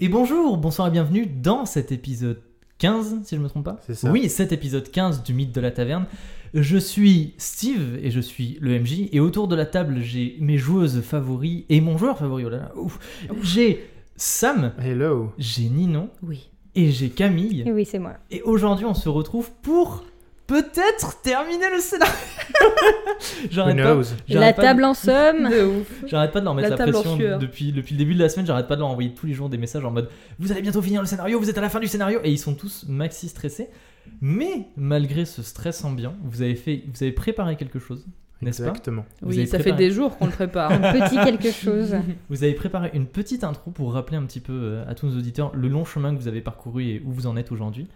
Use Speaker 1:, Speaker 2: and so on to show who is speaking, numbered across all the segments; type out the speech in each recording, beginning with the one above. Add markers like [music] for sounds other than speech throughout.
Speaker 1: Et bonjour, bonsoir et bienvenue dans cet épisode 15, si je ne me trompe pas.
Speaker 2: C'est ça.
Speaker 1: Oui, cet épisode 15 du mythe de la taverne. Je suis Steve et je suis le MJ. Et autour de la table, j'ai mes joueuses favoris et mon joueur favori. Oh là là, ouf. J'ai Sam,
Speaker 2: Hello.
Speaker 1: j'ai Ninon
Speaker 3: Oui.
Speaker 1: et j'ai Camille.
Speaker 3: Oui, c'est moi.
Speaker 1: Et aujourd'hui, on se retrouve pour peut-être terminer le scénario. [laughs]
Speaker 2: Who
Speaker 1: J'arrête pas,
Speaker 2: knows?
Speaker 3: La
Speaker 1: j'arrête pas de-
Speaker 3: table en
Speaker 4: [laughs]
Speaker 3: somme.
Speaker 1: J'arrête pas de leur mettre la,
Speaker 3: La table en
Speaker 1: pression
Speaker 3: sueur.
Speaker 1: depuis, depuis le début de la semaine. J'arrête pas de leur envoyer tous les jours des messages en mode Vous allez bientôt finir le scénario, vous êtes à la fin du scénario. Et ils sont tous maxi stressés. Mais malgré ce stress ambiant, vous avez, fait, vous avez préparé quelque chose, n'est-ce pas
Speaker 2: Exactement.
Speaker 1: Vous avez
Speaker 4: Oui, ça fait
Speaker 1: préparé.
Speaker 4: des jours qu'on le prépare.
Speaker 3: Un petit quelque
Speaker 4: [laughs]
Speaker 3: chose.
Speaker 1: Vous avez préparé une petite intro pour rappeler un petit peu euh, à tous nos auditeurs le long chemin que vous avez parcouru et où vous en êtes aujourd'hui.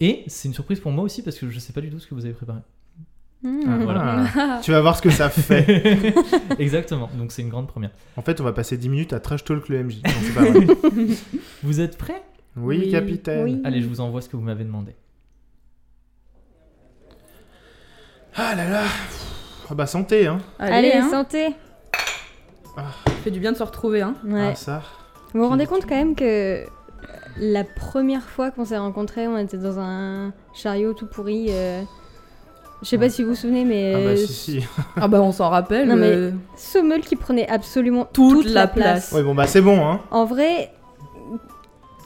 Speaker 1: Et c'est une surprise pour moi aussi parce que je sais pas du tout ce que vous avez préparé.
Speaker 3: Mmh.
Speaker 1: voilà.
Speaker 3: [laughs]
Speaker 2: Ah, tu vas voir ce que ça fait.
Speaker 1: [laughs] Exactement, donc c'est une grande première.
Speaker 2: en fait, on va passer 10 minutes à trash talk le MJ. Non, c'est pas vrai.
Speaker 1: Vous êtes prêts
Speaker 2: Oui,
Speaker 4: Oui.
Speaker 2: capitaine.
Speaker 3: Oui.
Speaker 1: Allez, je vous envoie ce que vous m'avez demandé.
Speaker 2: Ah là là. Ah bah santé, hein.
Speaker 3: Allez,
Speaker 4: Allez, hein,
Speaker 3: santé.
Speaker 4: ça fait du bien de se retrouver. Hein.
Speaker 3: Ouais.
Speaker 2: Ah, ça.
Speaker 3: vous vous rendez compte quand même que euh, la première fois qu'on s'est rencontrés, on était dans un chariot tout pourri. euh, Je sais pas si vous vous souvenez, mais
Speaker 2: Ah bah
Speaker 3: euh,
Speaker 2: si si.
Speaker 4: [laughs] Ah bah on s'en rappelle.
Speaker 3: Non, mais-
Speaker 4: euh,
Speaker 3: Sommel qui prenait absolument
Speaker 4: Toute
Speaker 3: toute, la,
Speaker 4: la
Speaker 3: place.
Speaker 4: place.
Speaker 2: Ouais bon bah c'est bon hein.
Speaker 3: En vrai,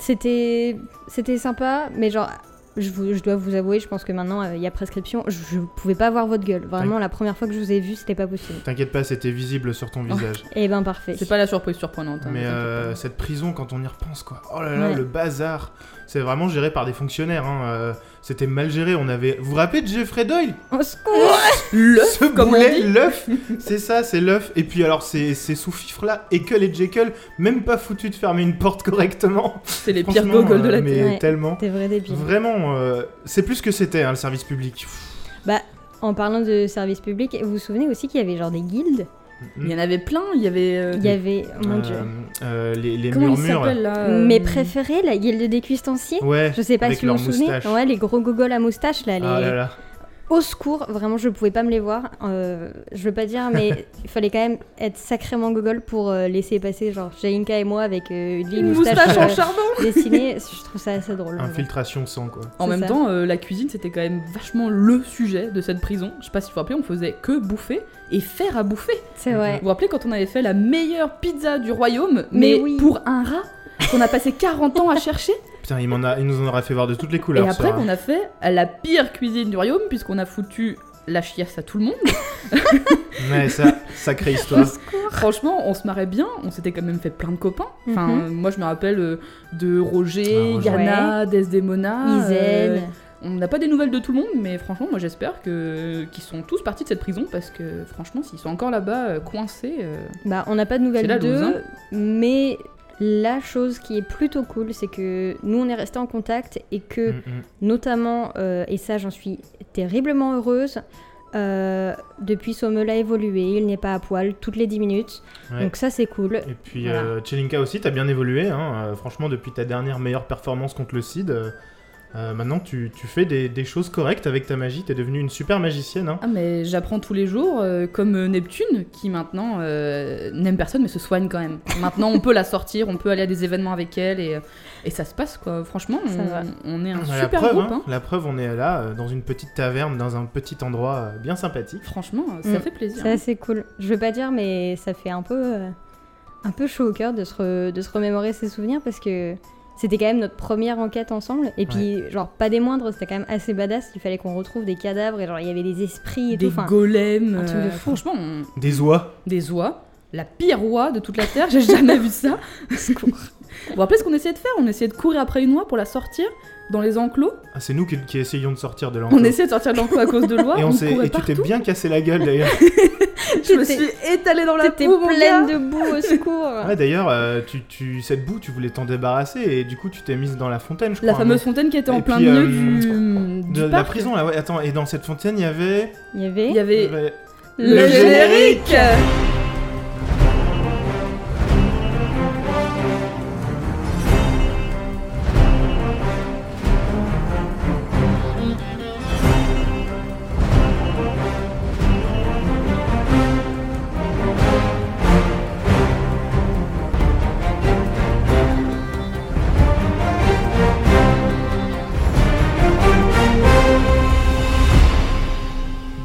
Speaker 3: c'était c'était sympa, mais genre, je, vous- je dois vous avouer, je pense que maintenant, euh, il y a prescription, je, je pouvais pas voir votre gueule. Vraiment, la première fois que je vous ai vu, c'était pas possible.
Speaker 2: T'inquiète pas, c'était visible sur ton visage.
Speaker 3: Eh ben, parfait.
Speaker 4: C'est pas la surprise surprenante. hein,
Speaker 2: Mais
Speaker 4: ne t'inquiète
Speaker 2: euh,
Speaker 4: pas.
Speaker 2: cette prison, quand on y repense quoi. Oh là là,
Speaker 3: Ouais.
Speaker 2: le bazar. C'est vraiment géré par des fonctionnaires. Hein. euh, c'était mal géré. On avait. Vous vous rappelez de Jeffrey Doyle
Speaker 3: [laughs] Au secours
Speaker 4: [laughs] l'œuf,
Speaker 2: Ce
Speaker 4: comme on
Speaker 2: boulet,
Speaker 4: dit.
Speaker 2: l'œuf, c'est ça, c'est l'œuf. Et puis alors, ces, ces sous-fifres-là, Ekel et Jekyll, même pas foutu de fermer une porte correctement.
Speaker 4: c'est les pires
Speaker 2: Franchement,
Speaker 4: gogoles de
Speaker 2: euh,
Speaker 4: la
Speaker 2: mais
Speaker 4: tête.
Speaker 3: Ouais.
Speaker 2: tellement.
Speaker 3: T'es vrai débile.
Speaker 2: Vraiment, euh, c'est plus que c'était, hein, le service public.
Speaker 3: En parlant de service public, vous vous souvenez aussi qu'il y avait genre des guildes
Speaker 4: Il y en avait plein. Il y avait. euh,
Speaker 3: Il y avait, mon dieu.
Speaker 2: Euh, euh, les les
Speaker 4: Comment ils
Speaker 2: murmures.
Speaker 4: s'appellent là euh,
Speaker 3: Mes préférés, la guilde des cuistanciers
Speaker 2: ouais,
Speaker 3: je sais pas
Speaker 2: avec
Speaker 3: si vous vous
Speaker 2: leurs
Speaker 3: souvenez,
Speaker 2: moustaches.
Speaker 3: ouais, les gros gogoles à moustache là, les...
Speaker 2: ah là là.
Speaker 3: au secours, vraiment je pouvais pas me les voir. Euh, je veux pas dire,
Speaker 4: [laughs]
Speaker 3: mais il fallait quand même être sacrément gogol pour euh, laisser passer genre Jainka et moi avec euh, une vieille
Speaker 4: Une moustache en
Speaker 3: moustache euh,
Speaker 4: charbon. [laughs]
Speaker 3: dessinée. Je trouve ça assez drôle. vraiment.
Speaker 2: Infiltration sang, quoi.
Speaker 4: En
Speaker 3: C'est
Speaker 4: même
Speaker 3: ça.
Speaker 4: temps, euh, la cuisine c'était quand même vachement le sujet de cette prison. Je sais pas si vous vous rappelez, on faisait que bouffer et faire à bouffer.
Speaker 3: C'est vrai.
Speaker 4: Vous vous rappelez quand on avait fait la meilleure pizza du royaume,
Speaker 3: Mais
Speaker 4: mais,
Speaker 3: oui.
Speaker 4: pour un rat qu'on a passé 40 ans à chercher
Speaker 2: Putain, il, m'en a, il nous en aura fait voir de toutes les couleurs. hein.
Speaker 4: Et
Speaker 2: ce
Speaker 4: après,
Speaker 2: soir.
Speaker 4: on a fait la pire cuisine du royaume, puisqu'on a foutu la chiasse à tout le monde.
Speaker 2: Ouais,
Speaker 4: [laughs]
Speaker 2: ça, sacrée histoire.
Speaker 4: Franchement, on se marrait bien, on s'était quand même fait plein de copains. Enfin,
Speaker 3: Mhm.
Speaker 4: euh, moi, je me rappelle euh, de
Speaker 2: Ah,
Speaker 4: Roger,
Speaker 2: Roger.
Speaker 4: Yana,
Speaker 3: Ah,
Speaker 4: Desdemona.
Speaker 3: Isen.
Speaker 4: euh, on n'a pas des nouvelles de tout le monde, mais franchement, moi, j'espère que qu'ils sont tous partis de cette prison, parce que franchement, s'ils sont encore là-bas, euh, coincés. euh,
Speaker 3: Bah, on n'a pas de nouvelles
Speaker 4: C'est la
Speaker 3: d'eux,
Speaker 4: loose, hein.
Speaker 3: mais la chose qui est plutôt cool, c'est que nous, on est restés en contact et que,
Speaker 2: Mm, mm.
Speaker 3: notamment, euh, et ça, j'en suis terriblement heureuse, euh, depuis Sommel a évolué, il n'est pas à poil toutes les 10 minutes.
Speaker 2: Ouais.
Speaker 3: Donc ça, c'est cool.
Speaker 2: Et puis
Speaker 4: Voilà.
Speaker 2: euh, Tchelinka aussi, t'as bien évolué. hein, euh, franchement, depuis ta dernière meilleure performance contre le Cid, euh, euh, maintenant tu, tu fais des, des choses correctes avec ta magie. T'es devenue une super magicienne. hein.
Speaker 4: Ah, mais j'apprends tous les jours, euh, comme euh, Neptune, qui maintenant euh, n'aime personne, mais se soigne quand même. Maintenant, on peut la sortir, on peut aller à des événements avec elle, et, euh, et ça se passe, quoi. Franchement,
Speaker 3: Ça va.
Speaker 4: on, on est un
Speaker 2: Ah, la,
Speaker 4: super
Speaker 2: preuve,
Speaker 4: groupe,
Speaker 2: hein,
Speaker 4: hein.
Speaker 2: la preuve, on est là, euh, dans une petite taverne, dans un petit endroit euh, bien sympathique.
Speaker 4: hein. Franchement, euh, ça
Speaker 3: Mm.
Speaker 4: fait plaisir.
Speaker 3: C'est assez cool. Je veux pas dire, mais ça fait un peu, euh, un peu chaud au cœur de se, re- de se remémorer ces souvenirs parce que c'était quand même notre première enquête ensemble. Et puis, genre, pas des moindres, c'était quand même assez badass. Il fallait qu'on retrouve des cadavres et genre, il y avait des esprits et
Speaker 4: des
Speaker 3: tout. Enfin,
Speaker 4: golems,
Speaker 3: un truc de
Speaker 4: euh,
Speaker 3: fou.
Speaker 4: franchement, on-
Speaker 2: Des oies.
Speaker 4: des oies, la pire oie de toute la terre, j'ai [laughs] jamais vu ça. Vous vous rappelez ce qu'on essayait de faire On essayait de courir après une oie pour la sortir dans les enclos.
Speaker 2: Ah, c'est nous qui, qui essayons de sortir de l'enclos.
Speaker 4: On essayait de sortir de l'enclos à cause de l'oie.
Speaker 2: Et,
Speaker 4: on,
Speaker 2: on s'est-
Speaker 4: courait
Speaker 2: et tu t'es
Speaker 4: partout.
Speaker 2: bien cassé la gueule d'ailleurs.
Speaker 4: [laughs] Je me
Speaker 3: T'étais-
Speaker 4: suis étalée dans la
Speaker 3: T'étais
Speaker 4: boue, mon
Speaker 3: pleine
Speaker 4: gars.
Speaker 3: de boue, au secours.
Speaker 4: [laughs]
Speaker 2: Ouais, d'ailleurs, euh, tu, tu- cette boue, tu voulais t'en débarrasser et du coup, tu t'es mise dans la fontaine, je crois.
Speaker 4: La
Speaker 2: hein,
Speaker 4: fameuse fontaine qui était en
Speaker 2: Et
Speaker 4: plein
Speaker 2: puis,
Speaker 4: milieu
Speaker 2: euh,
Speaker 4: du,
Speaker 2: non
Speaker 4: du
Speaker 2: De la
Speaker 4: parc.
Speaker 2: prison, là, ouais. Attends, et dans cette fontaine, il y avait.
Speaker 3: Il y avait.
Speaker 4: Il y
Speaker 2: il y
Speaker 4: avait
Speaker 2: avait-
Speaker 4: le,
Speaker 2: le
Speaker 4: générique.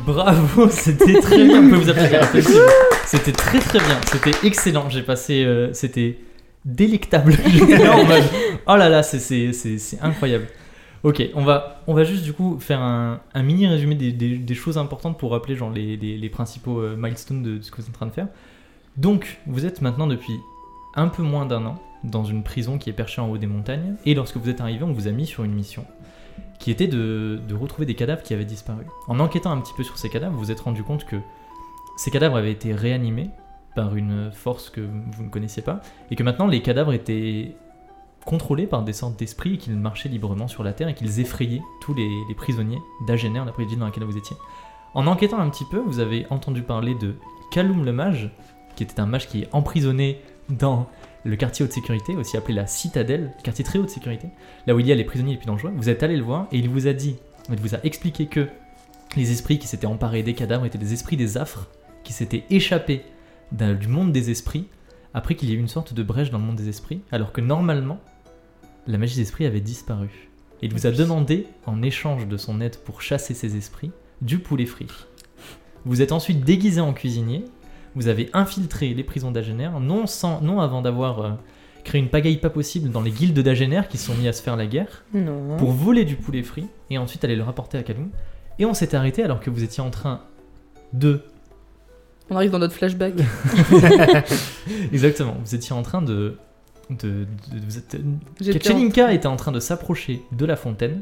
Speaker 1: Bravo, [laughs] c'était très bien. On peut vous applaudir. applaudissez-vous. C'était très très bien. C'était excellent. J'ai passé. euh, c'était délectable. [laughs] J'étais là en mode, oh là là, c'est- c'est c'est- c'est incroyable. Ok, on va, on va juste du coup faire un, un mini résumé des, des- des choses importantes pour rappeler genre les, les- les principaux euh, milestones de, de ce que vous êtes en train de faire. Donc, vous êtes maintenant depuis un peu moins d'un an dans une prison qui est perchée en haut des montagnes. Et lorsque vous êtes arrivé, on vous a mis sur une mission qui était de, de retrouver des cadavres qui avaient disparu. En enquêtant un petit peu sur ces cadavres, vous vous êtes rendu compte que ces cadavres avaient été réanimés par une force que vous ne connaissiez pas, et que maintenant les cadavres étaient contrôlés par des sortes d'esprits et qu'ils marchaient librement sur la Terre et qu'ils effrayaient tous les, les prisonniers d'Agener, la ville dans laquelle vous étiez. En enquêtant un petit peu, vous avez entendu parler de Kaloum le mage, qui était un mage qui est emprisonné dans le quartier haute sécurité, aussi appelé la citadelle, quartier très haute sécurité, là où il y a les prisonniers les plus dangereux. Vous êtes allé le voir et il vous a dit, il vous a expliqué que les esprits qui s'étaient emparés des cadavres étaient des esprits des affres qui s'étaient échappés d'un- du monde des esprits après qu'il y ait eu une sorte de brèche dans le monde des esprits, alors que normalement, la magie des esprits avait disparu. Et il vous a demandé, en échange de son aide pour chasser ces esprits, du poulet frit. Vous êtes ensuite déguisé en cuisinier, vous avez infiltré les prisons d'Agener, non, sans, non avant d'avoir euh, créé une pagaille pas possible dans les guildes d'Agener qui se sont mis à se faire la guerre,
Speaker 3: Non.
Speaker 1: pour voler du poulet frit et ensuite aller le rapporter à Kaloum. Et on s'est arrêté alors que vous étiez en train de.
Speaker 4: On arrive dans notre flashback.
Speaker 1: Exactement, vous étiez en train de. de, de- vous êtes-
Speaker 4: J'étais en-
Speaker 1: Ketchelinka était en train de s'approcher de la fontaine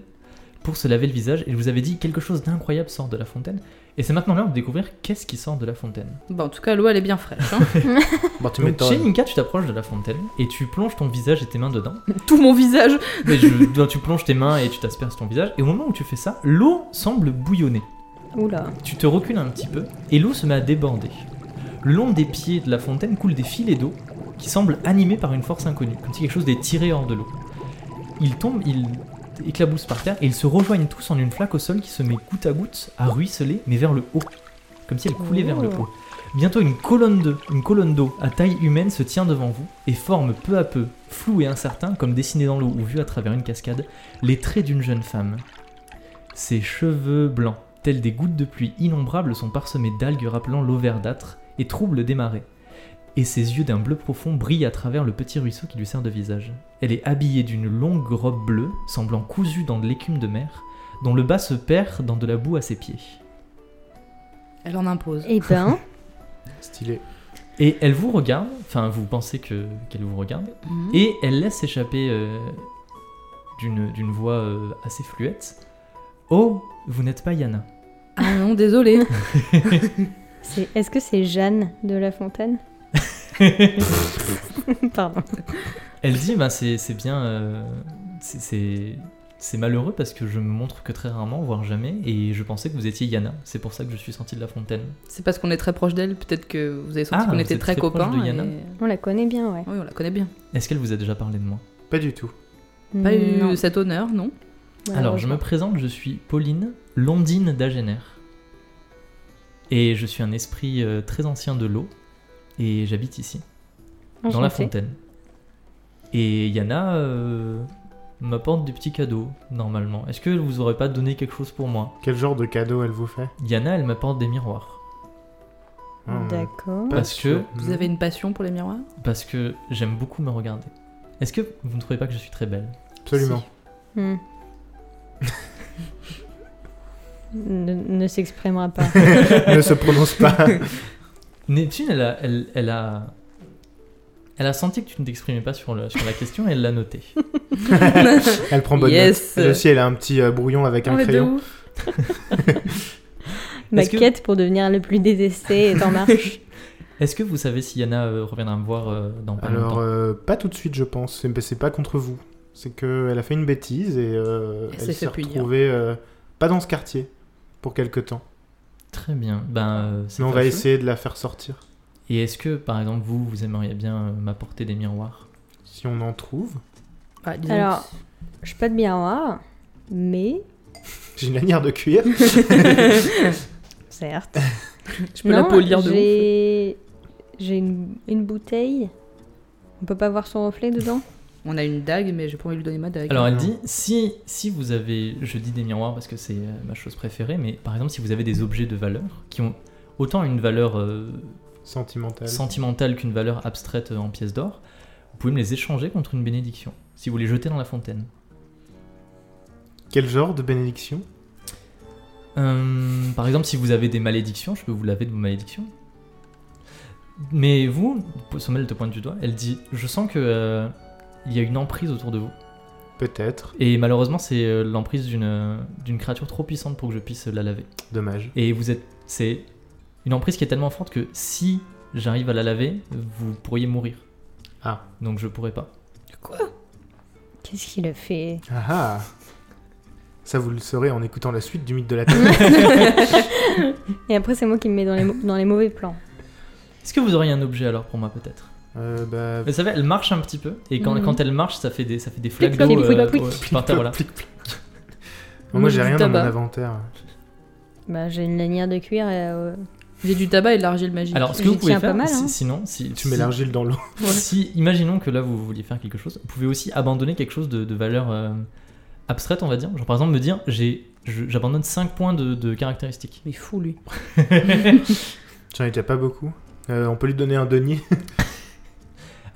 Speaker 1: pour se laver le visage et je vous avais dit quelque chose d'incroyable sort de la fontaine. Et c'est maintenant l'heure de découvrir qu'est-ce qui sort de la fontaine.
Speaker 4: Bah, en tout cas, l'eau, elle est bien
Speaker 1: [laughs]
Speaker 4: fraîche. hein.
Speaker 2: Bon, tu
Speaker 1: Donc, chez
Speaker 2: m'étonnes.
Speaker 1: Ninka, tu t'approches de la fontaine et tu plonges ton visage et tes mains dedans.
Speaker 4: Tout mon visage.
Speaker 1: Mais je- donc, tu plonges tes mains et tu t'asperges ton visage. Et au moment où tu fais ça, l'eau semble bouillonner.
Speaker 3: Oula.
Speaker 1: Tu te recules un petit peu et l'eau se met à déborder. Le long des pieds de la fontaine coulent des filets d'eau qui semblent animés par une force inconnue, comme si quelque chose était tiré hors de l'eau. Ils tombent, ils éclaboussent par terre et ils se rejoignent tous en une flaque au sol qui se met goutte à goutte à ruisseler, mais vers le haut, comme si elle coulait vers le
Speaker 3: Oh.
Speaker 1: haut. Bientôt, une colonne d'eau, une colonne d'eau à taille humaine se tient devant vous et forme peu à peu, flou et incertain, comme dessiné dans l'eau ou vu à travers une cascade, les traits d'une jeune femme. Ses cheveux blancs, tels des gouttes de pluie innombrables, sont parsemés d'algues rappelant l'eau verdâtre et troublent des marées. Et ses yeux d'un bleu profond brillent à travers le petit ruisseau qui lui sert de visage. Elle est habillée d'une longue robe bleue, semblant cousue dans de l'écume de mer, dont le bas se perd dans de la boue à ses pieds.
Speaker 4: Elle en impose.
Speaker 3: Eh ben,
Speaker 2: Stylé.
Speaker 1: Et elle vous regarde, enfin vous pensez que- qu'elle vous regarde,
Speaker 4: Mhm.
Speaker 1: Et elle laisse échapper euh, d'une d'une voix euh, assez fluette. Oh, vous n'êtes pas Yana.
Speaker 4: Ah non, désolé.
Speaker 3: c'est- est-ce que c'est Jeanne de
Speaker 1: [laughs]
Speaker 3: La Fontaine Pardon.
Speaker 1: Elle dit, bah, c'est c'est bien, euh, c'est- c'est c'est malheureux parce que je me montre que très rarement, voire jamais, et je pensais que vous étiez Yana. C'est pour ça que je suis sortie de la fontaine.
Speaker 4: C'est parce qu'on est très proche d'elle. Peut-être que vous avez senti
Speaker 1: Ah,
Speaker 4: qu'on
Speaker 1: vous
Speaker 4: était
Speaker 1: êtes
Speaker 4: très,
Speaker 1: très proche
Speaker 4: copains.
Speaker 1: de Yana.
Speaker 4: et-
Speaker 3: On la connaît bien, ouais.
Speaker 4: Oui, on la connaît bien.
Speaker 1: Est-ce qu'elle vous a déjà parlé de moi
Speaker 2: Pas du tout.
Speaker 4: Pas
Speaker 3: Non,
Speaker 4: eu cet honneur,
Speaker 1: Alors,
Speaker 4: non
Speaker 1: je me
Speaker 3: malheureusement.
Speaker 1: présente, je suis Pauline, Londine d'Agener. Et je suis un esprit euh, très ancien de l'eau, et j'habite ici. dans la
Speaker 3: Enchantée.
Speaker 1: fontaine. Et Yana euh, m'apporte des petits cadeaux, normalement. Est-ce que vous aurez pas donné quelque chose pour moi
Speaker 2: Quel genre de cadeau elle vous fait
Speaker 1: Yana, elle m'apporte des miroirs.
Speaker 2: Hum,
Speaker 3: D'accord.
Speaker 2: pas
Speaker 1: Parce
Speaker 2: sûr.
Speaker 1: que-
Speaker 4: Vous avez une passion pour les miroirs
Speaker 1: Parce que j'aime beaucoup me regarder. Est-ce que vous ne trouvez pas que je suis très belle
Speaker 2: Absolument. [laughs]
Speaker 1: Ah.
Speaker 3: Hmm. ne ne
Speaker 1: [laughs]
Speaker 3: s'exprimera pas.
Speaker 2: ne se prononce pas.
Speaker 1: Neptune, elle a, elle, elle a, elle a senti que tu ne t'exprimais pas sur, le, sur la question et elle l'a noté.
Speaker 2: Elle prend bonne
Speaker 4: Yes.
Speaker 2: note. Elle aussi, elle a un petit euh, brouillon avec un
Speaker 4: est de
Speaker 2: crayon.
Speaker 4: ouf.
Speaker 3: [laughs] Ma
Speaker 1: Est-ce que-
Speaker 3: quête pour devenir le plus détesté est en marche.
Speaker 1: Est-ce que vous savez si Yana euh, reviendra me voir euh, dans pas
Speaker 2: Alors,
Speaker 1: longtemps
Speaker 2: euh, pas tout de suite, je pense. C'est- C'est pas contre vous. C'est qu'elle a fait une bêtise et euh,
Speaker 4: Elle s'est
Speaker 2: elle
Speaker 4: fait
Speaker 2: s'est
Speaker 4: punir.
Speaker 2: retrouvée euh, pas dans ce quartier pour quelque temps.
Speaker 1: Très bien. Ben, euh, c'est
Speaker 2: Mais on
Speaker 1: pas
Speaker 2: va
Speaker 1: chaud.
Speaker 2: essayer de la faire sortir.
Speaker 1: Et est-ce que, par exemple, vous, vous aimeriez bien euh, m'apporter des miroirs
Speaker 2: Si on en trouve.
Speaker 4: Ouais, disons
Speaker 3: Alors,
Speaker 4: que-
Speaker 3: Je suis pas de miroir, mais
Speaker 2: J'ai une lanière de
Speaker 4: [laughs]
Speaker 2: cuir.
Speaker 3: certes.
Speaker 4: je peux la polir de ouf.
Speaker 3: j'ai j'ai une, une bouteille. On peut pas voir son reflet dedans
Speaker 4: On a une dague, mais j'ai pas envie de lui donner ma dague.
Speaker 1: Alors elle
Speaker 2: Non.
Speaker 1: dit si si vous avez je dis des miroirs parce que c'est euh, ma chose préférée mais par exemple si vous avez des objets de valeur qui ont autant une valeur euh,
Speaker 2: Sentimental.
Speaker 1: sentimentale qu'une valeur abstraite euh, en pièces d'or vous pouvez me les échanger contre une bénédiction si vous les jetez dans la fontaine.
Speaker 2: Quel genre de bénédiction
Speaker 1: Euh, par exemple si vous avez des malédictions je peux vous laver de vos malédictions. Mais vous Sommel elle te pointe du doigt elle dit je sens que euh, il y a une emprise autour de vous.
Speaker 2: Peut-être.
Speaker 1: Et malheureusement, c'est euh, l'emprise d'une euh, d'une créature trop puissante pour que je puisse la laver.
Speaker 2: Dommage.
Speaker 1: Et vous êtes. C'est une emprise qui est tellement forte que si j'arrive à la laver, vous pourriez mourir.
Speaker 2: Ah.
Speaker 1: Donc je pourrais pas.
Speaker 3: Qu'est-ce qu'il a fait
Speaker 2: Ah ah Ça, vous le saurez en écoutant la suite du mythe de la Terre. [laughs]
Speaker 3: Et après, c'est moi qui me mets dans les, mau- dans les mauvais plans.
Speaker 1: Est-ce que vous auriez un objet alors pour moi peut-être
Speaker 2: euh, bah.
Speaker 1: Vous savez, elle marche un petit peu et quand,
Speaker 4: Mhm.
Speaker 1: quand elle marche, ça fait des, ça fait des flaques
Speaker 3: Plic,
Speaker 1: d'eau.
Speaker 3: plic,
Speaker 1: euh,
Speaker 3: plic,
Speaker 1: au-
Speaker 2: plic,
Speaker 1: par terre, voilà.
Speaker 2: plic, plic.
Speaker 4: Moi,
Speaker 2: Moi, j'ai
Speaker 4: j'ai
Speaker 2: rien
Speaker 4: du
Speaker 2: dans mon
Speaker 4: tabac.
Speaker 2: inventaire.
Speaker 3: Bah, j'ai une lanière de cuir. et, euh,
Speaker 4: J'ai du tabac et de l'argile magique.
Speaker 1: Alors, ce que vous
Speaker 3: J'y
Speaker 1: pouvez
Speaker 3: tiens pas
Speaker 1: faire,
Speaker 3: mal,
Speaker 1: si-
Speaker 3: hein.
Speaker 1: sinon, si
Speaker 2: Tu mets
Speaker 1: si-
Speaker 2: l'argile dans l'eau. [laughs]
Speaker 1: Si, imaginons que là vous vouliez faire quelque chose, vous pouvez aussi abandonner quelque chose de, de valeur euh, abstraite, on va dire. Genre par exemple me dire, j'ai, je- j'abandonne 5 points de, de caractéristiques.
Speaker 4: Mais fou lui.
Speaker 2: J'en ai déjà pas beaucoup. Euh, on peut lui donner un denier. [laughs]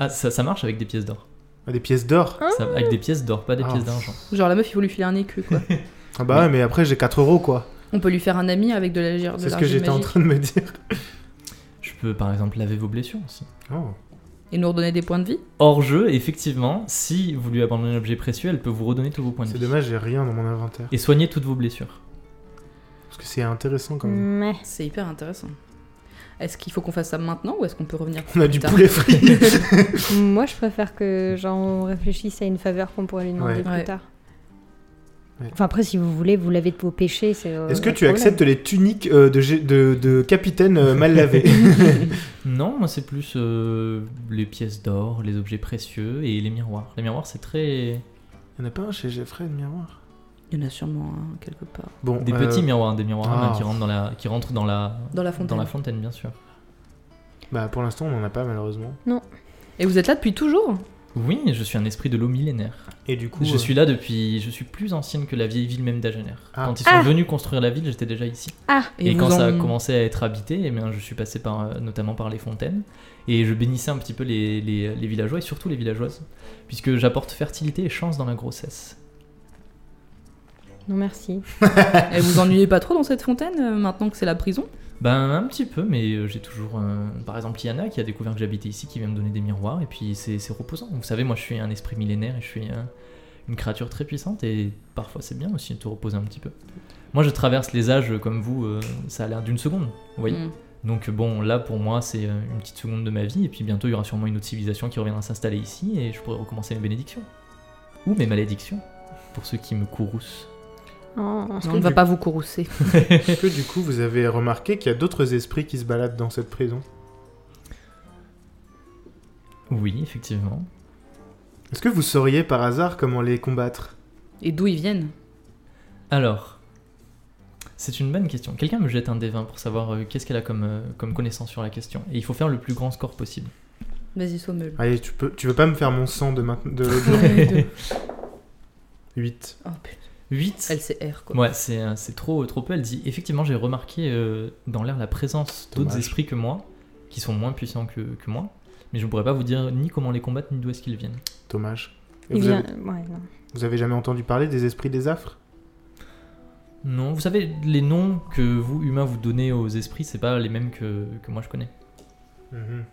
Speaker 1: Ah, ça, ça marche avec des pièces d'or.
Speaker 2: Des pièces
Speaker 4: Ah.
Speaker 2: d'or.
Speaker 3: Ah.
Speaker 1: Ça- avec des pièces d'or, pas des
Speaker 2: Ah.
Speaker 1: pièces d'argent.
Speaker 4: Genre la meuf, il faut lui filer un écu quoi.
Speaker 2: Ah bah ouais, mais après, j'ai 4 euros quoi.
Speaker 4: On peut lui faire un ami avec de la de l'argile
Speaker 2: C'est ce
Speaker 4: magique.
Speaker 2: que j'étais en train de me
Speaker 1: [laughs]
Speaker 2: dire.
Speaker 1: Je peux par exemple laver vos blessures aussi.
Speaker 2: Oh.
Speaker 4: Et nous redonner des points de vie.
Speaker 1: Hors jeu, effectivement, si vous lui abandonnez un objet précieux, elle peut vous redonner tous vos points de
Speaker 2: C'est
Speaker 1: vie.
Speaker 2: dommage, j'ai rien dans mon inventaire.
Speaker 1: Et soigner toutes vos blessures.
Speaker 2: Parce que c'est intéressant quand
Speaker 4: Mm.
Speaker 2: même.
Speaker 3: meh.
Speaker 4: C'est hyper intéressant. Est-ce qu'il faut qu'on fasse ça maintenant ou est-ce qu'on peut revenir
Speaker 2: [laughs] On a
Speaker 4: plus
Speaker 2: du
Speaker 4: tard
Speaker 2: poulet
Speaker 4: [laughs]
Speaker 2: frit. [laughs]
Speaker 3: Moi, je préfère que genre on réfléchisse à une faveur qu'on pourrait lui demander
Speaker 2: Ouais.
Speaker 3: plus
Speaker 4: Ouais.
Speaker 3: tard.
Speaker 2: Ouais.
Speaker 3: Enfin après, si vous voulez, vous l'avez de vos péchés. C'est. euh,
Speaker 2: Est-ce que
Speaker 3: votre
Speaker 2: tu
Speaker 3: problème.
Speaker 2: acceptes les tuniques euh, de, gé- de, de capitaine euh, mal
Speaker 4: [laughs]
Speaker 2: lavé
Speaker 1: Non, moi c'est plus euh, les pièces d'or, les objets précieux et les miroirs. Les miroirs, c'est très.
Speaker 2: Il n'y en a pas un chez Geoffrey de miroir
Speaker 4: Il y en a sûrement un quelque part.
Speaker 2: Bon,
Speaker 1: Des
Speaker 2: euh,
Speaker 1: petits miroirs, hein, des miroirs à main
Speaker 2: ah.
Speaker 1: qui rentrent dans la, qui rentrent dans la,
Speaker 4: Dans la fontaine.
Speaker 1: dans la fontaine, bien sûr.
Speaker 2: Bah pour l'instant on en a pas malheureusement.
Speaker 4: Et vous êtes là depuis toujours
Speaker 1: Oui, je suis un esprit de l'eau millénaire.
Speaker 2: Et du coup,
Speaker 1: je
Speaker 2: euh,
Speaker 1: suis là depuis. Je suis plus ancienne que la vieille ville même d'Agener.
Speaker 2: Ah.
Speaker 1: Quand ils sont
Speaker 3: Ah.
Speaker 1: venus construire la ville, j'étais déjà ici. Et,
Speaker 4: vous
Speaker 1: quand ça a
Speaker 4: en-
Speaker 1: commencé à être habité, eh bien, je suis passé par, euh, notamment par les fontaines. Et je bénissais un petit peu les, les- les villageois et surtout les villageoises. Puisque j'apporte fertilité et chance dans la grossesse.
Speaker 3: Non merci.
Speaker 4: [laughs] Et vous ennuyez pas trop dans cette fontaine euh, maintenant que c'est la prison
Speaker 1: Ben, un petit peu, mais euh, j'ai toujours. euh, Par exemple, Yana qui a découvert que j'habitais ici, qui vient me donner des miroirs. Et puis, c'est c'est reposant. Vous savez, moi, je suis un esprit millénaire et je suis. euh, une créature très puissante et parfois c'est bien aussi de te reposer un petit peu. Moi je traverse les âges euh, comme vous, euh, ça a l'air d'une seconde, vous voyez.
Speaker 4: Mm.
Speaker 1: Donc bon là pour moi c'est euh, une petite seconde de ma vie et puis bientôt il y aura sûrement une autre civilisation qui reviendra s'installer ici et je pourrai recommencer mes bénédictions. Ou mes malédictions, pour ceux qui me courroucent.
Speaker 3: Oh.
Speaker 4: On ne va pas vous courroucer.
Speaker 2: est-ce que du coup vous avez remarqué qu'il y a d'autres esprits qui se baladent dans cette prison
Speaker 1: Oui effectivement.
Speaker 2: Est-ce que vous sauriez par hasard comment les combattre
Speaker 4: Et d'où ils viennent
Speaker 1: Alors, c'est une bonne question. Quelqu'un me jette un des 20 pour savoir euh, qu'est-ce qu'elle a comme, euh, comme connaissance sur la question. Et il faut faire le plus grand score possible.
Speaker 4: Vas-y, Sommel.
Speaker 2: Allez, tu, peux, tu veux pas me faire mon sang de maintenant
Speaker 1: [laughs]
Speaker 2: de, de 8
Speaker 4: Oh, putain.
Speaker 1: 8
Speaker 4: LCR quoi.
Speaker 1: Ouais, c'est euh, c'est trop, trop peu. Elle dit effectivement, j'ai remarqué euh, dans l'air la présence d'autres
Speaker 2: Dommage.
Speaker 1: esprits que moi, qui sont moins puissants que, que moi, mais je ne pourrais pas vous dire ni comment les combattre, ni d'où est-ce qu'ils viennent.
Speaker 2: Dommage. Et
Speaker 3: Il
Speaker 2: vous,
Speaker 3: vient.
Speaker 2: avez,
Speaker 3: Ouais, non.
Speaker 2: vous avez jamais entendu parler des esprits des affres
Speaker 1: Non, vous savez, les noms que vous, humains, vous donnez aux esprits, c'est pas les mêmes que, que moi je connais.
Speaker 2: Mhm.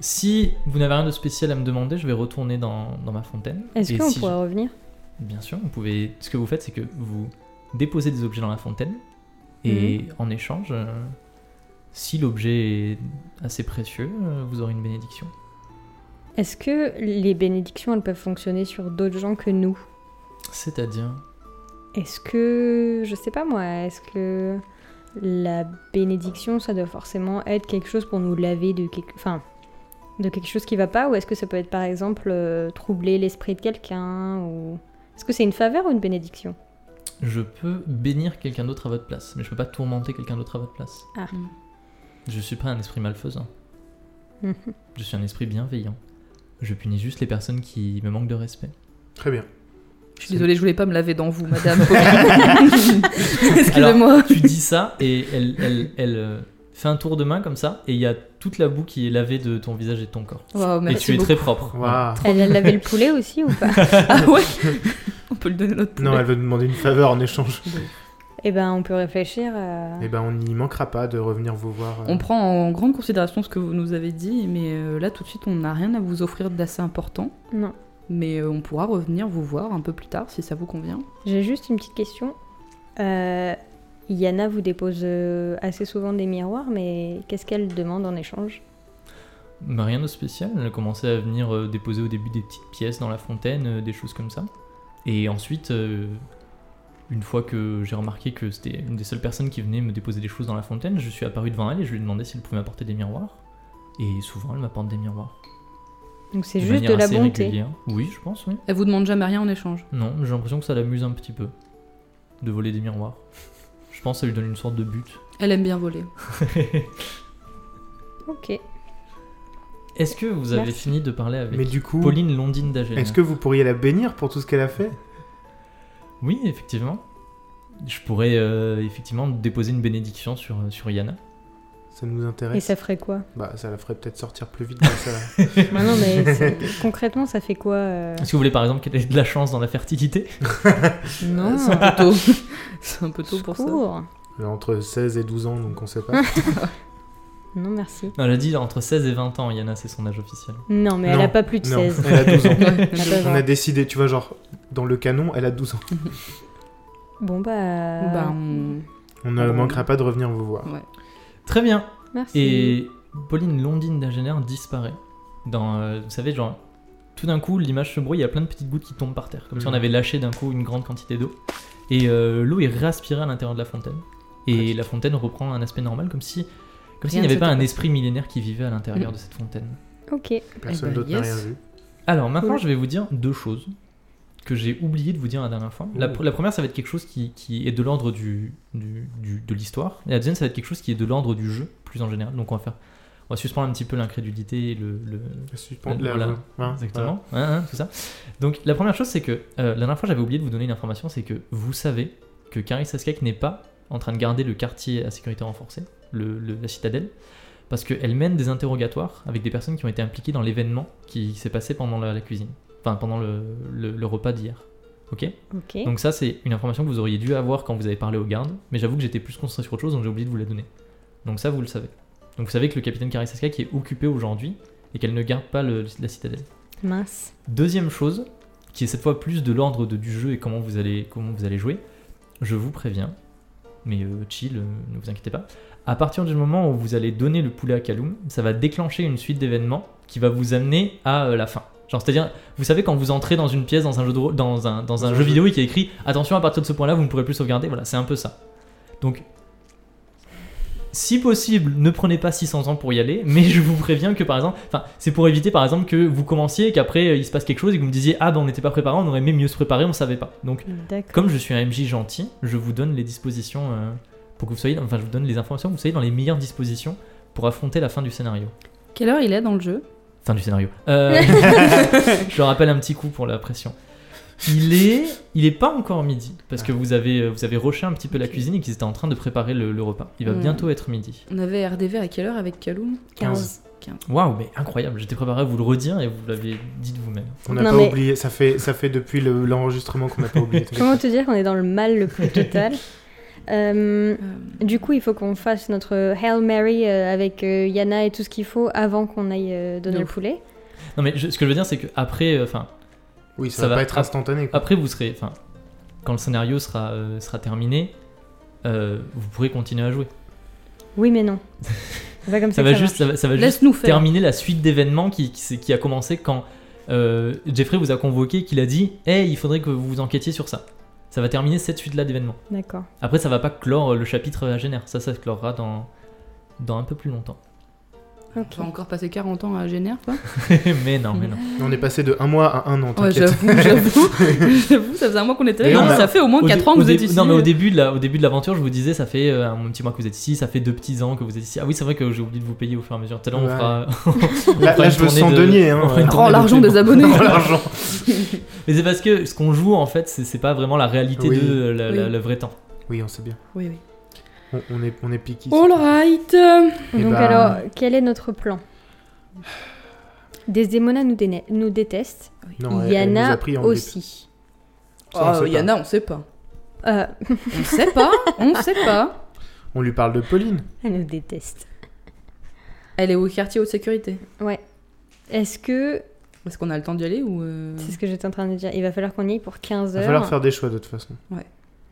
Speaker 1: Si vous n'avez rien de spécial à me demander, je vais retourner dans, dans ma fontaine.
Speaker 3: Est-ce
Speaker 1: Et
Speaker 3: qu'on
Speaker 1: si
Speaker 3: pourrait revenir
Speaker 1: je- Bien sûr, vous pouvez... ce que vous faites, c'est que vous déposez des objets dans la fontaine, et en échange, euh, si l'objet est assez précieux, euh, vous aurez une bénédiction.
Speaker 3: Est-ce que les bénédictions, elles peuvent fonctionner sur d'autres gens que nous
Speaker 1: C'est-à-dire
Speaker 3: Est-ce que, je sais pas moi, est-ce que la bénédiction, ça doit forcément être quelque chose pour nous laver de quelque, enfin, de quelque chose qui va pas, ou est-ce que ça peut être par exemple euh, troubler l'esprit de quelqu'un, ou est-ce que c'est une faveur ou une bénédiction
Speaker 1: Je peux bénir quelqu'un d'autre à votre place, mais je peux pas tourmenter quelqu'un d'autre à votre place.
Speaker 3: Ah.
Speaker 4: Mm.
Speaker 1: Je suis pas un esprit malfaisant,
Speaker 3: Mhm.
Speaker 1: je suis un esprit bienveillant. Je punis juste les personnes qui me manquent de respect.
Speaker 2: Très bien.
Speaker 4: Je suis désolée, je voulais pas me laver dans
Speaker 1: [laughs]
Speaker 4: vous, madame. [laughs] Excusez-moi.
Speaker 1: Tu dis ça et elle, elle, elle euh, fait un tour de main comme ça et il y a toute la boue qui est lavée de ton visage et de ton corps.
Speaker 4: Waouh,
Speaker 1: et
Speaker 4: merci
Speaker 1: tu es
Speaker 4: beaucoup.
Speaker 1: très propre.
Speaker 2: Waouh.
Speaker 3: Elle
Speaker 1: [laughs]
Speaker 3: a lavé le poulet aussi ou pas
Speaker 4: Ah ouais On peut le donner notre poulet.
Speaker 2: Non, elle veut demander une faveur en échange.
Speaker 3: Eh ben, on peut réfléchir. à-
Speaker 2: Eh ben, on n'y manquera pas de revenir vous voir. euh.
Speaker 4: On prend en grande considération ce que vous nous avez dit, mais euh, là tout de suite on n'a rien à vous offrir d'assez important.
Speaker 3: Non.
Speaker 4: Mais euh, on pourra revenir vous voir un peu plus tard si ça vous convient.
Speaker 3: J'ai juste une petite question. Euh, Yana vous dépose euh, assez souvent des miroirs, mais qu'est-ce qu'elle demande en échange
Speaker 1: Bah, rien de spécial. Elle a commencé à venir euh, déposer au début des petites pièces dans la fontaine, euh, des choses comme ça. Et ensuite, euh, une fois que j'ai remarqué que c'était une des seules personnes qui venait me déposer des choses dans la fontaine, je suis apparu devant elle et je lui ai demandé si elle pouvait m'apporter des miroirs. Et souvent, elle m'apporte des miroirs.
Speaker 3: Donc c'est
Speaker 1: De
Speaker 3: juste de
Speaker 1: manière
Speaker 3: la
Speaker 1: assez
Speaker 3: bonté.
Speaker 1: régulière. Oui, je pense, oui.
Speaker 4: Elle vous demande jamais rien en échange.
Speaker 1: Non, j'ai l'impression que ça l'amuse un petit peu de voler des miroirs. Je pense que ça lui donne une sorte de
Speaker 2: [laughs]
Speaker 1: but.
Speaker 4: Elle aime bien voler.
Speaker 3: Ok.
Speaker 1: Est-ce que vous avez
Speaker 3: Merci.
Speaker 1: fini de parler avec
Speaker 2: Mais du coup,
Speaker 1: Pauline Londine d'Agen
Speaker 2: est-ce que vous pourriez la bénir pour tout ce qu'elle a fait
Speaker 1: Oui, effectivement. Je pourrais euh, effectivement déposer une bénédiction sur, euh, sur Yana.
Speaker 2: Ça nous
Speaker 3: Et
Speaker 2: intéresse.
Speaker 3: ça ferait quoi
Speaker 2: Bah, ça la ferait peut-être sortir plus vite. grâce à-
Speaker 3: Bah Non, mais c'est- concrètement, ça fait quoi euh
Speaker 1: Est-ce que vous voulez par exemple qu'elle ait de la chance dans la fertilité
Speaker 4: Non, Euh, c'est un peu tôt. [laughs] c'est un peu tôt pour ça.
Speaker 3: Secours.
Speaker 2: Elle a Euh, Entre 16 et 12 ans, donc on sait pas.
Speaker 3: Non, merci.
Speaker 1: Non, elle a dit entre 16 et 20 ans, Yana, c'est son âge officiel.
Speaker 3: Non, mais elle
Speaker 2: Non.
Speaker 3: a pas plus de
Speaker 2: non,
Speaker 3: 16.
Speaker 2: elle a 12
Speaker 4: [laughs]
Speaker 2: ans.
Speaker 4: Ouais.
Speaker 3: Elle a pas
Speaker 2: On a
Speaker 3: vingt.
Speaker 2: décidé, tu vois, genre, dans le canon, elle a 12 ans.
Speaker 3: Bon, bah.
Speaker 4: Bah, euh, on-
Speaker 2: On ne
Speaker 4: Ah bon.
Speaker 2: manquera pas de revenir vous voir.
Speaker 1: Très bien.
Speaker 3: Merci.
Speaker 1: Et Pauline Londine d'Agener disparaît. Dans, euh, vous savez, genre, tout d'un coup, l'image se brouille, il y a plein de petites gouttes qui tombent par terre, comme si
Speaker 2: Mhm.
Speaker 1: on avait lâché d'un coup une grande quantité d'eau. Et euh, l'eau est raspirée à l'intérieur de la fontaine. Et
Speaker 2: Pratique.
Speaker 1: la fontaine reprend un aspect normal, comme si, comme s'il
Speaker 4: Rien
Speaker 1: n'y
Speaker 4: ne
Speaker 1: avait pas un
Speaker 4: s'était
Speaker 1: esprit millénaire qui vivait à l'intérieur de cette fontaine.
Speaker 3: Ok.
Speaker 2: Personne
Speaker 4: Eh ben,
Speaker 2: d'autre n'a
Speaker 4: yes.
Speaker 2: rien vu.
Speaker 1: Alors maintenant,
Speaker 3: Cool.
Speaker 1: je vais vous dire deux choses que j'ai oublié de vous dire la dernière fois. La,
Speaker 2: Ouh.
Speaker 1: pr- la première, ça va être quelque chose qui, qui est de l'ordre du, du- du- de l'histoire. Et la deuxième, ça va être quelque chose qui est de l'ordre du jeu, plus en général. Donc on va faire, on va suspendre un petit peu l'incrédulité, et le, le-
Speaker 2: La suspend-
Speaker 1: Euh, Voilà.
Speaker 2: la- hein,
Speaker 1: exactement, Hein, hein, tout ça. Donc la première chose, c'est que euh, la dernière fois, j'avais oublié de vous donner une information, c'est que vous savez que Karis Saskek n'est pas en train de garder le quartier à sécurité renforcée, le- le- la citadelle, parce qu'elle mène des interrogatoires avec des personnes qui ont été impliquées dans l'événement qui s'est passé pendant la, la cuisine, enfin pendant le, le- le repas d'hier. Ok
Speaker 3: Ok.
Speaker 1: Donc ça c'est une information que vous auriez dû avoir quand vous avez parlé aux gardes, mais j'avoue que j'étais plus concentré sur autre chose donc j'ai oublié de vous la donner. Donc ça vous le savez. Donc vous savez que le capitaine Karisaska qui est occupé aujourd'hui et qu'elle ne garde pas le- la citadelle.
Speaker 3: Mince.
Speaker 1: Deuxième chose, qui est cette fois plus de l'ordre de- du jeu et comment vous allez, comment vous allez jouer, je vous préviens, mais euh, chill, euh, ne vous inquiétez pas. À partir du moment où vous allez donner le poulet à Kaloum, ça va déclencher une suite d'événements qui va vous amener à euh, la fin. Genre, c'est-à-dire, vous savez, quand vous entrez dans une pièce, dans un jeu, de rôle- dans un, dans un jeu vidéo et qui a écrit Attention, à partir de ce point-là, vous ne pourrez plus sauvegarder, voilà, c'est un peu ça. Donc, si possible, ne prenez pas 600 ans pour y aller, mais je vous préviens que par exemple, enfin, c'est pour éviter par exemple que vous commenciez et qu'après euh, il se passe quelque chose et que vous me disiez ah ben on n'était pas préparé, on aurait aimé mieux se préparer, on savait pas. Donc
Speaker 3: D'accord.
Speaker 1: comme je suis un MJ gentil, je vous donne les dispositions euh, pour que vous soyez, enfin je vous donne les informations, que vous soyez dans les meilleures dispositions pour affronter la fin du scénario.
Speaker 4: Quelle heure il est dans le jeu
Speaker 1: Fin du scénario. Euh, je rappelle un petit coup pour la pression. Il est, il est pas encore midi parce que vous avez, euh, vous avez rushé un petit peu la
Speaker 4: Ok.
Speaker 1: cuisine et qu'ils étaient en train de préparer le, le repas. Il va
Speaker 4: Hmm.
Speaker 1: bientôt être midi.
Speaker 4: On avait RDV à quelle heure avec Kaloum
Speaker 2: 15.
Speaker 1: Waouh, mais incroyable, j'étais préparé à vous le redire et vous l'avez dit de vous-même.
Speaker 2: On n'a
Speaker 3: Non,
Speaker 2: pas
Speaker 3: mais-
Speaker 2: oublié, ça fait, ça fait depuis le- l'enregistrement qu'on n'a pas oublié. t'inquiète
Speaker 3: [laughs] Comment te dire qu'on est dans le mal le plus total Euh,
Speaker 4: Euh,
Speaker 3: Du coup, il faut qu'on fasse notre Hail Mary euh, avec euh, Yana et tout ce qu'il faut avant qu'on aille euh, donner
Speaker 4: De
Speaker 3: le
Speaker 4: ouf.
Speaker 3: poulet.
Speaker 1: Non mais je- ce que je veux dire c'est que après, euh, enfin
Speaker 2: pas. Oui, ça,
Speaker 1: ça va.
Speaker 2: va,
Speaker 1: Ah.
Speaker 2: pas être instantané. quoi.
Speaker 1: après vous serez, enfin quand le scénario sera euh, sera terminé, euh, vous pourrez continuer à jouer.
Speaker 3: Oui, mais non. C'est pas comme ça,
Speaker 1: Ça
Speaker 3: que
Speaker 1: va
Speaker 3: ça
Speaker 1: juste, ça va, ça va Euh, juste
Speaker 4: Laisse-nous faire.
Speaker 1: terminer la suite d'événements qui, qui, s'est- qui a commencé quand euh, Jeffrey vous a convoqué, qu'il a dit, hey il faudrait que vous vous enquêtiez sur ça. Ça va terminer cette suite là d'événements.
Speaker 3: marche. D'accord.
Speaker 1: Après ça va pas clore euh, le chapitre à génère, ça ça se clorera dans dans un peu plus longtemps. [laughs]
Speaker 4: Tu vas encore passer 40 ans à Génère, toi
Speaker 1: mais non, mais non.
Speaker 2: On est passé de un mois à un an,
Speaker 4: Ouais,
Speaker 2: t'inquiète.
Speaker 4: j'avoue,
Speaker 1: [laughs]
Speaker 4: j'avoue, j'avoue, ça faisait un mois qu'on était
Speaker 2: Et
Speaker 4: là.
Speaker 2: on
Speaker 4: Non,
Speaker 2: a-
Speaker 4: ça fait au moins
Speaker 1: Au
Speaker 4: 4
Speaker 1: dé-
Speaker 4: Oh, ans que
Speaker 1: au
Speaker 4: vous êtes
Speaker 1: dé-
Speaker 4: ici.
Speaker 1: Non, mais au début de la- au début de l'aventure, je vous disais, ça fait euh, un petit mois que vous êtes ici, ça fait deux petits ans que vous êtes ici. Ah oui, c'est vrai que j'ai oublié de vous payer au fur et à mesure. Tout à l'heure, on
Speaker 2: Ouais.
Speaker 1: fera. [laughs] on
Speaker 2: là,
Speaker 1: fera
Speaker 2: là,
Speaker 1: une
Speaker 2: je veux
Speaker 1: tournée
Speaker 2: 100
Speaker 1: de-
Speaker 2: deniers. Hein,
Speaker 1: on fera une
Speaker 2: euh,
Speaker 3: [laughs]
Speaker 1: tournée
Speaker 4: Oh,
Speaker 1: de
Speaker 4: l'argent
Speaker 1: paiement.
Speaker 4: des abonnés
Speaker 2: dans l'argent.
Speaker 1: Mais c'est parce que ce qu'on joue, en fait, c'est c'est pas vraiment la réalité
Speaker 2: Oui.
Speaker 1: de euh, la- la-
Speaker 4: Oui.
Speaker 1: le vrai temps.
Speaker 2: Oui, on sait bien.
Speaker 4: Oui, oui.
Speaker 2: On, on est, on est piqué.
Speaker 3: Oh
Speaker 4: All right.
Speaker 2: Eh
Speaker 3: Donc
Speaker 2: ben-
Speaker 3: alors, quel est notre plan Desdemona nous, déne- nous déteste.
Speaker 2: Non, elle- elle nous
Speaker 3: Yana
Speaker 2: a pris en grippe.
Speaker 3: aussi.
Speaker 2: Ça, on sait
Speaker 4: Oh,
Speaker 2: pas.
Speaker 4: Yana, on sait pas.
Speaker 3: Euh,
Speaker 4: On sait pas,
Speaker 3: [laughs]
Speaker 4: on sait pas.
Speaker 2: On lui parle de Pauline.
Speaker 3: elle nous déteste.
Speaker 4: Elle est au quartier haute sécurité.
Speaker 3: Ouais. Est-ce que...
Speaker 4: Est-ce qu'on a le temps d'y aller ou euh,
Speaker 3: C'est ce que j'étais en train de dire. Il va falloir qu'on y aille pour 15
Speaker 2: Il va falloir
Speaker 3: heures.
Speaker 2: faire des choix de toute façon.
Speaker 4: on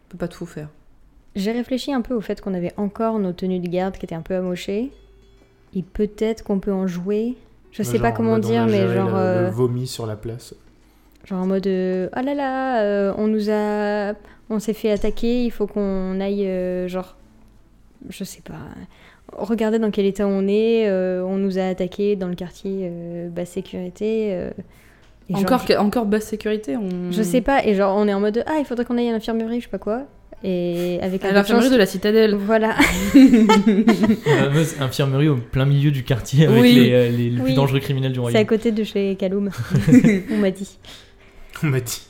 Speaker 4: peut pas tout faire
Speaker 3: J'ai réfléchi un peu au fait qu'on avait encore nos tenues de garde qui étaient un peu amochées. Et peut-être qu'on peut en jouer. Je sais pas
Speaker 2: Genre, en
Speaker 3: comment
Speaker 2: mode, on a
Speaker 3: dire, mais
Speaker 2: géré
Speaker 3: genre...
Speaker 2: le-
Speaker 3: euh,
Speaker 2: Le vomi sur la place. [laughs]
Speaker 3: Genre en mode euh, oh là là, euh, on nous a, on s'est fait attaquer, il faut qu'on aille euh, genre, je sais pas, regarder dans quel état on est, euh, on nous a attaqué dans le quartier euh, basse sécurité. euh, et genre,
Speaker 4: Encore,
Speaker 3: je,
Speaker 4: que- encore basse sécurité on...
Speaker 3: je sais pas et genre on est en mode ah il faudrait qu'on aille à l'infirmerie je sais pas quoi et avec un
Speaker 4: À
Speaker 3: peu de
Speaker 4: l'infirmerie de la citadelle.
Speaker 3: chance-
Speaker 4: [laughs]
Speaker 3: voilà [laughs]
Speaker 1: La fameuse infirmerie au plein milieu du quartier avec
Speaker 4: Oui.
Speaker 1: les, euh, les- les plus
Speaker 3: Oui.
Speaker 1: dangereux criminels du
Speaker 3: c'est
Speaker 1: [laughs]
Speaker 3: à
Speaker 1: royaume.
Speaker 3: côté de chez
Speaker 4: [laughs]
Speaker 3: Kaloum on m'a dit
Speaker 2: On m'a dit.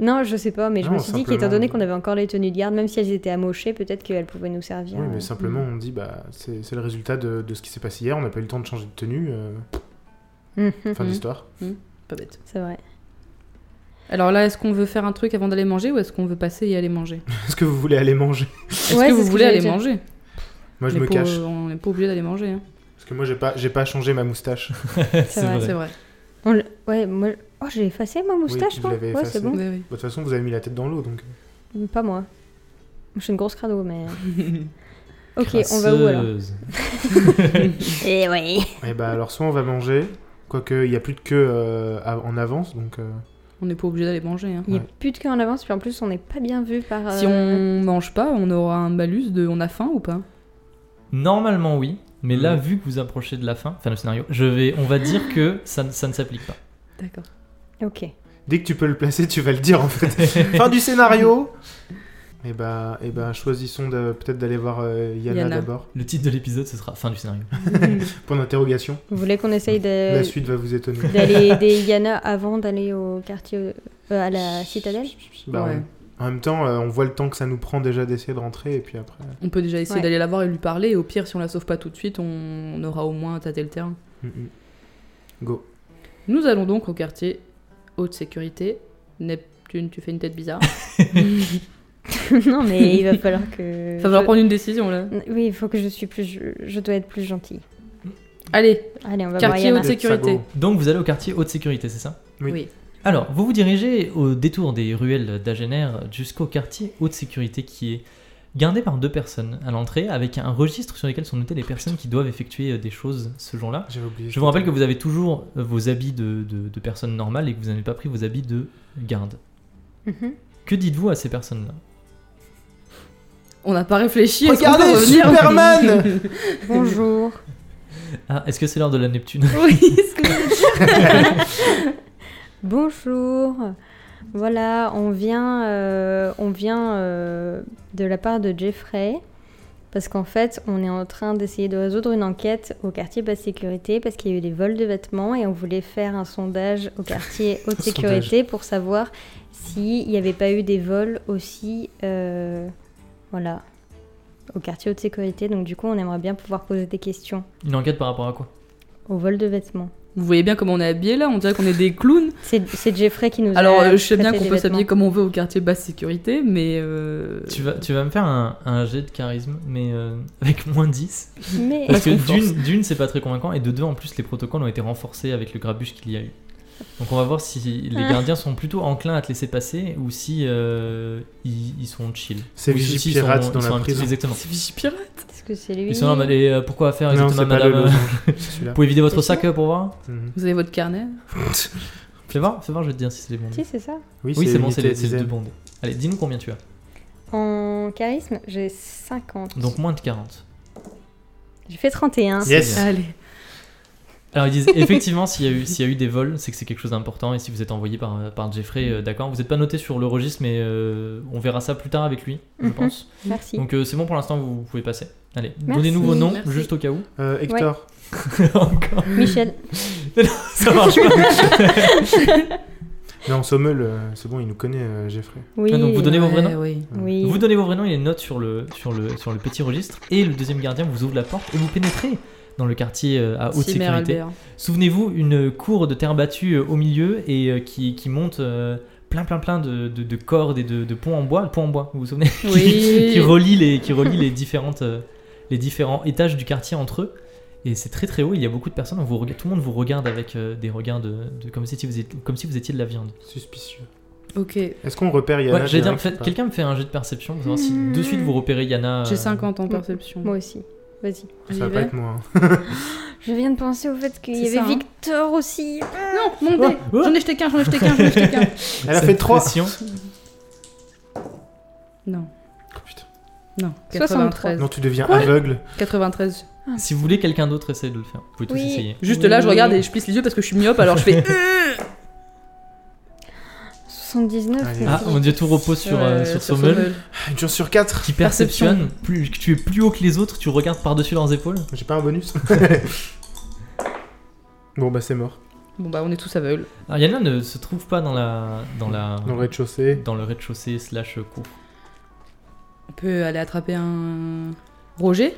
Speaker 3: non je sais pas mais je
Speaker 2: Non,
Speaker 3: me suis dit qu'étant
Speaker 2: simplement-
Speaker 3: donné qu'on avait encore les tenues de garde même si elles étaient amochées peut-être qu'elles pouvaient nous servir
Speaker 2: Oui,
Speaker 3: euh,
Speaker 2: mais simplement, on dit, bah, c'est c'est le résultat de, de ce qui s'est passé hier. On n'a pas eu le temps de changer de tenue. euh,
Speaker 3: mhm,
Speaker 2: fin
Speaker 4: Mhm.
Speaker 2: de l'histoire. [laughs]
Speaker 4: Pas bête.
Speaker 3: c'est vrai
Speaker 4: Alors là, est-ce qu'on veut faire un truc avant d'aller manger ou est-ce qu'on veut passer et
Speaker 3: [laughs]
Speaker 4: aller manger
Speaker 2: Est-ce que vous voulez aller manger
Speaker 4: Est-ce
Speaker 3: Ouais,
Speaker 4: que
Speaker 3: c'est
Speaker 4: vous
Speaker 3: ce que
Speaker 4: voulez
Speaker 3: j'allais
Speaker 4: aller
Speaker 3: dire.
Speaker 4: manger
Speaker 2: Moi, je
Speaker 4: On est
Speaker 2: me
Speaker 4: pas-
Speaker 2: cache.
Speaker 4: On n'est pas obligé d'aller manger. hein.
Speaker 2: Parce que moi, j'ai pas, j'ai pas changé ma moustache.
Speaker 1: C'est
Speaker 3: vrai,
Speaker 1: vrai.
Speaker 4: C'est vrai.
Speaker 3: On l'- ouais, moi. Oh, j'ai effacé ma moustache,
Speaker 2: vous
Speaker 3: moi.
Speaker 2: l'avez
Speaker 3: Ouais, c'est
Speaker 2: effacée.
Speaker 3: bon.
Speaker 4: Oui, oui.
Speaker 2: De toute façon, vous avez mis la tête dans l'eau, donc.
Speaker 3: Pas moi. Je suis une grosse crado,
Speaker 4: [laughs]
Speaker 3: mais. ok, on va où alors
Speaker 1: Crasseuse.
Speaker 3: Eh oui.
Speaker 2: Et bah, alors, soit on va manger, quoique il n'y a plus de queue euh, à- en avance, donc. euh,
Speaker 4: On n'est pas obligé d'aller manger. hein.
Speaker 3: Il n'y a
Speaker 2: Ouais.
Speaker 3: plus de queue en avance, puis en plus, on n'est pas bien vu par.
Speaker 4: Si
Speaker 3: euh,
Speaker 4: on mange pas, on aura un malus de on a faim ou pas
Speaker 1: Normalement oui, mais là
Speaker 2: Mhm.
Speaker 1: vu que vous approchez de la fin, enfin le scénario, je vais, on va dire que ça, ne- ça ne s'applique pas.
Speaker 4: D'accord.
Speaker 3: Ok.
Speaker 2: Dès que tu peux le placer, tu vas le dire, en
Speaker 3: [laughs]
Speaker 2: fait. fin du scénario Et bah, et bah choisissons de- peut-être d'aller voir euh, Yana,
Speaker 4: Yana.
Speaker 2: d'abord.
Speaker 1: Le titre de l'épisode ce sera fin du scénario.
Speaker 2: Point d'interrogation.
Speaker 3: Vous voulez qu'on essaye
Speaker 2: La
Speaker 3: de-
Speaker 2: suite va vous étonner.
Speaker 3: [laughs] d'aller aider Yana avant d'aller au quartier. euh, à la citadelle
Speaker 2: Bah,
Speaker 4: Ouais.
Speaker 2: on- En même temps, euh, on voit le temps que ça nous prend déjà d'essayer de rentrer, et puis après.
Speaker 4: On peut déjà essayer
Speaker 3: Ouais.
Speaker 4: d'aller la voir et lui parler. Et au pire, si on la sauve pas tout de suite, on, on aura au moins tâté le terrain.
Speaker 2: Mm, mm. Go.
Speaker 4: Nous allons donc au quartier haute sécurité. Neptune, tu fais une tête bizarre.
Speaker 3: [laughs] Non, mais il [laughs] va falloir que.
Speaker 4: Il va falloir
Speaker 3: je-
Speaker 4: prendre une décision là.
Speaker 3: Oui, il faut que je suis plus. Je, je dois être plus gentille.
Speaker 4: Allez,
Speaker 3: Allez, on va
Speaker 4: Quartier
Speaker 3: voir
Speaker 4: haute
Speaker 3: Yana.
Speaker 4: sécurité.
Speaker 2: Sago.
Speaker 1: Donc vous allez au quartier haute sécurité, c'est ça
Speaker 2: Oui.
Speaker 4: Oui.
Speaker 1: Alors, vous vous dirigez au détour des ruelles d'Agener jusqu'au quartier haute sécurité qui est gardé par deux personnes à l'entrée avec un registre sur lequel sont notées les personnes qui doivent effectuer euh, des choses ce jour-là.
Speaker 2: Ah, J'avais oublié.
Speaker 1: Je vous rappelle que vous avez toujours euh, vos habits de, de- de personnes normales et que vous n'avez pas pris vos habits de garde.
Speaker 3: Mhm.
Speaker 1: Que dites-vous à ces personnes-là
Speaker 4: on n'a pas réfléchi. est-ce qu'on
Speaker 2: Regardez,
Speaker 4: peut revenir [laughs]
Speaker 2: Superman
Speaker 3: Bonjour.
Speaker 1: Ah, est-ce que c'est l'heure de la Neptune
Speaker 4: Oui, ce que je-
Speaker 3: Bonjour. Voilà, on vient, euh, on vient euh, de la part de Jeffrey parce qu'en fait, on est en train d'essayer de résoudre une enquête au quartier basse sécurité parce qu'il y a eu des vols de vêtements et on voulait faire un sondage au quartier haute
Speaker 2: Un
Speaker 3: sécurité pour savoir s'il n'y avait pas eu des vols aussi, euh, voilà, au quartier haute sécurité. Donc du coup, on aimerait bien pouvoir poser des questions
Speaker 1: Une enquête par rapport à quoi
Speaker 3: au vol de vêtements.
Speaker 4: [laughs] Vous voyez bien comment on est habillés là. On dirait qu'on est des clowns.
Speaker 3: C'est c'est Jeffrey qui nous a
Speaker 4: Alors, euh, je sais bien
Speaker 3: prêté
Speaker 4: qu'on
Speaker 3: des
Speaker 4: peut
Speaker 3: vêtements.
Speaker 4: s'habiller comme on veut au quartier basse sécurité, mais. euh,
Speaker 1: tu vas, tu vas me faire un, un jet de charisme, mais euh, avec moins 10.
Speaker 3: Mais
Speaker 1: Parce que
Speaker 4: Parce qu'on
Speaker 1: d'une, d'une, c'est pas très convaincant, et de deux, en plus, les protocoles ont été renforcés avec le grabuche qu'il y a eu. Donc on va voir si les
Speaker 3: Ah.
Speaker 1: gardiens sont plutôt enclins à te laisser passer ou si euh, ils, ils sont chill.
Speaker 2: C'est
Speaker 1: Ou si-
Speaker 2: Vigipirate
Speaker 1: s'ils sont-
Speaker 2: dans
Speaker 1: ils
Speaker 2: la
Speaker 1: sont un petit-
Speaker 2: prison.
Speaker 1: Exactement.
Speaker 4: C'est Vigipirate.
Speaker 3: est-ce que c'est lui
Speaker 1: Ils sont là en mode, et, euh, pourquoi faire
Speaker 2: Non,
Speaker 1: exactement
Speaker 2: c'est pas le
Speaker 1: madame euh,
Speaker 2: losange, c'est
Speaker 1: [laughs]
Speaker 2: celui-là.
Speaker 1: Vous pouvez vider votre
Speaker 3: C'est
Speaker 1: sac euh, pour voir
Speaker 2: Mhm.
Speaker 4: Vous avez votre carnet
Speaker 1: Fais voir, fais voir, je vais te dire si c'est les bons.
Speaker 3: Si, c'est ça.
Speaker 2: Oui,
Speaker 1: Oui, c'est bon, c'est
Speaker 2: unité
Speaker 1: les, c'est les deux
Speaker 2: dizaine.
Speaker 1: bondés. Allez, dis-nous combien tu as.
Speaker 3: En charisme, j'ai 50.
Speaker 1: Donc moins de 40.
Speaker 3: j'ai fait 31.
Speaker 2: Yes
Speaker 1: bien.
Speaker 4: Allez.
Speaker 1: Alors ils disent [laughs] effectivement s'il y a eu s'il y a eu des vols, c'est que c'est quelque chose d'important et si vous êtes envoyé par, euh, par Jeffrey, euh, d'accord, vous n'êtes pas noté sur le registre mais euh, on verra ça plus tard avec lui, je
Speaker 3: Mhm.
Speaker 1: pense.
Speaker 3: Merci.
Speaker 1: Donc euh, c'est bon pour l'instant, vous, vous pouvez passer. Allez,
Speaker 3: Merci.
Speaker 1: donnez-nous vos noms
Speaker 4: Merci.
Speaker 1: juste au cas où. [laughs]
Speaker 2: Euh, Hector.
Speaker 1: Encore.
Speaker 3: Michel.
Speaker 1: Ça marche pas.
Speaker 2: Non, Sommel, euh, c'est bon, il nous connaît, euh, Jeffrey.
Speaker 3: Oui.
Speaker 1: Ah, donc vous donnez vos vrais
Speaker 4: Ouais,
Speaker 1: noms
Speaker 4: oui.
Speaker 3: Oui.
Speaker 1: Vous donnez vos vrais noms et les notes sur le, sur, le, sur le petit registre et le deuxième gardien vous ouvre la porte et vous pénétrez dans le quartier euh, à haute
Speaker 4: Cimer
Speaker 1: sécurité.
Speaker 4: Albert.
Speaker 1: Souvenez-vous, une cour de terre battue euh, au milieu et euh, qui, qui monte euh, plein plein plein de, de- de cordes et de, de ponts en bois. Le pont en bois, vous vous souvenez Qui-
Speaker 4: Oui.
Speaker 1: [laughs] Qui relie, les, qui relie les, différentes, euh, les différents étages du quartier entre eux. Et c'est très très haut, il y a beaucoup de personnes, on vous rega- tout le monde vous regarde avec euh, des regards de, de- comme, si vous étiez, comme si vous étiez de la viande.
Speaker 2: Suspicieux.
Speaker 4: Ok,
Speaker 2: Est-ce qu'on repère Yana
Speaker 1: Ouais, j'allais dire,
Speaker 2: direct
Speaker 1: faites-
Speaker 2: ou pas
Speaker 1: quelqu'un me fait un jet de perception pour savoir si de suite vous repérez Yana. euh,
Speaker 4: j'ai 50 en perception.
Speaker 3: Moi aussi. Vas-y.
Speaker 4: J'y
Speaker 2: Ça va pas
Speaker 4: vais.
Speaker 2: être moi. hein.
Speaker 3: Je viens de penser au fait qu'il
Speaker 4: C'est
Speaker 3: y avait
Speaker 4: ça, hein.
Speaker 3: Victor aussi.
Speaker 4: Non, mon dé
Speaker 1: Oh, oh.
Speaker 4: J'en ai jeté qu'un, j'en ai jeté qu'un, j'en ai jeté qu'un.
Speaker 2: Elle a
Speaker 1: cette
Speaker 2: fait 3
Speaker 1: pression.
Speaker 4: [laughs] Non,
Speaker 2: Oh, putain.
Speaker 4: non.
Speaker 3: 63.
Speaker 4: 93.
Speaker 2: Non, tu deviens
Speaker 4: Quoi
Speaker 2: aveugle.
Speaker 4: 93.
Speaker 1: Si vous voulez, quelqu'un d'autre essaie de le faire. Vous pouvez tous
Speaker 3: Oui.
Speaker 1: essayer.
Speaker 4: Juste là, je
Speaker 3: Oui.
Speaker 4: regarde et je plisse les yeux parce que je suis myope, alors je [laughs] fais. Euh
Speaker 3: 79.
Speaker 2: Allez.
Speaker 1: Ah, mon dieu, tout repose sur, euh, sur Sommel.
Speaker 2: Ah, Une chance sur 4.
Speaker 1: qui perceptionne, plus, que tu es plus haut que les autres, tu regardes par-dessus leurs épaules.
Speaker 2: J'ai pas
Speaker 1: [laughs]
Speaker 2: un bonus. bon, bah, c'est mort.
Speaker 4: Bon, bah, on est tous aveugles.
Speaker 1: Alors, Yana Ah, ne se trouve pas dans la dans la
Speaker 2: Dans le rez-de-chaussée.
Speaker 1: dans le rez-de-chaussée slash cour.
Speaker 4: On peut aller attraper un. Roger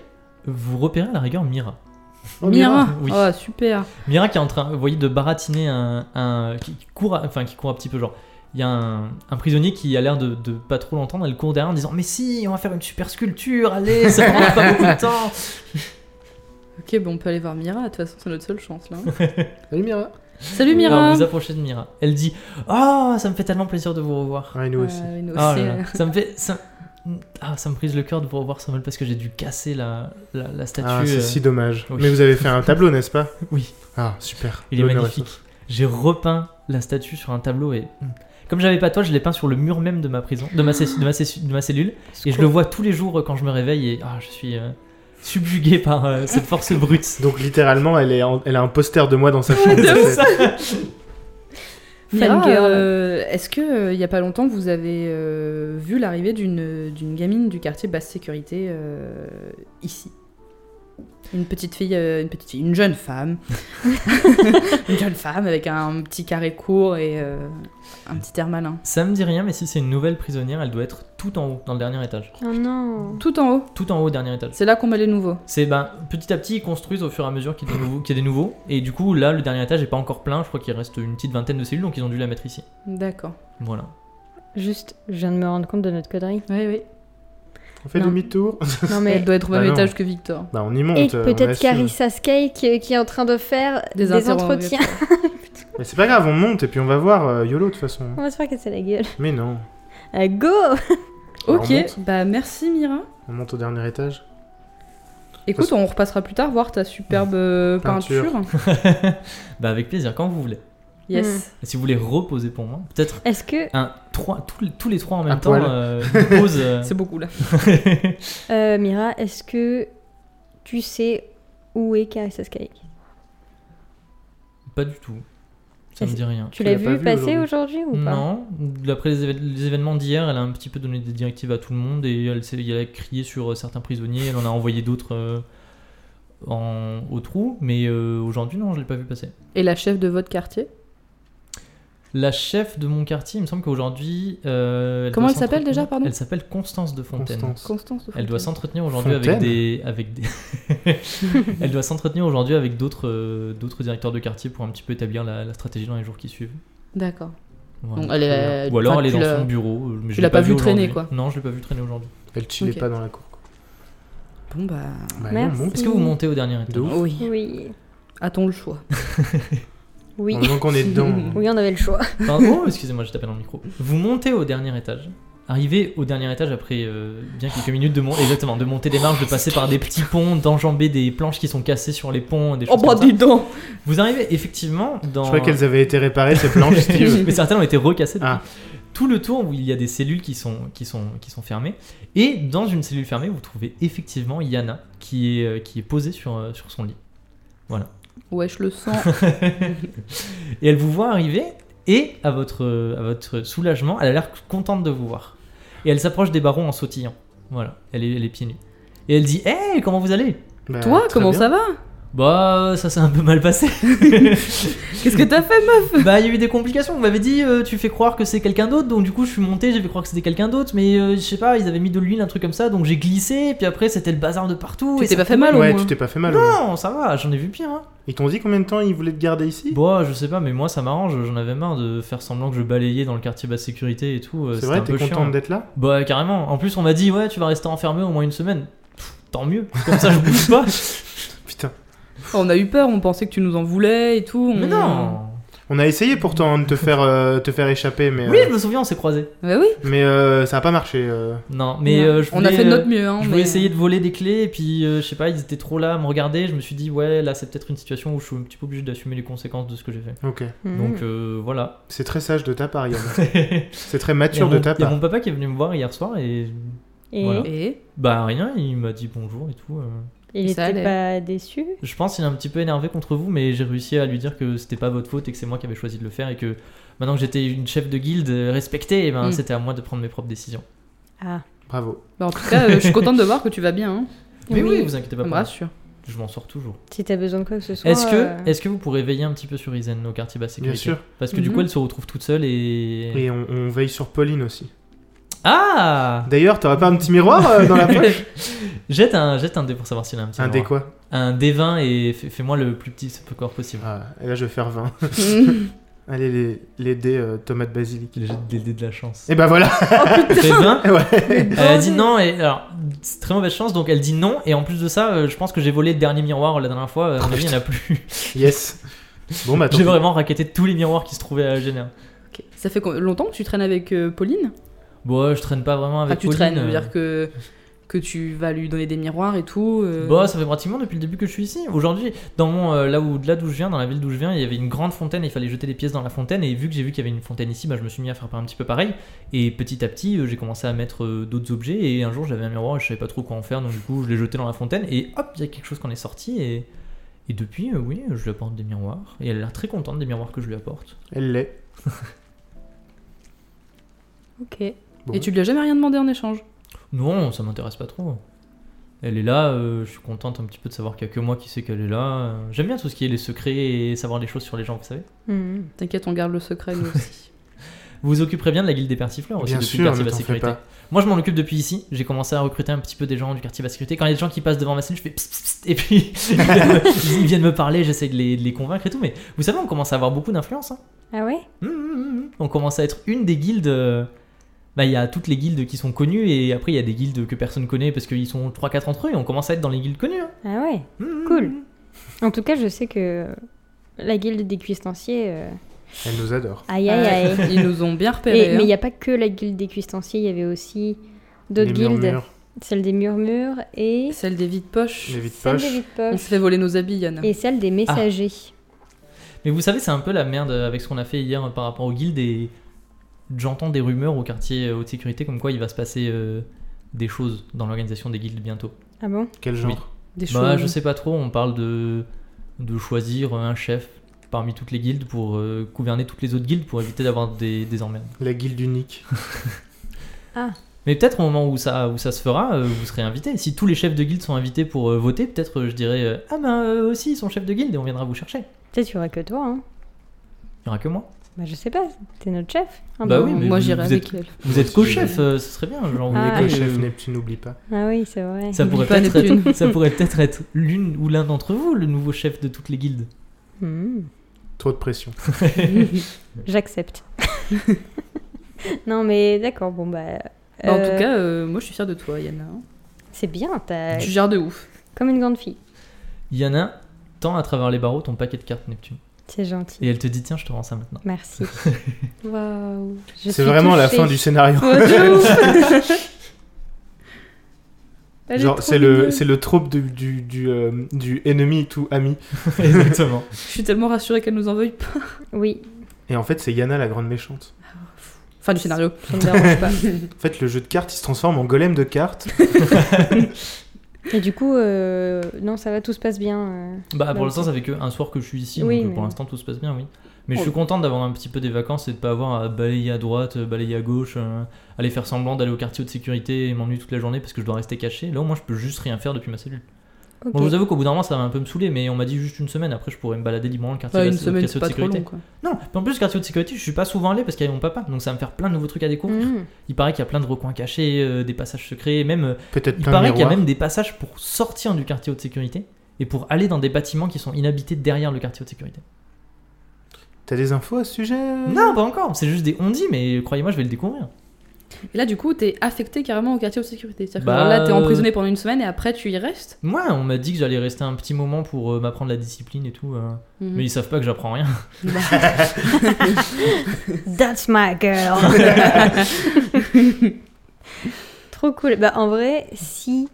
Speaker 1: Vous repérez à la rigueur Mira.
Speaker 2: Oh,
Speaker 4: Mira
Speaker 1: oui.
Speaker 4: Oh, super
Speaker 1: Mira qui est en train, vous voyez, de baratiner un, un- qui court, à- enfin qui court un petit peu genre. Il y a un, un prisonnier qui a l'air de, de pas trop l'entendre. Elle court derrière en disant mais si, on va faire une super sculpture, allez, ça prend pas beaucoup de temps.
Speaker 4: Ok, bon, on peut aller voir Mira, de toute façon, c'est notre seule [laughs] chance là.
Speaker 2: Salut, Mira.
Speaker 4: Salut
Speaker 1: Alors,
Speaker 4: Mira
Speaker 1: vous vous approchez de Mira. Elle dit ah ça me fait tellement plaisir de vous revoir.
Speaker 2: Ah, et nous aussi.
Speaker 4: Euh, nous
Speaker 1: Ah
Speaker 4: aussi,
Speaker 1: là
Speaker 4: euh.
Speaker 1: là, ça me fait. Ça... Ah, ça me brise le cœur de vous revoir Samuel parce que j'ai dû casser la, la, la statue.
Speaker 2: Ah, c'est
Speaker 1: euh,
Speaker 2: si dommage.
Speaker 1: oui.
Speaker 2: Mais vous avez fait un tableau, n'est-ce pas
Speaker 1: Oui.
Speaker 2: Ah, super.
Speaker 1: Il est
Speaker 2: L'honneur
Speaker 1: magnifique.
Speaker 2: sauf.
Speaker 1: J'ai repeint la statue sur un tableau et. hmm. Comme j'avais pas toi, je l'ai peint sur le mur même de ma prison, de ma, cé- de ma, cé- de ma cellule, et je le vois tous les jours quand je me réveille et ah, je suis euh, subjugué par euh, cette force
Speaker 2: [laughs]
Speaker 1: brute.
Speaker 2: Donc, littéralement, elle, est en- elle a un poster de moi dans sa chambre.
Speaker 4: Mira,
Speaker 3: Fangirl.
Speaker 4: euh, est-ce que euh, il y a pas longtemps vous avez euh, vu l'arrivée d'une d'une gamine du quartier basse sécurité euh, ici Une petite fille, euh, une petite fille, une
Speaker 3: [laughs]
Speaker 4: jeune femme, [laughs] une jeune femme avec un petit carré court et euh, un petit air malin.
Speaker 1: Ça me dit rien, mais si c'est une nouvelle prisonnière, elle doit être tout en haut, dans le dernier étage.
Speaker 3: Oh non.
Speaker 4: Tout en haut,
Speaker 1: Tout en haut, au dernier étage.
Speaker 4: c'est là qu'on met les nouveaux.
Speaker 1: C'est ben, petit à petit, ils construisent au fur et à mesure qu'il y, a des nouveaux- qu'il y a des nouveaux. Et du coup, là, le dernier étage n'est pas encore plein. Je crois qu'il reste une petite vingtaine de cellules, donc ils ont dû la mettre ici.
Speaker 4: D'accord.
Speaker 1: Voilà.
Speaker 3: Juste, je viens de me rendre compte de notre connerie.
Speaker 4: Oui, oui.
Speaker 2: On fait
Speaker 4: Non.
Speaker 2: demi-tour.
Speaker 3: Non
Speaker 4: Elle [laughs]
Speaker 3: mais.
Speaker 4: doit être au
Speaker 2: Bah
Speaker 4: même
Speaker 2: non.
Speaker 4: étage que Victor.
Speaker 2: [laughs] bah, on y monte.
Speaker 3: Et
Speaker 2: euh, on
Speaker 3: peut-être
Speaker 2: assume.
Speaker 3: Carissa Sky qui, qui est en train de faire
Speaker 4: Des
Speaker 3: des,
Speaker 4: interrogatoires.
Speaker 3: entretiens. [laughs]
Speaker 2: Mais c'est pas grave, on monte et puis on va voir euh, YOLO de toute façon.
Speaker 3: On va se faire casser la gueule.
Speaker 2: Mais non.
Speaker 3: Euh, go
Speaker 2: Alors,
Speaker 4: Ok,
Speaker 2: on monte.
Speaker 4: bah merci Mira.
Speaker 2: On monte au dernier étage.
Speaker 4: Écoute, on repassera plus tard voir ta superbe euh,
Speaker 2: Peinture.
Speaker 4: peinture.
Speaker 2: [laughs]
Speaker 1: Bah, avec plaisir, quand vous voulez.
Speaker 4: Yes.
Speaker 1: Et si vous voulez reposer pour moi, peut-être
Speaker 3: Est-ce que.
Speaker 1: un, trois, tous les- tous les trois en
Speaker 2: À
Speaker 1: même temps,
Speaker 2: poil.
Speaker 1: euh, une pause.
Speaker 3: [laughs] Hmm.
Speaker 1: euh,
Speaker 4: C'est beaucoup là.
Speaker 3: euh, Mira, est-ce que tu sais où est Carissa Sky
Speaker 1: [laughs] pas du tout. Ça me
Speaker 3: Est-ce-
Speaker 1: dit rien.
Speaker 3: Tu
Speaker 2: l'as
Speaker 3: l'as
Speaker 2: pas
Speaker 3: vu
Speaker 2: vue
Speaker 3: passer aujourd'hui ou pas
Speaker 1: Non, d'après les, éve- les événements d'hier, elle a un petit peu donné des directives à tout le monde et elle, s'est- elle a crié sur euh, certains prisonniers, elle en a envoyé d'autres euh, en- au trou, mais euh, aujourd'hui, non, je l'ai pas vu passer.
Speaker 4: Et la chef de votre quartier
Speaker 1: La chef de mon quartier, il me semble qu'aujourd'hui. euh,
Speaker 4: Comment
Speaker 1: doit
Speaker 4: elle s'appelle
Speaker 1: s'entretenir-
Speaker 4: déjà, pardon
Speaker 1: Elle s'appelle Constance de Fontaine.
Speaker 2: Constance.
Speaker 4: Constance de
Speaker 1: Elle doit
Speaker 4: Fontaine.
Speaker 1: s'entretenir aujourd'hui avec
Speaker 2: Fontaine
Speaker 1: des. Avec
Speaker 4: [laughs]
Speaker 1: des... elle doit s'entretenir aujourd'hui avec d'autres euh, d'autres directeurs de quartier pour un petit peu établir la, la stratégie dans les jours qui suivent.
Speaker 4: D'accord.
Speaker 1: Voilà.
Speaker 4: Donc elle est-
Speaker 1: Ou alors
Speaker 4: enfin,
Speaker 1: elle est
Speaker 4: tu
Speaker 1: dans
Speaker 4: l'as-
Speaker 1: son bureau. euh, Mais
Speaker 4: tu
Speaker 1: je
Speaker 4: l'as
Speaker 1: l'ai
Speaker 4: pas vue traîner,
Speaker 1: aujourd'hui.
Speaker 4: quoi.
Speaker 1: Non, je l'ai pas vu traîner aujourd'hui.
Speaker 2: Elle chillait
Speaker 4: Ok.
Speaker 2: pas dans la cour. quoi.
Speaker 4: Bon bah.
Speaker 2: Bah,
Speaker 3: Merci.
Speaker 2: allez, on monte.
Speaker 1: Est-ce que vous
Speaker 3: Oui.
Speaker 1: montez au dernier étage
Speaker 2: De ouf.
Speaker 4: Oui.
Speaker 3: Oui.
Speaker 4: A-t-on le choix
Speaker 3: Oui.
Speaker 2: Au moment qu'on est dedans. euh, on-
Speaker 3: Oui, on avait le choix.
Speaker 1: Enfin, Oh, excusez-moi, j'ai tapé dans le micro. Vous montez au dernier étage. Arrivez au dernier étage après euh, bien quelques minutes de, mon- exactement, de monter des marches, de passer par des petits ponts, d'enjamber des planches qui sont cassées sur les ponts,
Speaker 4: Oh,
Speaker 1: des choses comme ça.
Speaker 4: bah, donc
Speaker 1: Vous arrivez effectivement dans...
Speaker 2: Je crois qu'elles avaient été réparées, ces planches, Steve.
Speaker 1: [laughs] mais certaines ont été recassées depuis.
Speaker 2: Ah.
Speaker 1: Tout le tour où il y a des cellules qui sont, qui sont, qui sont fermées. Et dans une cellule fermée, vous trouvez effectivement Yana qui est, euh, qui est posée sur, euh, sur son lit.
Speaker 4: Wesh, le
Speaker 1: [laughs]
Speaker 4: sang.
Speaker 1: et elle vous voit arriver, et à votre, à votre soulagement, elle a l'air contente de vous voir. Et elle s'approche des barons en sautillant. Voilà, elle est, elle est pieds nus. Et elle dit Hey, comment vous allez
Speaker 2: Bah,
Speaker 4: Toi,
Speaker 2: très
Speaker 4: comment
Speaker 2: bien.
Speaker 4: ça va
Speaker 1: Bah, ça s'est un peu mal
Speaker 2: [laughs]
Speaker 1: passé.
Speaker 4: Qu'est-ce que t'as fait, meuf
Speaker 1: bah, il y a eu des complications. Vous m'avez dit euh, Tu fais croire que c'est quelqu'un d'autre, donc du coup, je suis monté, j'ai fait croire que c'était quelqu'un d'autre, mais euh, je sais pas, ils avaient mis de l'huile, un truc comme ça, donc j'ai glissé, puis après, c'était le bazar de partout.
Speaker 4: Tu
Speaker 1: et
Speaker 4: t'es
Speaker 1: ça
Speaker 4: pas fait mal, au
Speaker 2: Ouais,
Speaker 4: moins
Speaker 2: tu t'es pas fait mal. au moins.
Speaker 1: Non, ça va, j'en ai vu pire. Hein.
Speaker 2: Ils t'ont dit combien de temps ils voulaient te garder ici
Speaker 1: Bon, Bah, je sais pas, mais moi ça m'arrange, j'en avais marre de faire semblant que je balayais dans le quartier basse sécurité et tout. euh,
Speaker 2: C'est
Speaker 1: c'était
Speaker 2: vrai,
Speaker 1: un
Speaker 2: t'es
Speaker 1: peu
Speaker 2: contente
Speaker 1: chiant.
Speaker 2: d'être là
Speaker 1: Bah, carrément. En plus, on m'a dit, ouais, tu vas rester enfermé au moins une semaine. Pff, tant mieux, comme ça je bouge
Speaker 2: [laughs]
Speaker 1: pas.
Speaker 2: Putain.
Speaker 4: Oh, On a eu peur, on pensait que tu nous en voulais et tout. on-
Speaker 1: mais non
Speaker 2: On a essayé pourtant hein, de te faire, euh, te faire échapper, mais,
Speaker 1: Oui,
Speaker 2: euh,
Speaker 1: je me souviens, on s'est croisés.
Speaker 4: Bah oui.
Speaker 2: mais euh, ça a pas marché. euh.
Speaker 1: Non, mais
Speaker 4: Non.
Speaker 1: euh, je
Speaker 4: on a
Speaker 1: voulais,
Speaker 4: fait de notre
Speaker 1: euh,
Speaker 4: mieux. Hein,
Speaker 1: Je
Speaker 4: mais-
Speaker 1: voulais essayer de voler des clés, et puis euh, je sais pas, ils étaient trop là à me regarder. Je me suis dit, ouais, là c'est peut-être une situation où je suis un petit peu obligé d'assumer les conséquences de ce que j'ai fait.
Speaker 2: Ok.
Speaker 4: Mhm.
Speaker 3: Mm.
Speaker 1: Donc euh,
Speaker 2: [laughs]
Speaker 1: voilà.
Speaker 2: C'est très sage de ta
Speaker 1: [laughs]
Speaker 2: part, Yann.
Speaker 1: Il
Speaker 2: C'est très
Speaker 1: y a
Speaker 2: mature
Speaker 1: mon-
Speaker 2: de ta
Speaker 1: il y a
Speaker 2: part.
Speaker 1: mon papa qui est venu me voir hier soir, et
Speaker 3: Et
Speaker 1: Voilà.
Speaker 4: Et
Speaker 1: bah rien, il m'a dit bonjour et tout. euh.
Speaker 3: il
Speaker 4: Ça
Speaker 3: était
Speaker 4: allait.
Speaker 3: pas déçu.
Speaker 1: Je pense qu'il est un petit peu énervé contre vous, mais j'ai réussi à lui dire que c'était pas votre faute et que c'est moi qui avais choisi de le faire et que maintenant que j'étais une chef de guilde euh, respectée, eh ben,
Speaker 4: Mm.
Speaker 1: c'était à moi de prendre mes propres décisions.
Speaker 3: Ah.
Speaker 2: Bravo.
Speaker 4: bah, en tout cas, euh, je suis contente de voir que tu vas bien. Hein.
Speaker 1: [laughs] Mais oui, vous inquiétez pas.
Speaker 4: Ça
Speaker 1: pour
Speaker 4: me
Speaker 1: moi. [laughs]
Speaker 4: rassure. [laughs]
Speaker 1: Je m'en sors toujours.
Speaker 3: Si t'as besoin de quoi que ce soit.
Speaker 1: Est-ce
Speaker 3: euh,
Speaker 1: que, est-ce que vous pourrez veiller un petit peu sur Isen au quartier basse
Speaker 2: Bien
Speaker 1: sécurité
Speaker 2: sûr.
Speaker 1: Parce que du
Speaker 4: Mhm.
Speaker 1: coup, elle se retrouve toute seule et.
Speaker 2: Et on, on veille sur Pauline aussi.
Speaker 1: Ah
Speaker 2: D'ailleurs, t'aurais pas un petit miroir euh, dans
Speaker 1: [laughs]
Speaker 2: la poche
Speaker 1: Jette un, jette un dé pour savoir s'il a un petit.
Speaker 2: Un dé
Speaker 1: miroir.
Speaker 2: quoi
Speaker 1: Un dé 20 et fais- fais-moi le plus petit score possible.
Speaker 2: Ah, Et là, je vais faire 20. Allez, les, les dés euh, tomate basilic.
Speaker 1: Le jet des dés de la chance.
Speaker 2: Et bah voilà [laughs]
Speaker 1: Fais 20
Speaker 2: Ouais.
Speaker 4: Oh,
Speaker 1: Elle a dit non, et alors, c'est très mauvaise chance, donc elle dit non, et en plus de ça, euh, je pense que j'ai volé le dernier miroir euh, la dernière fois,
Speaker 4: Ah,
Speaker 1: euh, à mon avis, il n'y en a plus. [laughs]
Speaker 2: Yes Bon, bah
Speaker 1: j'ai
Speaker 2: tant pis.
Speaker 1: vraiment raquetté tous les miroirs qui se trouvaient à Genève.
Speaker 4: Ok. Ça fait co- longtemps que tu traînes avec euh, Pauline
Speaker 1: Bon, euh, je traîne pas vraiment
Speaker 4: Enfin,
Speaker 1: avec
Speaker 4: Ah, tu
Speaker 1: Pauline,
Speaker 4: traînes,
Speaker 1: euh,
Speaker 4: ça veut dire que, que tu vas lui donner des miroirs et tout. euh.
Speaker 1: Bon, Bah, ça fait pratiquement depuis le début que je suis ici. Aujourd'hui, dans mon, euh, là où, là d'où je viens, dans la ville d'où je viens, il y avait une grande fontaine et il fallait jeter des pièces dans la fontaine. Et vu que j'ai vu qu'il y avait une fontaine ici, bah, je me suis mis à faire un petit peu pareil. Et petit à petit, euh, j'ai commencé à mettre euh, d'autres objets. Et un jour, j'avais un miroir et je savais pas trop quoi en faire, donc du coup, je l'ai jeté dans la fontaine. Et hop, il y a quelque chose qu'on est sorti. Et, et depuis, euh, oui, je lui apporte des miroirs. Et elle a l'air très contente des miroirs que je lui apporte.
Speaker 2: Elle l'est.
Speaker 3: Ok.
Speaker 4: Et tu lui as jamais rien demandé en échange
Speaker 1: Non, ça m'intéresse pas trop. Elle est là, euh, je suis contente un petit peu de savoir qu'il y a que moi qui sais qu'elle est là. Euh, J'aime bien tout ce qui est les secrets et savoir les choses sur les gens, vous savez.
Speaker 3: Hmm.
Speaker 4: T'inquiète, on garde le secret
Speaker 1: [laughs]
Speaker 4: nous aussi.
Speaker 1: Vous vous occuperez bien de la guilde des persifleurs aussi
Speaker 2: Bien
Speaker 1: depuis
Speaker 2: sûr,
Speaker 1: le quartier
Speaker 2: ne
Speaker 1: basse
Speaker 2: t'en fais
Speaker 1: sécurité.
Speaker 2: pas.
Speaker 1: Moi, je m'en occupe depuis ici. J'ai commencé à recruter un petit peu des gens du quartier basse sécurité. Quand il y a des gens qui passent devant ma scène, je fais psst, psst, psst, et puis [laughs] ils viennent me- ils viennent me parler, j'essaie de les, de les convaincre et tout. Mais vous savez, on commence à avoir beaucoup d'influence. hein.
Speaker 3: Ah ouais
Speaker 1: Hum, hum, hum, hum. On commence à être une des guildes. euh, Bah, il y a toutes les guildes qui sont connues et après, il y a des guildes que personne connaît parce qu'ils sont 3-4 entre eux et on commence à être dans les guildes connues. hein.
Speaker 3: Ah ouais.
Speaker 1: Hum, hum,
Speaker 3: Cool.
Speaker 1: hum.
Speaker 3: En tout cas, je sais que la guilde des cuistanciers. euh,
Speaker 2: Elle nous adore.
Speaker 3: Aïe aïe aïe.
Speaker 4: [laughs] Ouais, Ils nous ont bien repérés.
Speaker 3: Et- mais il
Speaker 4: hein.
Speaker 3: n'y a pas que la guilde des cuistanciers, il y avait aussi
Speaker 2: Les
Speaker 3: d'autres guildes,
Speaker 2: murmures,
Speaker 3: celle des murmures et
Speaker 4: hein. Celle des vides poches.
Speaker 2: les vides
Speaker 3: celle
Speaker 2: poches.
Speaker 3: des vides
Speaker 4: On
Speaker 3: poches
Speaker 4: s'est fait voler nos habits, Yann.
Speaker 3: et celle des messagers.
Speaker 1: Mais vous savez, c'est un peu la merde avec ce qu'on a fait hier euh, par rapport aux guildes et j'entends des rumeurs au quartier euh, haute sécurité comme quoi il va se passer euh, des choses dans l'organisation des guildes bientôt.
Speaker 3: Ah, bon
Speaker 2: Quel genre
Speaker 4: Des
Speaker 1: Bah,
Speaker 4: choses.
Speaker 1: je sais pas trop, on parle de, de choisir euh, un chef parmi toutes les guildes pour euh, gouverner toutes les autres guildes pour éviter d'avoir des, des emmerdes.
Speaker 2: La guilde unique.
Speaker 1: Ah. Mais peut-être au moment où ça, où ça se fera, euh, vous serez invité. Si tous les chefs de guildes sont invités pour euh, voter, peut-être euh, je dirais euh, Ah ben euh, aussi ils sont chefs de guilde et on viendra vous chercher.
Speaker 3: Peut-être il y aura que toi. Hein.
Speaker 1: Il y aura que moi.
Speaker 3: Bah, je sais pas, t'es notre chef. un
Speaker 1: Bah
Speaker 3: peu.
Speaker 1: oui, mais
Speaker 4: Moi
Speaker 1: vous-
Speaker 4: j'irai
Speaker 1: vous
Speaker 4: avec
Speaker 1: êtes-
Speaker 4: elle.
Speaker 1: Vous êtes co-chef, euh, ce serait bien. Genre, vous
Speaker 3: Ah.
Speaker 1: voyez que-
Speaker 2: chef Neptune, n'oublie pas.
Speaker 3: Ah oui, c'est vrai.
Speaker 1: Ça
Speaker 4: N'oublie
Speaker 1: pourrait,
Speaker 4: pas
Speaker 1: peut-être
Speaker 4: Neptune.
Speaker 1: être, ça pourrait peut-être être l'une ou l'un d'entre vous, le nouveau chef de toutes les guildes.
Speaker 3: Hmm.
Speaker 2: Trop de pression.
Speaker 3: J'accepte. non mais d'accord, bon bah...
Speaker 4: Bah, en
Speaker 3: euh,
Speaker 4: tout cas, euh, moi je suis fière de toi, Yann. hein.
Speaker 3: C'est bien, t'as...
Speaker 4: Tu gères de ouf.
Speaker 3: Comme une grande fille.
Speaker 1: Yana tend à travers les barreaux ton paquet de cartes Neptune.
Speaker 3: C'est gentil.
Speaker 1: Et elle te dit tiens, je te rends ça
Speaker 3: [laughs]
Speaker 1: maintenant.
Speaker 3: Merci. Waouh. Je
Speaker 2: C'est
Speaker 3: suis
Speaker 2: vraiment la
Speaker 3: touchée.
Speaker 2: fin du [laughs]
Speaker 3: [laughs]
Speaker 2: scénario.
Speaker 4: Oh, de ouf. Elle est
Speaker 2: Genre,
Speaker 4: trop
Speaker 2: c'est le,
Speaker 4: mignonne.
Speaker 2: c'est le trope du, du, du, euh, du ennemi tout ami.
Speaker 1: Exactement.
Speaker 4: Je suis tellement rassurée qu'elle nous en veuille pas.
Speaker 3: Oui,
Speaker 2: Et en fait, c'est Yana la grande méchante.
Speaker 4: Enfin, du scénario. [laughs]
Speaker 3: ça me dérange pas.
Speaker 2: En fait, le jeu de cartes, il se transforme en golem de cartes.
Speaker 3: Et du coup, euh, non, ça va, tout se passe bien. euh.
Speaker 1: Bah pour
Speaker 3: Ouais.
Speaker 1: l'instant ça fait qu'un soir que je suis ici,
Speaker 3: Oui,
Speaker 1: donc euh,
Speaker 3: mais-
Speaker 1: pour l'instant tout se passe bien, oui.
Speaker 4: Oh.
Speaker 1: Mais je suis contente d'avoir un petit peu des vacances et de pas avoir à balayer à droite, euh, balayer à gauche, euh, aller faire semblant d'aller au quartier de sécurité et m'ennuyer toute la journée parce que je dois rester caché. Là au moins je peux juste rien faire depuis ma cellule.
Speaker 3: Ok.
Speaker 1: Bon, je vous avoue qu'au bout d'un moment ça va un peu me saouler, mais on m'a dit juste une semaine, après je pourrais me balader librement le quartier, de,
Speaker 4: Enfin, Bah, une
Speaker 1: la- au
Speaker 4: semaine,
Speaker 1: quartier de
Speaker 4: c'est pas trop
Speaker 1: sécurité.
Speaker 4: long, quoi.
Speaker 1: Non, puis en plus le quartier de sécurité je suis pas souvent allé parce qu'il y a mon papa, donc ça va me faire plein de nouveaux trucs à découvrir.
Speaker 3: Mhm.
Speaker 1: Il paraît qu'il y a plein de recoins cachés, euh, des passages secrets, et même euh,
Speaker 2: Peut-être
Speaker 1: il
Speaker 2: plein de
Speaker 1: paraît qu'il y a
Speaker 2: miroirs.
Speaker 1: même des passages pour sortir du quartier haute sécurité et pour aller dans des bâtiments qui sont inhabités derrière le quartier haute sécurité.
Speaker 2: T'as des infos à ce sujet euh
Speaker 4: Mhm.
Speaker 1: Non, pas encore, c'est juste des on-dit, mais croyez-moi, je vais le découvrir.
Speaker 4: Et là, du coup, t'es affecté carrément au quartier de sécurité. C'est-à-dire que
Speaker 1: Bah,
Speaker 4: genre, là, t'es
Speaker 1: euh,
Speaker 4: emprisonné pendant une semaine et après, tu y restes.
Speaker 1: Moi, on m'a dit que j'allais rester un petit moment pour euh, m'apprendre la discipline et tout, euh,
Speaker 4: Mhm.
Speaker 1: mais ils savent pas que j'apprends rien. [laughs]
Speaker 4: Bah,
Speaker 3: That's my girl. Trop cool. Bah, en vrai, si,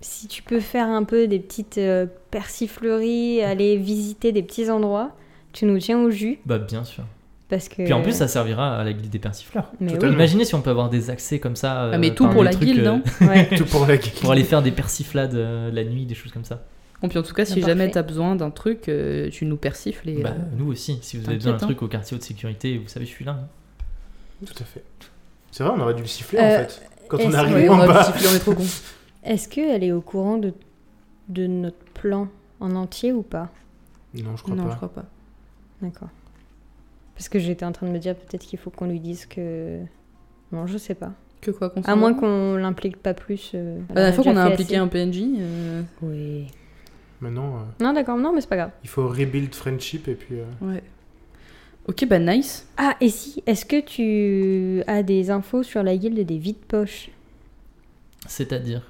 Speaker 3: si tu peux faire un peu des petites euh, persifleries, aller visiter des petits endroits, tu nous tiens au jus.
Speaker 1: Bah, bien sûr.
Speaker 3: Parce que...
Speaker 1: Puis en plus, ça servira à la guilde des persifleurs.
Speaker 3: Mais
Speaker 2: Totalement.
Speaker 1: Imaginez si on peut avoir des accès comme ça. euh,
Speaker 4: Ah, [laughs] mais tout
Speaker 1: enfin,
Speaker 4: pour
Speaker 1: des
Speaker 4: la
Speaker 1: trucs,
Speaker 4: guilde,
Speaker 1: euh,
Speaker 4: non
Speaker 3: oui, ouais.
Speaker 2: Tout pour la geek.
Speaker 1: Pour aller faire des persiflades euh, la nuit, des choses comme ça.
Speaker 4: Bon, puis en tout cas, si
Speaker 3: Ah, Parfait.
Speaker 4: jamais t'as besoin d'un truc, euh, tu nous persifles et.
Speaker 1: Bah,
Speaker 4: euh,
Speaker 1: nous aussi, si vous avez besoin d'un
Speaker 4: t'inquiète, hein.
Speaker 1: truc au quartier haute sécurité, vous savez, je suis là. hein.
Speaker 2: Tout à fait. C'est vrai, on aurait dû le siffler en
Speaker 3: Euh,
Speaker 2: fait. Quand on
Speaker 3: est-ce-
Speaker 2: est arrivé
Speaker 4: ouais, on
Speaker 2: en
Speaker 4: va
Speaker 2: bas.
Speaker 4: persifler, on est trop con.
Speaker 3: [laughs] Est-ce qu'elle est au courant de, de notre plan en entier ou pas
Speaker 2: Non, je crois
Speaker 4: Non, je
Speaker 2: pas.
Speaker 4: crois pas.
Speaker 3: D'accord. Parce que j'étais en train de me dire peut-être qu'il faut qu'on lui dise que... Non, je sais pas.
Speaker 4: Que quoi qu'on
Speaker 3: À moins qu'on l'implique pas plus. euh,
Speaker 4: La dernière fois
Speaker 3: elle
Speaker 4: qu'on a
Speaker 3: déjà fait
Speaker 4: impliqué
Speaker 3: assez.
Speaker 4: un PNJ, euh,
Speaker 3: Oui.
Speaker 2: Maintenant, euh,
Speaker 3: Non, d'accord, non, mais c'est pas grave.
Speaker 2: il faut rebuild friendship et puis. euh,
Speaker 4: ouais. Ok, bah nice.
Speaker 3: Ah, et si, est-ce que tu as des infos sur la guilde des vides poches
Speaker 1: C'est-à-dire.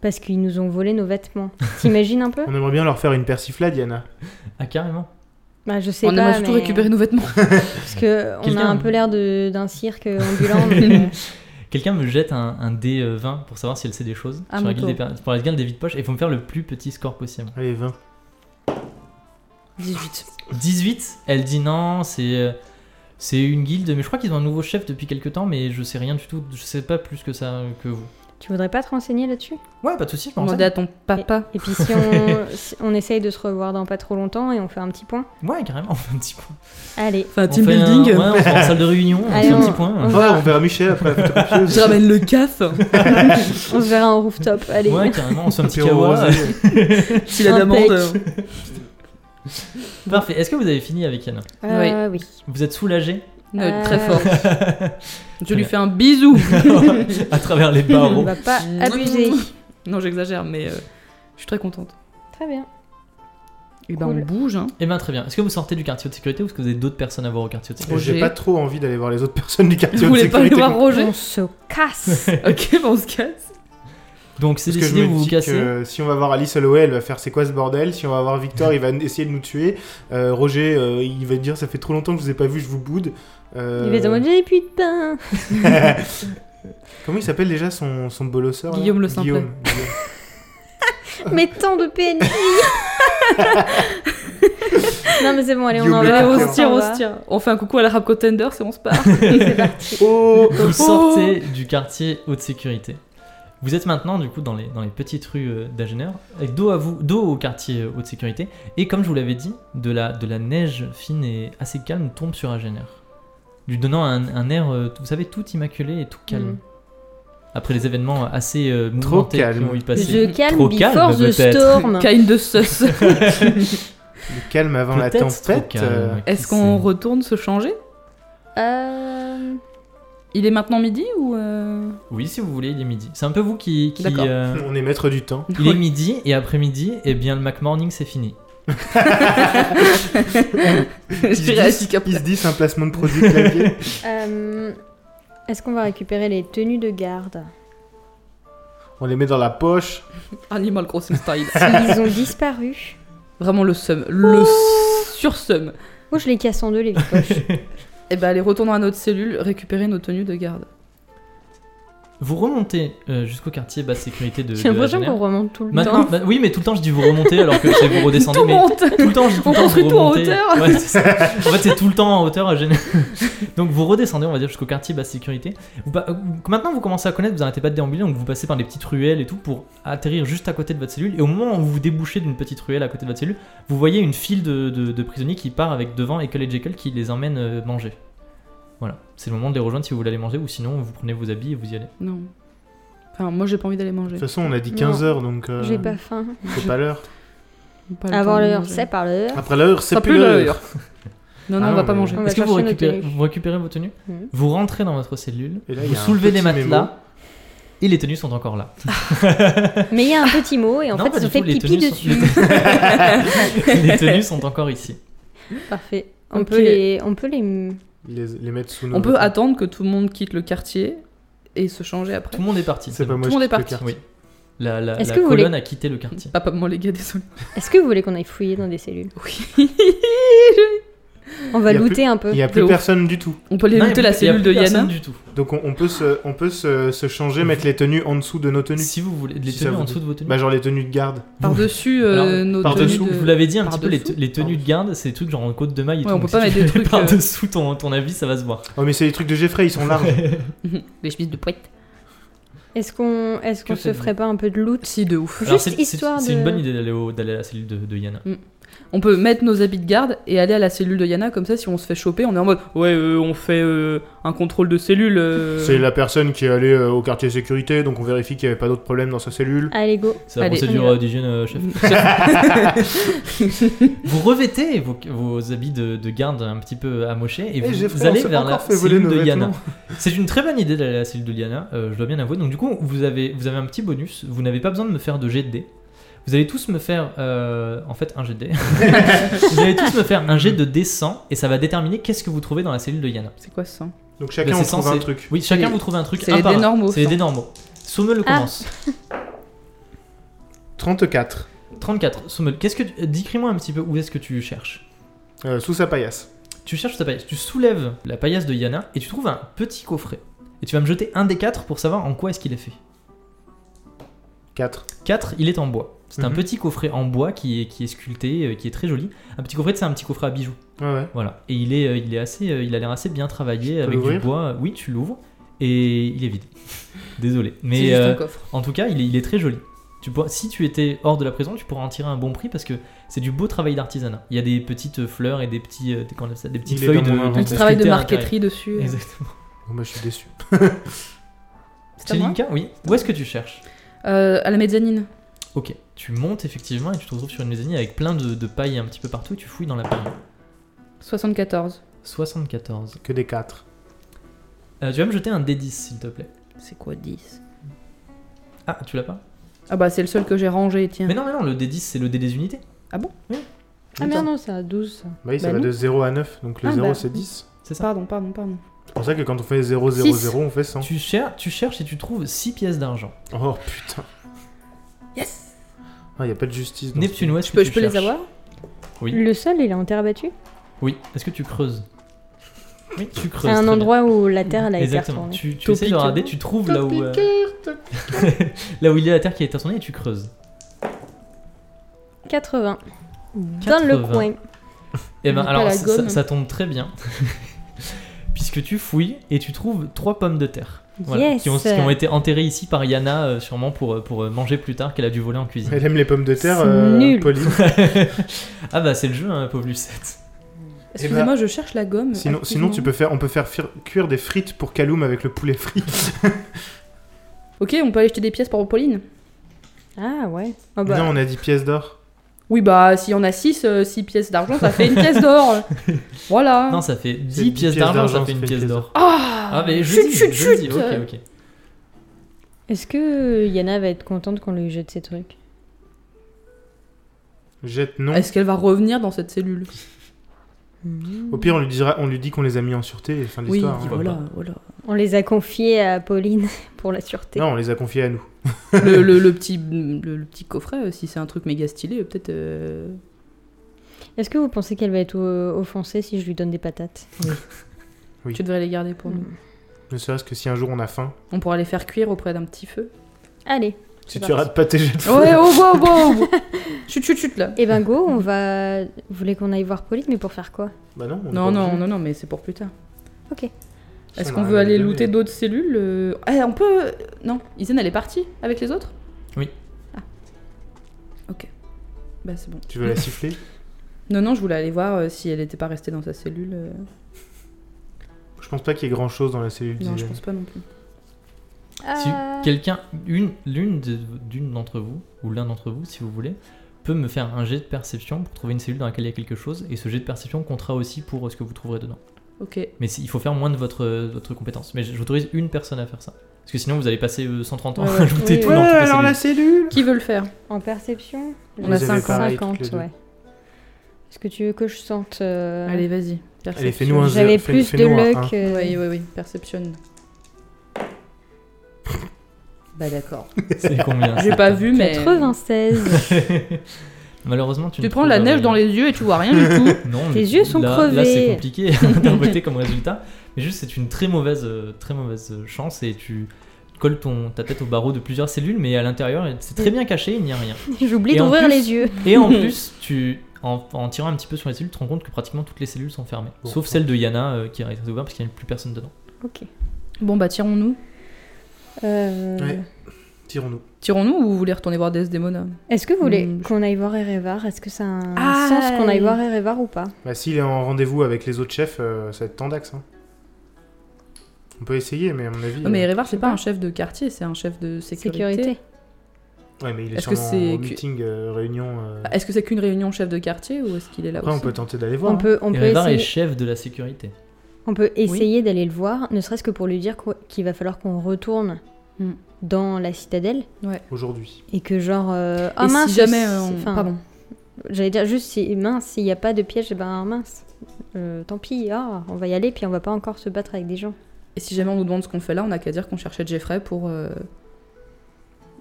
Speaker 3: Parce qu'ils nous ont volé nos vêtements. T'imagines un peu
Speaker 2: On aimerait bien leur faire une persiflade, Yana.
Speaker 1: Ah, carrément.
Speaker 3: Bah, je sais
Speaker 4: On
Speaker 3: pas.
Speaker 4: aimerait surtout
Speaker 3: mais-
Speaker 4: récupérer
Speaker 3: [laughs]
Speaker 4: nos vêtements.
Speaker 3: Parce que on a
Speaker 1: Quelqu'un-
Speaker 3: un peu l'air de- d'un cirque
Speaker 4: [laughs]
Speaker 3: ambulant. donc, euh,
Speaker 1: Quelqu'un me jette un, un dé euh, 20 pour savoir si elle sait des choses
Speaker 4: Ah,
Speaker 1: sur la
Speaker 4: mon
Speaker 1: guilde des per- pour la guilde des vides poches et il faut me faire le plus petit score possible.
Speaker 2: Allez, 20.
Speaker 4: 18.
Speaker 1: 18, elle dit non, c'est euh, c'est une guilde, mais je crois qu'ils ont un nouveau chef depuis quelques temps, mais je sais rien du tout, je sais pas plus que ça euh, que vous.
Speaker 3: tu voudrais pas te renseigner là-dessus
Speaker 1: Ouais, pas de soucis, je m'en
Speaker 4: Demander à ton papa.
Speaker 3: Et puis si on, si on essaye de se revoir dans pas trop longtemps et on fait un petit point
Speaker 1: Ouais, carrément, [laughs] on fait un petit point.
Speaker 4: [laughs]
Speaker 3: Allez,
Speaker 4: Enfin,
Speaker 1: On fait un- ouais, on se rend en salle de réunion, on
Speaker 3: Allez,
Speaker 1: fait un
Speaker 3: on-
Speaker 1: petit point.
Speaker 3: on-
Speaker 2: Oh, on verra Michel
Speaker 1: [laughs]
Speaker 2: après la photocopieuse.
Speaker 4: Je ramène le CAF.
Speaker 3: on se verra en rooftop. Allez.
Speaker 1: Ouais, carrément, on
Speaker 2: [laughs]
Speaker 1: se fait un petit
Speaker 2: Puis on
Speaker 1: kawa.
Speaker 2: rose.
Speaker 1: [laughs]
Speaker 4: Si la
Speaker 3: Impec.
Speaker 4: demande. euh,
Speaker 1: Parfait, est-ce que vous avez fini avec Yann
Speaker 3: Euh, oui.
Speaker 1: Vous êtes soulagé
Speaker 4: non,
Speaker 3: Ah.
Speaker 4: Très fort. Je lui fais un [laughs] bisou.
Speaker 1: [laughs] à travers les
Speaker 3: On
Speaker 1: barreaux
Speaker 3: va pas abuser.
Speaker 4: Non, j'exagère, mais euh, je suis très contente.
Speaker 3: Très bien.
Speaker 4: Et ben
Speaker 3: Cool.
Speaker 4: on bouge, hein.
Speaker 1: Eh ben très bien, est-ce que vous sortez du quartier de sécurité ou est-ce que vous avez d'autres personnes à voir au quartier de sécurité
Speaker 2: J'ai
Speaker 4: Roger.
Speaker 2: pas trop envie d'aller voir les autres personnes du quartier
Speaker 4: Je
Speaker 2: de
Speaker 4: voulais pas aller
Speaker 2: sécurité.
Speaker 4: voir Roger.
Speaker 3: On se casse.
Speaker 4: ok, bah on se casse.
Speaker 1: Donc c'est
Speaker 2: Parce que je
Speaker 1: décidé,
Speaker 2: me
Speaker 1: vous vous
Speaker 2: dis
Speaker 1: cassez.
Speaker 2: que euh, si on va voir Alice Holloway, elle va faire c'est quoi ce bordel Si on va voir Victor, il va essayer de nous tuer. Euh, Roger, euh, il va dire ça fait trop longtemps que je vous ai pas vu, je vous boude. Euh,
Speaker 3: Il va demander j'ai plus de pain.
Speaker 2: [laughs] Comment il s'appelle déjà son, son bolosseur là
Speaker 4: Guillaume Le Simple. [laughs]
Speaker 2: Guillaume, Guillaume.
Speaker 3: Mais tant de PNJ Non mais c'est bon, allez, on en
Speaker 2: Guillaume
Speaker 3: va.
Speaker 2: Leclerc.
Speaker 4: Allez,
Speaker 2: Parker.
Speaker 4: on se tire, on
Speaker 3: va.
Speaker 4: se tire. On fait un coucou à la Rap Contenders et on se part.
Speaker 3: [laughs] C'est
Speaker 4: [laughs]
Speaker 3: parti.
Speaker 2: Oh [laughs]
Speaker 1: Vous sortez du quartier haute sécurité. Vous êtes maintenant du coup dans les, dans les petites rues euh, d'Agener, avec dos, à vous, dos au quartier euh, haute sécurité, et comme je vous l'avais dit, de la, de la neige fine et assez calme tombe sur Agener, lui donnant un, un air, euh, vous savez, tout immaculé et tout calme.
Speaker 3: Mhm.
Speaker 1: Après les événements assez euh,
Speaker 2: Trop
Speaker 1: mouvementés qui
Speaker 2: calme.
Speaker 1: ont eu passé.
Speaker 3: Je calme
Speaker 1: Bah, Trop
Speaker 3: before
Speaker 1: calme,
Speaker 3: the
Speaker 1: peut-être. [laughs]
Speaker 3: storm.
Speaker 4: Kind of sus.
Speaker 2: Le calme avant la
Speaker 1: Peut-être trop
Speaker 2: tempête.
Speaker 1: calme,
Speaker 2: euh,
Speaker 1: qui
Speaker 4: Est-ce qu'on
Speaker 1: sait.
Speaker 4: retourne se changer
Speaker 3: Euh,
Speaker 4: Il est maintenant midi ou. euh,
Speaker 1: Oui, si vous voulez, il est midi. C'est un peu vous qui... qui,
Speaker 4: D'accord.
Speaker 1: euh,
Speaker 2: [laughs] On est maître du
Speaker 4: [laughs]
Speaker 2: temps.
Speaker 1: Il est midi, et après-midi, et bien le McMorning, c'est fini.
Speaker 4: [laughs] Je
Speaker 2: Il se
Speaker 4: dirais à
Speaker 2: dit-
Speaker 4: Chica-
Speaker 2: il se dit c'est un placement de produit clavier.
Speaker 3: euh, Est-ce qu'on va récupérer les tenues de garde
Speaker 2: On les met dans la poche.
Speaker 4: Animal Crossing
Speaker 1: [laughs]
Speaker 4: style.
Speaker 3: Ils ont disparu.
Speaker 4: Vraiment le seum. Le sursum. Eh ben,
Speaker 3: Moi, je les casse en deux, les vides poches.
Speaker 4: Et bah allez, retournons à notre cellule, récupérer nos tenues de garde.
Speaker 1: Vous remontez euh, jusqu'au quartier basse sécurité de.
Speaker 3: J'ai
Speaker 1: de
Speaker 3: l'impression
Speaker 1: Agener.
Speaker 3: qu'on remonte tout le
Speaker 1: Maintenant,
Speaker 3: temps.
Speaker 1: bah- oui, mais tout le temps je dis vous remontez alors que
Speaker 3: [laughs]
Speaker 1: c'est vous redescendez.
Speaker 4: Tout
Speaker 1: mais
Speaker 4: monte
Speaker 1: [laughs] tout le temps, je dis tout
Speaker 4: On
Speaker 1: le temps,
Speaker 4: construit
Speaker 1: vous
Speaker 4: tout en
Speaker 1: remontez.
Speaker 4: hauteur.
Speaker 1: Ouais, c'est ça. en fait, c'est tout le temps en hauteur à
Speaker 4: [laughs]
Speaker 1: Genève. Donc vous redescendez, on va dire, jusqu'au quartier basse sécurité. Vous pa- euh, maintenant, vous commencez à connaître, vous arrêtez pas de déambuler, donc vous passez par des petites ruelles et tout pour atterrir juste à côté de votre cellule. Et au moment où vous débouchez d'une petite ruelle à côté de votre cellule, vous voyez une file de, de- de prisonniers qui part avec devant Ekel et Jekyll qui les emmène euh, manger. Voilà, c'est le moment de les rejoindre si vous voulez aller manger ou sinon vous prenez vos habits et vous y allez.
Speaker 4: Non. Enfin, moi j'ai pas envie d'aller manger.
Speaker 2: toute façon, on a dit
Speaker 3: Non.
Speaker 2: 15h, donc euh,
Speaker 3: J'ai pas faim.
Speaker 2: c'est pas l'heure.
Speaker 4: Pas le
Speaker 3: Avoir
Speaker 4: temps de
Speaker 3: l'heure,
Speaker 4: manger.
Speaker 3: c'est par l'heure.
Speaker 2: Après l'heure, c'est
Speaker 4: Ah. Ça
Speaker 2: plus
Speaker 4: plus
Speaker 1: [laughs]
Speaker 2: l'heure.
Speaker 4: l'heure. Non, non,
Speaker 2: Ah
Speaker 4: on va
Speaker 2: non,
Speaker 4: pas
Speaker 2: mais-
Speaker 4: manger.
Speaker 3: On va
Speaker 1: Est-ce que vous
Speaker 3: chercher notre
Speaker 1: récupérez,
Speaker 3: tenue.
Speaker 1: vous récupérez vos tenues
Speaker 3: Mhm.
Speaker 1: Vous rentrez dans votre cellule,
Speaker 2: Et là, il y
Speaker 1: vous
Speaker 2: a un
Speaker 1: soulevez les
Speaker 2: petit mémo.
Speaker 1: matelas et les tenues sont encore là.
Speaker 3: Mais il y a un petit mot et en
Speaker 1: Non,
Speaker 3: fait
Speaker 1: pas
Speaker 3: ils
Speaker 1: du
Speaker 3: ont fait
Speaker 1: tout, les
Speaker 3: pipi
Speaker 1: tenues
Speaker 3: dessus.
Speaker 1: sont- [laughs] les tenues sont encore ici.
Speaker 3: [laughs] Parfait. On,
Speaker 4: Ok.
Speaker 3: peut les, on peut les.
Speaker 2: Les, les mettre sous nos
Speaker 4: On peut
Speaker 2: matelas.
Speaker 4: attendre que tout le monde quitte le quartier et se changer après.
Speaker 1: Tout le monde est parti.
Speaker 2: C'est pas
Speaker 1: bon.
Speaker 2: moi
Speaker 4: le monde
Speaker 2: qui
Speaker 4: est
Speaker 2: quitte le
Speaker 4: parti.
Speaker 2: quartier.
Speaker 1: Oui. La, la-
Speaker 3: Est-ce
Speaker 1: la
Speaker 3: que vous
Speaker 1: colonne
Speaker 3: voulez-
Speaker 1: a quitté le quartier.
Speaker 4: Pas, pas moi les gars, désolé.
Speaker 3: Est-ce que vous voulez qu'on aille fouiller dans des cellules
Speaker 4: Oui.
Speaker 3: On va
Speaker 2: Il y a plus-
Speaker 3: looter un peu.
Speaker 2: Il n'y a
Speaker 4: De
Speaker 2: plus
Speaker 4: ouf.
Speaker 2: personne du tout.
Speaker 4: [laughs] On peut aller
Speaker 1: Non,
Speaker 4: looter
Speaker 1: il y a-
Speaker 4: la
Speaker 1: il y a
Speaker 4: cellule
Speaker 1: plus
Speaker 4: de
Speaker 1: personne
Speaker 4: Yana.
Speaker 1: du tout.
Speaker 2: Donc on, on peut, se, on peut se, se changer, mettre les tenues en dessous de nos tenues.
Speaker 1: Si vous voulez, les
Speaker 2: Si ça
Speaker 1: tenues
Speaker 2: vous
Speaker 1: en
Speaker 2: dit.
Speaker 1: dessous de vos tenues.
Speaker 2: Bah genre les tenues de garde.
Speaker 4: Par-dessus euh,
Speaker 1: Alors,
Speaker 4: nos
Speaker 2: par-dessous,
Speaker 4: tenues de-
Speaker 1: Vous l'avez dit un petit
Speaker 4: par
Speaker 1: peu, les,
Speaker 4: dessous.
Speaker 1: te- les tenues de garde, c'est des trucs genre en côte de maille et
Speaker 4: Ouais,
Speaker 1: tout.
Speaker 4: on peut
Speaker 1: Donc,
Speaker 4: pas
Speaker 1: si
Speaker 4: mettre
Speaker 1: tu [laughs] les
Speaker 4: des
Speaker 1: mets
Speaker 4: trucs, euh,
Speaker 1: Par-dessous ton, ton avis, ça va se voir.
Speaker 2: Oh mais c'est les trucs de Geoffrey, ils
Speaker 1: [laughs]
Speaker 2: sont larges.
Speaker 4: Les chemises de poète.
Speaker 3: Est-ce qu'on est
Speaker 1: Que
Speaker 3: qu'on se
Speaker 1: faites-vous
Speaker 3: ferait pas un peu de loot
Speaker 4: Si, de ouf.
Speaker 1: Alors,
Speaker 3: Juste
Speaker 1: c'est- c'est-
Speaker 3: histoire
Speaker 1: C'est une
Speaker 3: de-
Speaker 1: bonne idée d'aller au- d'aller à la cellule de, de Yana.
Speaker 4: On peut mettre nos habits de garde et aller à la cellule de Yana, comme ça si on se fait choper, on est en mode Ouais, euh, on fait euh, un contrôle de cellule. euh.
Speaker 2: C'est la personne qui est allée euh, au quartier sécurité, donc on vérifie qu'il n'y avait pas d'autres problèmes dans sa cellule.
Speaker 3: Allez, go.
Speaker 1: C'est la
Speaker 4: Allez,
Speaker 1: procédure
Speaker 3: on y va.
Speaker 1: euh, d'hygiène, euh, chef. Vous revêtez vos, vos habits de, de garde un petit peu amochés et vous,
Speaker 2: Geoffrey,
Speaker 1: vous
Speaker 2: on
Speaker 1: allez
Speaker 2: s'est
Speaker 1: vers
Speaker 2: encore
Speaker 1: la
Speaker 2: fait voler
Speaker 1: cellule
Speaker 2: nos
Speaker 1: de Yana.
Speaker 2: vêtements.
Speaker 1: [laughs] C'est une très bonne idée d'aller à la cellule de Liana, euh, je dois bien avouer. Donc du coup, vous avez, vous avez un petit bonus, vous n'avez pas besoin de me faire de jet de dés. Vous allez tous me faire, euh, en fait, un jet de
Speaker 2: [laughs]
Speaker 1: dés. vous allez tous me faire un jet de dés 100 et ça va déterminer qu'est-ce que vous trouvez dans la cellule de Yana.
Speaker 4: [laughs] C'est quoi ça
Speaker 2: Donc
Speaker 1: Bah,
Speaker 2: chacun
Speaker 1: c'est
Speaker 2: on
Speaker 1: censé-
Speaker 2: trouve un truc.
Speaker 1: Oui, chacun
Speaker 4: les-
Speaker 1: vous trouve un truc.
Speaker 4: c'est
Speaker 1: un
Speaker 4: les
Speaker 1: par
Speaker 4: dés
Speaker 1: un.
Speaker 4: normaux,
Speaker 1: C'est les
Speaker 4: ça.
Speaker 1: dés normaux. Sommel
Speaker 3: Ah.
Speaker 1: commence.
Speaker 2: 34.
Speaker 1: 34. Sommel, qu'est-ce que tu- euh, décris-moi un petit peu où est-ce que tu cherches
Speaker 2: Euh, sous sa paillasse.
Speaker 1: Tu cherches ta paillasse. Tu soulèves la paillasse de Yana et tu trouves un petit coffret. Et tu vas me jeter un des quatre pour savoir en quoi est-ce qu'il est fait.
Speaker 2: 4.
Speaker 1: 4, il est en bois. C'est un
Speaker 2: Mhm.
Speaker 1: petit coffret en bois qui est, qui est sculpté, euh, qui est très joli. Un petit coffret, c'est un petit coffret à bijoux.
Speaker 2: Ouais, ouais.
Speaker 1: Voilà. Et il, est, euh, il, est assez, euh, il a l'air assez bien travaillé
Speaker 2: peux
Speaker 1: avec du
Speaker 2: l'ouvrir
Speaker 1: bois. Oui, tu l'ouvres et il est
Speaker 2: [laughs]
Speaker 1: vide. Désolé.
Speaker 4: C'est
Speaker 1: Mais
Speaker 4: juste
Speaker 1: euh,
Speaker 4: un coffre.
Speaker 1: en tout cas, il est, il est très joli. Tu pourras- si tu étais hors de la prison, tu pourras en tirer un bon prix parce que c'est du beau travail d'artisanat. Il y a des petites fleurs et des, petits, euh, des, comment on appelle ça, des petites
Speaker 2: Il est
Speaker 1: feuilles
Speaker 2: dans
Speaker 1: de,
Speaker 2: mon inventaire.
Speaker 4: Un
Speaker 2: on
Speaker 4: petit
Speaker 2: peut
Speaker 4: travail de
Speaker 1: sculptées à l'intérieur.
Speaker 4: marqueterie dessus. euh,
Speaker 1: Exactement.
Speaker 2: Bon bah je suis déçu.
Speaker 4: C'est à moi
Speaker 1: Chelinka, oui. Où est-ce que tu cherches
Speaker 4: Euh, à la mezzanine.
Speaker 1: Ok, tu montes effectivement et tu te retrouves sur une mezzanine avec plein de, de paille un petit peu partout et tu fouilles dans la paille.
Speaker 4: 74.
Speaker 1: 74.
Speaker 2: Que des 4.
Speaker 1: Euh, tu vas me jeter un D10 s'il te plaît.
Speaker 4: C'est quoi 10
Speaker 1: Ah, tu l'as pas
Speaker 4: Ah bah c'est le seul que j'ai rangé, tiens.
Speaker 1: Mais non, mais non, le D10 c'est le D des unités.
Speaker 3: Ah merde, non, c'est à 12. ça.
Speaker 2: Bah oui, ça
Speaker 4: Bah
Speaker 2: va
Speaker 4: non.
Speaker 2: de 0 à 9, donc le
Speaker 3: Ah,
Speaker 2: 0
Speaker 3: bah.
Speaker 2: c'est 10.
Speaker 1: C'est ça.
Speaker 4: Pardon, pardon, pardon.
Speaker 2: C'est pour ça que quand on fait 0, 0,
Speaker 4: Six.
Speaker 2: 0, on fait 100.
Speaker 1: Tu, cher- tu cherches et tu trouves 6 pièces d'argent.
Speaker 2: Oh putain.
Speaker 4: Yes
Speaker 2: Ah, y a pas de justice. dans ce
Speaker 1: Neptune, où est-ce
Speaker 4: Je
Speaker 1: que
Speaker 4: peux,
Speaker 1: tu
Speaker 4: je peux les
Speaker 1: cherches
Speaker 4: avoir
Speaker 1: Oui.
Speaker 3: Le sol, il est en terre battue
Speaker 1: Oui. Est-ce que tu creuses Oui, tu creuses.
Speaker 3: À un
Speaker 1: très
Speaker 3: endroit où la terre, elle
Speaker 1: bien.
Speaker 3: a été
Speaker 1: Exactement.
Speaker 3: retournée.
Speaker 1: Tu, tu
Speaker 4: Topic.
Speaker 1: essayes de regarder, tu trouves là où, euh,
Speaker 2: film.
Speaker 1: là où il y a la terre qui a été tournée et tu creuses.
Speaker 3: 80. Dans
Speaker 1: 80.
Speaker 3: le coin.
Speaker 1: Et ben
Speaker 4: Pas
Speaker 1: alors
Speaker 4: la
Speaker 1: ça, ça-
Speaker 4: gomme.
Speaker 1: ça tombe très bien. [laughs] Puisque tu fouilles et tu trouves trois pommes de terre
Speaker 3: Yes.
Speaker 1: qui, ont, qui ont été enterrées ici par Yana, euh, sûrement pour, euh, pour euh, manger plus tard, qu'elle a dû voler en cuisine.
Speaker 2: Elle aime les pommes de terre,
Speaker 3: C'est
Speaker 2: euh,
Speaker 3: nul.
Speaker 2: Pauline.
Speaker 1: [laughs] ah bah c'est le jeu, hein, pauvre Lucette.
Speaker 4: Excusez-moi, je cherche la gomme.
Speaker 2: Sinon, sinon
Speaker 4: activement.
Speaker 2: tu peux faire, on peut faire fir- cuire des frites pour Kaloum avec le poulet frit.
Speaker 4: Ok, on peut aller jeter des pièces pour Pauline
Speaker 3: Ah ouais.
Speaker 2: [laughs]
Speaker 3: Ah bah,
Speaker 2: Non, on a 10 pièces d'or.
Speaker 4: Oui, bah si on a 6 pièces d'argent, ça fait une pièce d'or. voilà.
Speaker 1: Non, ça fait 10,
Speaker 2: dix
Speaker 1: pièces
Speaker 2: pièces
Speaker 1: d'argent,
Speaker 2: d'argent,
Speaker 1: ça fait une pièce d'or.
Speaker 4: Ah,
Speaker 1: Ah, mais je
Speaker 4: chut,
Speaker 1: dis,
Speaker 4: chut,
Speaker 1: je
Speaker 4: chut.
Speaker 1: dis, ok, ok.
Speaker 3: Est-ce que Yana va être contente qu'on lui jette ces trucs
Speaker 2: Jette non.
Speaker 4: Est-ce qu'elle va revenir dans cette cellule
Speaker 2: Au pire, on lui dira, on lui dit qu'on les a mis en sûreté et fin de
Speaker 4: Oui,
Speaker 2: l'histoire. hein.
Speaker 4: voilà, voilà.
Speaker 3: On les a confiés à Pauline [laughs] pour la sûreté.
Speaker 2: Non, on les a confiés à nous.
Speaker 4: le, le- le petit, le, le petit coffret, euh, si c'est un truc méga stylé, euh, peut-être. euh,
Speaker 3: Est-ce que vous pensez qu'elle va être euh, offensée si je lui donne des patates
Speaker 2: Oui.
Speaker 1: Hmm.
Speaker 3: Mm.
Speaker 4: Tu devrais les garder pour nous.
Speaker 2: Ne serait-ce que si un jour on a faim.
Speaker 4: On pourra les faire cuire auprès d'un petit feu.
Speaker 3: Allez,
Speaker 2: Si
Speaker 4: C'est
Speaker 2: tu
Speaker 4: parti.
Speaker 2: rates pas tes jets de feu.
Speaker 4: Ouais, oh, wow, wow Chut, chut, chut, là.
Speaker 3: et ben go, on va. Vous voulez qu'on aille voir Pauline, mais pour faire quoi
Speaker 2: Bah non, on est
Speaker 4: Non,
Speaker 2: pas
Speaker 4: non,
Speaker 2: obligé.
Speaker 4: non, non, mais c'est pour plus tard.
Speaker 3: Ok.
Speaker 2: Si
Speaker 4: Est-ce
Speaker 2: on a
Speaker 4: qu'on veut
Speaker 2: un
Speaker 4: aller
Speaker 2: animal,
Speaker 4: looter
Speaker 2: mais-
Speaker 4: d'autres cellules euh, Ah, on peut... Non, Isen, elle est partie avec les autres
Speaker 1: Oui.
Speaker 4: Ah. Ok. Bah, c'est bon.
Speaker 2: Tu veux la siffler
Speaker 4: Non, non, je voulais aller voir euh, si elle n'était pas restée dans sa cellule. euh.
Speaker 2: Je pense pas qu'il y ait grand chose dans la cellule
Speaker 4: Non, je
Speaker 2: d'Ilan.
Speaker 4: pense pas non plus.
Speaker 1: Si
Speaker 3: Euh,
Speaker 1: quelqu'un, une, l'une de- d'une d'entre vous, ou l'un d'entre vous, si vous voulez, peut me faire un jet de perception pour trouver une cellule dans laquelle il y a quelque chose, et ce jet de perception comptera aussi pour euh, ce que vous trouverez dedans.
Speaker 4: Ok.
Speaker 1: Mais si- il faut faire moins de votre, euh, votre compétence. Mais j- j'autorise une personne à faire ça. Parce que sinon, vous allez passer euh, 130 ans
Speaker 4: Ouais,
Speaker 1: à
Speaker 4: ouais.
Speaker 1: looter
Speaker 3: Oui,
Speaker 1: tout
Speaker 3: oui.
Speaker 1: dans toutes les
Speaker 2: alors la
Speaker 1: cellules.
Speaker 2: cellule
Speaker 4: Qui veut le faire
Speaker 3: En perception
Speaker 4: On a
Speaker 3: j'ai
Speaker 4: cinq,
Speaker 2: pareil,
Speaker 3: 50,
Speaker 2: toutes les deux.
Speaker 3: ouais. Est-ce que tu veux que je sente euh,
Speaker 4: Allez, vas-y. Perception.
Speaker 2: Allez, fais-nous un
Speaker 3: J'avais
Speaker 2: zéro. fais-
Speaker 3: plus de
Speaker 2: fais-nous un
Speaker 3: luck.
Speaker 2: un.
Speaker 3: euh,
Speaker 4: Oui, oui, oui. Perception.
Speaker 2: [laughs]
Speaker 4: bah, d'accord.
Speaker 1: C'est
Speaker 2: Ah.
Speaker 1: combien
Speaker 4: J'ai pas vu, mais...
Speaker 3: hein. 96.
Speaker 1: [laughs] Malheureusement, tu
Speaker 4: Tu
Speaker 1: ne
Speaker 4: te prends la
Speaker 1: trouves
Speaker 4: neige
Speaker 1: rien.
Speaker 4: dans les yeux et tu vois rien du
Speaker 2: [laughs]
Speaker 1: [laughs]
Speaker 4: tout.
Speaker 1: Non,
Speaker 3: Tes
Speaker 1: mais
Speaker 3: yeux sont
Speaker 1: là, Là,
Speaker 3: crevés.
Speaker 1: c'est compliqué
Speaker 4: [laughs]
Speaker 1: d'interpréter comme résultat. Mais juste, c'est une très mauvaise, euh, très mauvaise euh, chance et tu colles ton, ta tête au barreau de plusieurs cellules, mais à l'intérieur, c'est très bien caché, il n'y a rien.
Speaker 3: [laughs]
Speaker 4: [laughs]
Speaker 3: J'oublie
Speaker 1: Et en
Speaker 3: d'ouvrir
Speaker 1: plus-
Speaker 3: les yeux.
Speaker 1: Et en plus, tu, en, en tirant un petit peu sur les cellules, tu te rends compte que pratiquement toutes les cellules sont fermées.
Speaker 2: Bon.
Speaker 1: Sauf celle de Yana euh, qui a été ouverte parce qu'il n'y a plus personne dedans.
Speaker 3: Ok.
Speaker 4: Bon, bah, tirons-nous.
Speaker 3: Euh,
Speaker 2: Ouais. Tirons-nous.
Speaker 4: Tirons-nous ou vous voulez retourner voir euh Desdemona
Speaker 3: Est-ce que vous voulez
Speaker 4: Hmm, je-
Speaker 3: qu'on aille voir Erevar Est-ce que ça a un
Speaker 4: Ah,
Speaker 3: sens qu'on aille
Speaker 4: oui.
Speaker 3: voir Erevar ou pas
Speaker 2: Bah s'il est en rendez-vous avec les autres chefs, euh, ça va être Tandax. Hein. On peut essayer, mais à mon avis...
Speaker 4: Non, mais
Speaker 2: euh,
Speaker 4: Révar, c'est pas un chef de quartier, c'est un chef de sécurité.
Speaker 3: Sécurité.
Speaker 2: euh, Ouais, mais il est,
Speaker 4: Est-ce que
Speaker 2: sûrement
Speaker 4: c'est
Speaker 2: en
Speaker 4: que-
Speaker 2: meeting, euh, réunion... euh,
Speaker 4: Est-ce que c'est qu'une réunion chef de quartier ou est-ce qu'il est là
Speaker 2: Après, on
Speaker 4: aussi
Speaker 2: peut tenter d'aller voir.
Speaker 3: On
Speaker 2: hein.
Speaker 3: peut, on peut
Speaker 1: Erevar est
Speaker 3: essayer,
Speaker 1: chef de la sécurité.
Speaker 3: on peut essayer d'aller le voir, ne serait-ce que pour lui dire qu'o- qu'il va falloir qu'on retourne
Speaker 4: Hmm.
Speaker 3: dans la citadelle
Speaker 2: Aujourd'hui.
Speaker 3: et que genre euh,
Speaker 4: Et
Speaker 3: ah
Speaker 4: si
Speaker 3: mince c'est-
Speaker 4: jamais, euh, on-
Speaker 3: enfin,
Speaker 4: pardon.
Speaker 3: J'allais dire juste si mince s'il n'y a pas de piège, eh ben mince. Euh, tant pis, ah, on va y aller puis on va pas encore se battre avec des gens.
Speaker 4: Et si jamais on nous demande ce qu'on fait là, on a qu'à dire qu'on cherchait Jeffrey pour euh,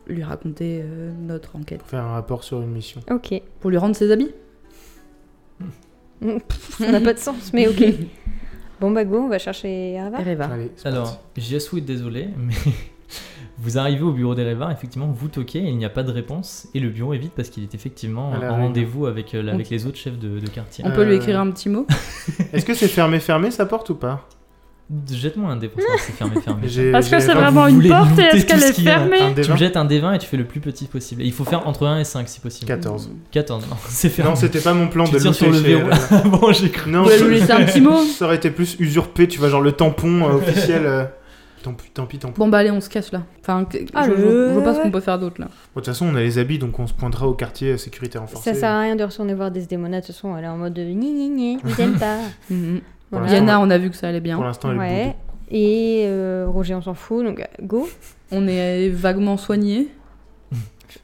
Speaker 4: lui raconter euh, notre enquête.
Speaker 2: Pour faire un rapport sur une mission.
Speaker 3: Ok,
Speaker 4: Pour lui rendre ses habits
Speaker 3: ça n'a pas de sens, mais [laughs] ok. bon bah go, on va chercher Arava.
Speaker 4: Révar.
Speaker 2: Allez, c'est
Speaker 1: Ah. Alors,
Speaker 2: parti.
Speaker 1: Jassou est désolé, mais [laughs] vous arrivez au bureau d'Erevar, effectivement, vous toquez, et il n'y a pas de réponse, et le bureau est vide parce qu'il est effectivement
Speaker 2: À la
Speaker 1: en
Speaker 2: réunion.
Speaker 1: rendez-vous avec, euh, avec
Speaker 4: Ok. Ah.
Speaker 1: les autres chefs de, de quartier.
Speaker 4: On peut lui
Speaker 2: Euh,
Speaker 4: écrire un petit mot
Speaker 2: Est-ce que c'est fermé-fermé sa porte ou pas
Speaker 1: Jette-moi un dé pour savoir si c'est fermé,
Speaker 2: [laughs]
Speaker 1: fermé.
Speaker 2: J'ai-
Speaker 5: Parce que
Speaker 2: j'ai
Speaker 5: c'est
Speaker 2: vingt-
Speaker 5: vraiment
Speaker 1: vous
Speaker 5: une
Speaker 1: voulez
Speaker 5: porte et
Speaker 1: looter
Speaker 5: est-ce
Speaker 1: tout
Speaker 5: qu'elle
Speaker 1: ce
Speaker 5: est
Speaker 1: qu'il y a.
Speaker 2: Un
Speaker 5: fermée
Speaker 2: des
Speaker 1: Tu me
Speaker 2: vingt
Speaker 1: jettes un D20 et tu fais le plus petit possible. Et il faut faire entre 1 et 5 si possible.
Speaker 2: 14.
Speaker 1: 14, non, [laughs] c'est fermé.
Speaker 2: Non, c'était pas mon plan
Speaker 1: Tu
Speaker 2: de
Speaker 1: tires sur
Speaker 2: looter
Speaker 1: le
Speaker 2: chez-
Speaker 1: verrou. bon, j'ai cru.
Speaker 4: Vous
Speaker 2: Non,
Speaker 4: voulez lui laisser un
Speaker 2: [laughs]
Speaker 4: petit mot
Speaker 2: ça aurait été plus usurpé, tu vois, genre le tampon euh, officiel. euh, Tant pis, tant pis, tant pis.
Speaker 4: Bon bah allez, on se casse là. Enfin, que-
Speaker 3: Ah,
Speaker 4: je, je- je vois pas ce
Speaker 3: ouais.
Speaker 4: qu'on peut faire d'autre là.
Speaker 2: Bon, de toute façon, on a les habits, donc on se pointera au quartier euh, sécurité renforcée.
Speaker 3: Ça hein. sert à rien de retourner voir Desdemona, de toute façon, elle est en mode ni ni
Speaker 2: [laughs]
Speaker 3: ni, vous aime pas.
Speaker 4: Mhm.
Speaker 2: Voilà.
Speaker 4: Yana, on a vu que ça allait bien.
Speaker 2: Pour l'instant, elle
Speaker 3: Ouais.
Speaker 2: boude.
Speaker 3: Et euh, Roger, on s'en fout, donc euh, go.
Speaker 4: On est vaguement soigné.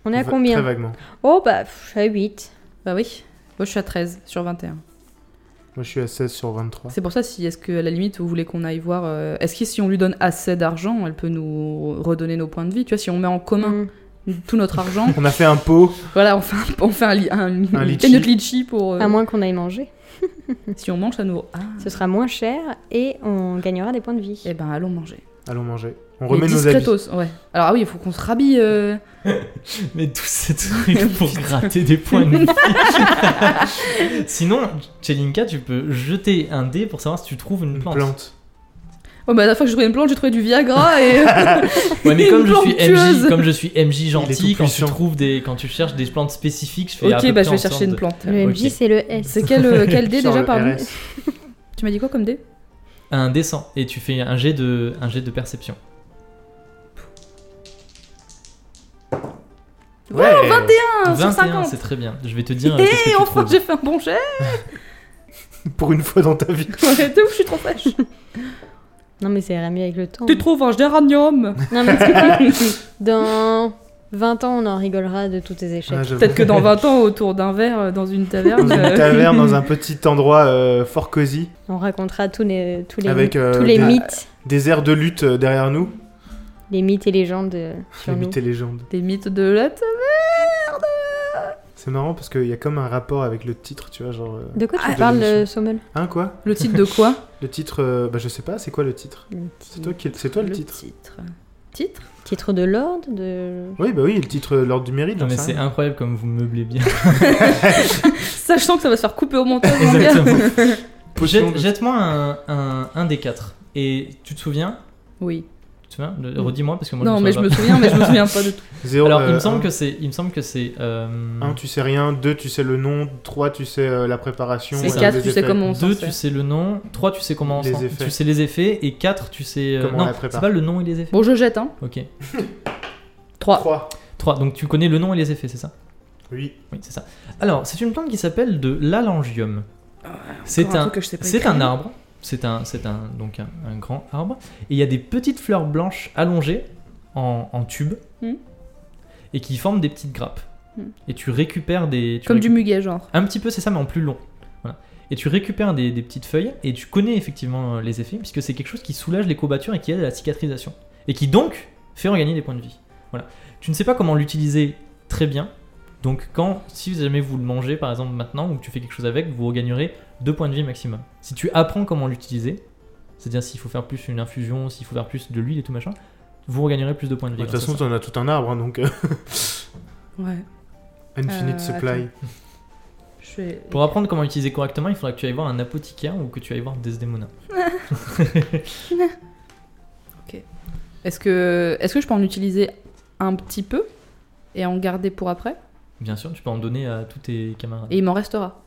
Speaker 3: On est à
Speaker 2: Va- Très
Speaker 3: combien
Speaker 2: vaguement.
Speaker 3: Oh bah, pff, je suis à 8.
Speaker 4: Bah oui. Moi je suis à 13 sur 21.
Speaker 2: Moi, je suis à 16 sur 23.
Speaker 4: C'est pour ça si est-ce que à la limite vous voulez qu'on aille voir euh, est-ce que si on lui donne assez d'argent, elle peut nous redonner nos points de vie, tu vois si on met en commun
Speaker 3: Mm.
Speaker 4: tout notre argent,
Speaker 2: On a fait un pot.
Speaker 4: voilà, on fait un, on fait un, li- un- une
Speaker 2: litchi.
Speaker 4: cagnotte litchi pour euh,
Speaker 3: À moins qu'on aille manger.
Speaker 4: si on mange ça nous
Speaker 3: Ah,
Speaker 4: ah,
Speaker 3: Ce sera moins cher et on gagnera des points de vie.
Speaker 4: eh ben allons manger.
Speaker 2: Allons manger. On
Speaker 4: Mais
Speaker 2: remet nos habits.
Speaker 4: discretos, ouais. Alors ah oui, il faut qu'on se rhabille euh,
Speaker 1: Mais tous ces trucs pour gratter des points de vie. [laughs] Sinon, Chelinka, tu peux jeter un dé pour savoir si tu trouves une
Speaker 2: Une
Speaker 1: plante.
Speaker 2: plante.
Speaker 4: Oh bah la fois que j'ai trouvé une plante, j'ai trouvé du Viagra et euh,
Speaker 1: Ouais, mais comme
Speaker 4: une
Speaker 1: je suis
Speaker 4: plantueuse.
Speaker 1: MJ, comme je suis MJ
Speaker 2: Il est
Speaker 1: gentil,
Speaker 2: tout
Speaker 1: quand tu
Speaker 2: puissant.
Speaker 1: trouves des, quand tu cherches des plantes spécifiques, je fais. à peu
Speaker 4: Ok, bah
Speaker 1: près
Speaker 4: je vais
Speaker 1: en sorte
Speaker 4: chercher une
Speaker 1: de-
Speaker 4: plante.
Speaker 3: Le
Speaker 1: ok.
Speaker 3: MJ, c'est le S.
Speaker 4: C'est quel, euh, quel
Speaker 2: [laughs]
Speaker 4: dé
Speaker 2: Sur
Speaker 4: déjà
Speaker 2: le
Speaker 4: pardon
Speaker 2: RS.
Speaker 4: Tu m'as dit quoi comme dé
Speaker 1: Un dé 100 et tu fais un jet de, un jet de perception.
Speaker 2: Ouais,
Speaker 4: 21 Ah, sur
Speaker 1: 21,
Speaker 4: 50.
Speaker 1: c'est très bien. Je vais te dire. euh,
Speaker 4: Hé,
Speaker 1: qu'est-ce que tu
Speaker 4: Eh, enfin
Speaker 1: trouves.
Speaker 4: j'ai fait un bon jet
Speaker 2: Pour une fois dans ta vie.
Speaker 4: Ouais, T'es ouf, je suis trop fraîche
Speaker 3: Non mais c'est mieux avec le temps.
Speaker 4: T'es trop un géranium
Speaker 3: Non mais
Speaker 2: [laughs]
Speaker 3: c'est quoi Dans 20 ans, on en rigolera de tous tes échecs.
Speaker 2: Ah, j'avoue.
Speaker 4: Peut-être que dans 20 ans, autour d'un verre, euh, dans une
Speaker 2: Dans
Speaker 4: taverne...
Speaker 2: une
Speaker 4: euh, [laughs]
Speaker 2: taverne, dans un petit endroit euh, fort cosy,
Speaker 3: On racontera tous les, tous les,
Speaker 2: Avec, euh,
Speaker 3: tous les
Speaker 2: des-
Speaker 3: mythes.
Speaker 2: des airs de lutte euh, derrière nous.
Speaker 3: Les mythes et légendes euh, sur
Speaker 2: Les
Speaker 3: nous.
Speaker 2: mythes et légendes.
Speaker 4: Des mythes de la taverne
Speaker 2: C'est marrant parce qu'il y a comme un rapport avec le titre, tu vois, genre. euh,
Speaker 3: De quoi tu
Speaker 2: Ah,
Speaker 3: parles,
Speaker 2: l'émission.
Speaker 3: euh, Sommel
Speaker 2: Hein, quoi
Speaker 4: Le titre de quoi
Speaker 2: Le titre, euh, bah je sais pas, c'est quoi le titre C'est toi, qui... c'est toi le titre
Speaker 4: Titre. Titre
Speaker 3: Titre de l'ordre de...
Speaker 2: Oui, bah oui, le titre euh, L'Ordre du Mérite,
Speaker 1: Non,
Speaker 2: j'en
Speaker 1: mais
Speaker 2: sais
Speaker 1: c'est
Speaker 2: rien.
Speaker 1: incroyable comme vous meublez
Speaker 4: [laughs]
Speaker 1: bien. [laughs]
Speaker 4: Sachant que ça va se faire couper au montage, mon gars.
Speaker 1: Exactement.
Speaker 2: Potion
Speaker 1: Jette-
Speaker 2: de-
Speaker 1: Jette-moi un, un, un des quatre. Et tu te souviens
Speaker 4: Oui.
Speaker 1: Tu te souviens Le- Redis-moi parce que moi
Speaker 4: non,
Speaker 1: je me
Speaker 4: mais je
Speaker 1: souviens
Speaker 4: me souviens, mais je me souviens pas de tout.
Speaker 1: pas.
Speaker 2: Zéro,
Speaker 1: Alors, il
Speaker 2: euh,
Speaker 1: me semble
Speaker 2: un.
Speaker 1: que c'est. Il me semble que c'est. euh,
Speaker 2: 1, tu sais rien. 2, tu sais le nom. 3, tu sais euh, la préparation.
Speaker 1: C'est
Speaker 4: Et
Speaker 1: ça,
Speaker 2: euh,
Speaker 4: 4,
Speaker 2: les
Speaker 4: tu sais
Speaker 2: effets.
Speaker 4: comment on s'en
Speaker 1: Deux,
Speaker 4: sert.
Speaker 1: tu sais le nom. Trois, tu sais comment on
Speaker 2: Les
Speaker 1: s'en-
Speaker 2: effets.
Speaker 1: Tu sais les effets. Et quatre, tu sais. euh,
Speaker 2: Comment on
Speaker 1: non,
Speaker 2: la prépare.
Speaker 1: c'est pas le nom et les effets.
Speaker 4: Bon, je jette, hein.
Speaker 1: Ok.
Speaker 4: 3.
Speaker 2: 3.
Speaker 1: Trois, donc tu connais le nom et les effets, c'est ça
Speaker 2: Oui.
Speaker 1: Oui, c'est ça. Alors, c'est une plante qui s'appelle de l'alangium.
Speaker 4: Ah,
Speaker 1: C'est un, c'est un arbre. C'est un, c'est un, donc un, un grand arbre. Et il y a des petites fleurs blanches allongées en, en tube
Speaker 4: Hmm.
Speaker 1: et qui forment des petites grappes.
Speaker 4: Hmm.
Speaker 1: Et tu récupères des. tu
Speaker 4: Comme du
Speaker 1: récup-
Speaker 4: muguet, genre.
Speaker 1: Un petit peu, c'est ça, mais en plus long. Voilà. Et tu récupères des, des petites feuilles et tu connais effectivement euh, les effets puisque c'est quelque chose qui soulage les courbatures et qui aide à la cicatrisation. Et qui donc fait regagner des points de vie. Voilà. Tu ne sais pas comment l'utiliser très bien. Donc quand, si jamais vous le mangez par exemple maintenant ou que tu fais quelque chose avec, vous regagnerez 2 points de vie maximum. Si tu apprends comment l'utiliser, c'est-à-dire s'il faut faire plus une infusion, s'il faut faire plus de l'huile et tout machin, vous regagnerez plus de points de vie.
Speaker 2: Bah, De toute
Speaker 1: grâce à
Speaker 2: façon,
Speaker 1: ça.
Speaker 2: t'en as tout un arbre, hein, donc. euh, [laughs]
Speaker 4: Ouais.
Speaker 2: Infinite
Speaker 4: Euh,
Speaker 2: Supply.
Speaker 4: Je fais-
Speaker 1: Pour apprendre comment l'utiliser correctement, il faudra que tu ailles voir un apothicaire ou que tu ailles voir Desdemona.
Speaker 4: Est-ce que... Est-ce que je peux en utiliser un petit peu et en garder pour après
Speaker 1: Bien sûr, tu peux en donner à tous tes camarades.
Speaker 4: Et il m'en restera.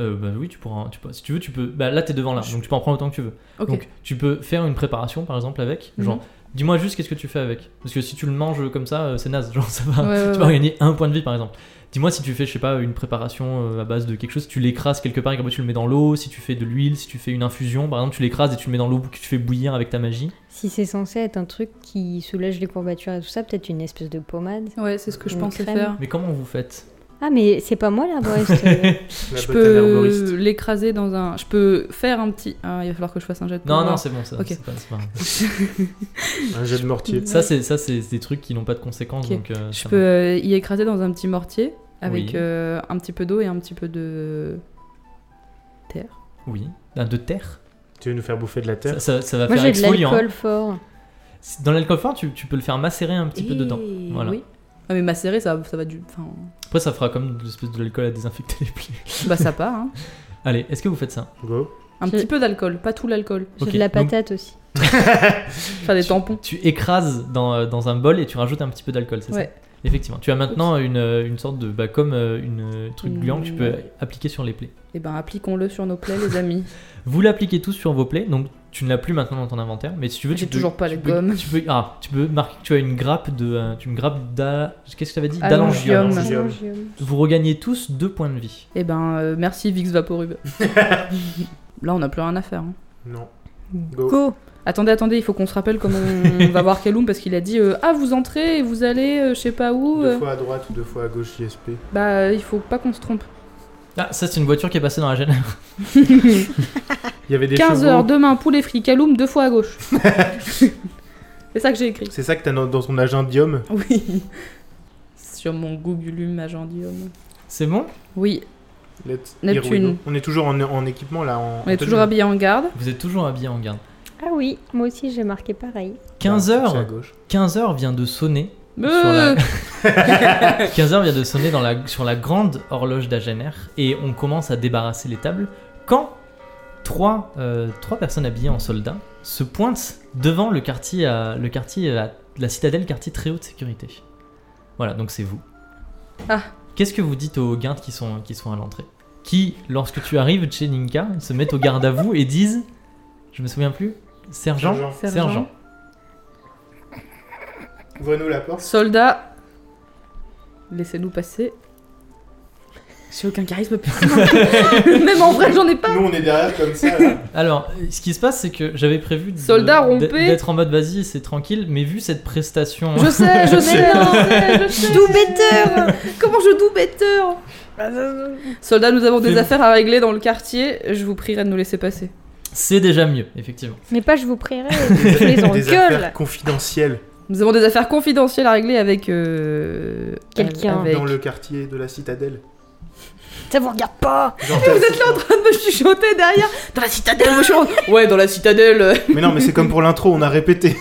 Speaker 1: Euh, bah oui, tu pourras, tu peux, si tu veux, tu peux. Bah là, t'es devant là, donc tu peux en prendre autant que tu veux.
Speaker 4: Ok.
Speaker 1: Donc tu peux faire une préparation par exemple avec. Genre,
Speaker 4: Mhm.
Speaker 1: dis-moi juste qu'est-ce que tu fais avec. Parce que si tu le manges comme ça, euh, c'est naze. Genre, ça va.
Speaker 4: Ouais,
Speaker 1: [laughs]
Speaker 4: ouais,
Speaker 1: tu
Speaker 4: ouais.
Speaker 1: vas gagner un point de vie par exemple. Dis-moi si tu fais, je sais pas, une préparation euh, à base de quelque chose, tu l'écrases quelque part et après tu le mets dans l'eau, si tu fais de l'huile, si tu fais une infusion, par exemple tu l'écrases et tu le mets dans l'eau que tu fais bouillir avec ta magie.
Speaker 3: Si c'est censé être un truc qui soulage les courbatures et tout ça, peut-être une espèce de pommade.
Speaker 4: Ouais, c'est ce que je
Speaker 3: Une
Speaker 4: pensais
Speaker 3: crème.
Speaker 4: faire.
Speaker 1: Mais comment vous faites
Speaker 3: Ah, mais c'est pas
Speaker 2: [laughs]
Speaker 3: moi l'arboriste. euh.
Speaker 2: La
Speaker 4: Je
Speaker 2: botte à l'herboriste.
Speaker 4: peux l'écraser dans un. Je peux faire un petit. Ah, il va falloir que je fasse un jet de
Speaker 1: Non,
Speaker 4: pouvoir.
Speaker 1: non, c'est bon ça.
Speaker 4: Ok.
Speaker 1: c'est pas-
Speaker 4: [laughs]
Speaker 1: c'est pas grave.
Speaker 2: Un jet
Speaker 1: [laughs]
Speaker 2: de mortier.
Speaker 1: Ça, c'est ça, c'est des trucs qui n'ont pas de conséquences.
Speaker 4: Ok.
Speaker 1: Donc, euh,
Speaker 4: Je
Speaker 1: ça
Speaker 4: peux
Speaker 1: va.
Speaker 4: euh, y écraser dans un petit mortier avec
Speaker 1: Oui.
Speaker 4: euh, un petit peu d'eau et un petit peu de. terre.
Speaker 1: Oui. Ah, de terre
Speaker 2: Tu veux nous faire bouffer de la terre
Speaker 1: ça, ça- ça va
Speaker 3: moi
Speaker 1: faire
Speaker 3: j'ai de
Speaker 2: hein.
Speaker 1: exfoliant.
Speaker 3: l'alcool fort.
Speaker 1: C'est- Dans l'alcool fort, tu, tu peux le faire macérer un petit peu dedans. Voilà.
Speaker 4: Oui. Ah, mais macérer, ça, ça va du. Enfin,
Speaker 1: Après, ça fera comme de l'espèce de l'alcool à désinfecter les plaies.
Speaker 4: bah, ça part. Hein.
Speaker 1: [laughs] Allez, est-ce que vous faites ça
Speaker 2: Go.
Speaker 4: Un
Speaker 3: Je-
Speaker 4: petit peu d'alcool, pas tout l'alcool.
Speaker 3: J'ai
Speaker 1: Ok,
Speaker 3: de la
Speaker 1: donc-
Speaker 3: patate aussi.
Speaker 4: Faire des tampons.
Speaker 1: Tu écrases dans, euh, dans un bol et tu rajoutes un petit peu d'alcool, c'est
Speaker 4: Ouais.
Speaker 1: ça Effectivement. Tu as maintenant une, euh, une sorte de. Bah, comme euh, une euh, truc
Speaker 4: Une-
Speaker 1: gluant que tu peux appliquer sur les plaies.
Speaker 4: Et ben, appliquons-le sur nos plaies,
Speaker 1: [laughs]
Speaker 4: les amis.
Speaker 1: Vous l'appliquez tous sur vos plaies, donc tu ne l'as plus maintenant dans ton inventaire, mais si tu veux, tu
Speaker 4: J'ai
Speaker 1: peux-
Speaker 4: toujours pas
Speaker 1: tu
Speaker 4: les
Speaker 1: peux-
Speaker 4: gommes.
Speaker 1: Tu peux, ah, tu peux marquer que tu as une grappe de. euh, tu une grappe d'a. Qu'est-ce que tu avais dit
Speaker 4: Allangium.
Speaker 1: D'allangium.
Speaker 2: Allangium.
Speaker 3: Allangium.
Speaker 1: Vous regagnez tous deux points de vie.
Speaker 4: Et ben, euh, merci
Speaker 1: [laughs]
Speaker 4: Vix Vaporub. Là, on n'a plus rien à faire. hein.
Speaker 2: Non. Go.
Speaker 3: Go
Speaker 4: Attendez, attendez, il faut qu'on se rappelle comment on
Speaker 2: [laughs]
Speaker 4: va voir Kaloum parce qu'il a dit euh, Ah, vous entrez et vous allez, euh, je sais pas où. euh.
Speaker 2: Deux fois à droite ou deux fois à gauche, ISP.
Speaker 4: Bah, euh, il faut pas qu'on se trompe.
Speaker 1: Ah, ça, c'est une voiture qui est passée dans la gêne. [laughs]
Speaker 2: Il y avait des
Speaker 4: 15
Speaker 2: chevaux.
Speaker 4: heures demain, poulet frit, Kaloum, deux fois
Speaker 2: [laughs]
Speaker 4: à gauche. C'est ça que j'ai écrit.
Speaker 2: C'est ça que t'as dans dans ton agendium
Speaker 4: Oui. Sur mon Googulum Agendium.
Speaker 1: C'est bon
Speaker 4: Oui,
Speaker 2: Let's- Here
Speaker 4: Neptune.
Speaker 2: we go. On est toujours en, en équipement là. En,
Speaker 4: on est toujours habillé en garde.
Speaker 1: Vous êtes toujours habillé en garde.
Speaker 3: Ah oui, moi aussi j'ai marqué pareil.
Speaker 1: 15
Speaker 2: heures à
Speaker 1: heures,
Speaker 2: gauche.
Speaker 1: 15 heures vient de sonner. Sur la-
Speaker 4: Euh,
Speaker 1: 15 heures vient de sonner dans la, sur la grande horloge d'Agener et on commence à débarrasser les tables quand trois, euh, trois personnes habillées en soldats se pointent devant le quartier, à, le quartier à- la citadelle quartier très haute sécurité. Voilà, donc c'est vous.
Speaker 4: Ah.
Speaker 1: Qu'est-ce que vous dites aux gardes qui sont, qui sont à l'entrée Qui, lorsque tu arrives, chez Ninka, se mettent au garde à vous et disent Je me souviens plus Sergent
Speaker 2: Sergent.
Speaker 1: Sergent.
Speaker 2: Ouvre-nous la porte.
Speaker 4: Soldats, laissez-nous passer. J'ai aucun
Speaker 2: [laughs]
Speaker 4: charisme, putain. Même en vrai, j'en ai pas.
Speaker 2: Nous, on est derrière comme ça.
Speaker 4: [laughs]
Speaker 2: là.
Speaker 1: Alors, euh, ce qui se passe, c'est que j'avais prévu de-
Speaker 4: Soldats rompés.
Speaker 1: d'être- d'être en mode vas-y, c'est tranquille, mais vu cette prestation,
Speaker 4: Je sais,
Speaker 1: [laughs]
Speaker 4: je
Speaker 2: Je
Speaker 4: sais,
Speaker 2: sais.
Speaker 4: je sais, je sais.
Speaker 3: Do better
Speaker 4: Comment je doux better
Speaker 3: Ah,
Speaker 4: Soldats, nous avons des
Speaker 1: C'est-
Speaker 4: affaires à régler dans le quartier. Je vous prierai de nous laisser passer.
Speaker 1: c'est déjà mieux, effectivement.
Speaker 3: Mais pas je vous prierai, je les
Speaker 2: Des affaires
Speaker 3: engueule
Speaker 2: confidentielles.
Speaker 4: Nous avons des affaires confidentielles à régler avec euh,
Speaker 3: Quelqu'un.
Speaker 4: avec-
Speaker 2: Dans le quartier de la
Speaker 4: [laughs]
Speaker 2: citadelle.
Speaker 3: [laughs] Ça vous regarde [laughs] pas
Speaker 2: Genre,
Speaker 4: Vous êtes là en train de me chuchoter derrière Dans la citadelle me chuchote. Ouais, dans la citadelle euh.
Speaker 2: Mais non, mais c'est comme pour l'intro, on a répété.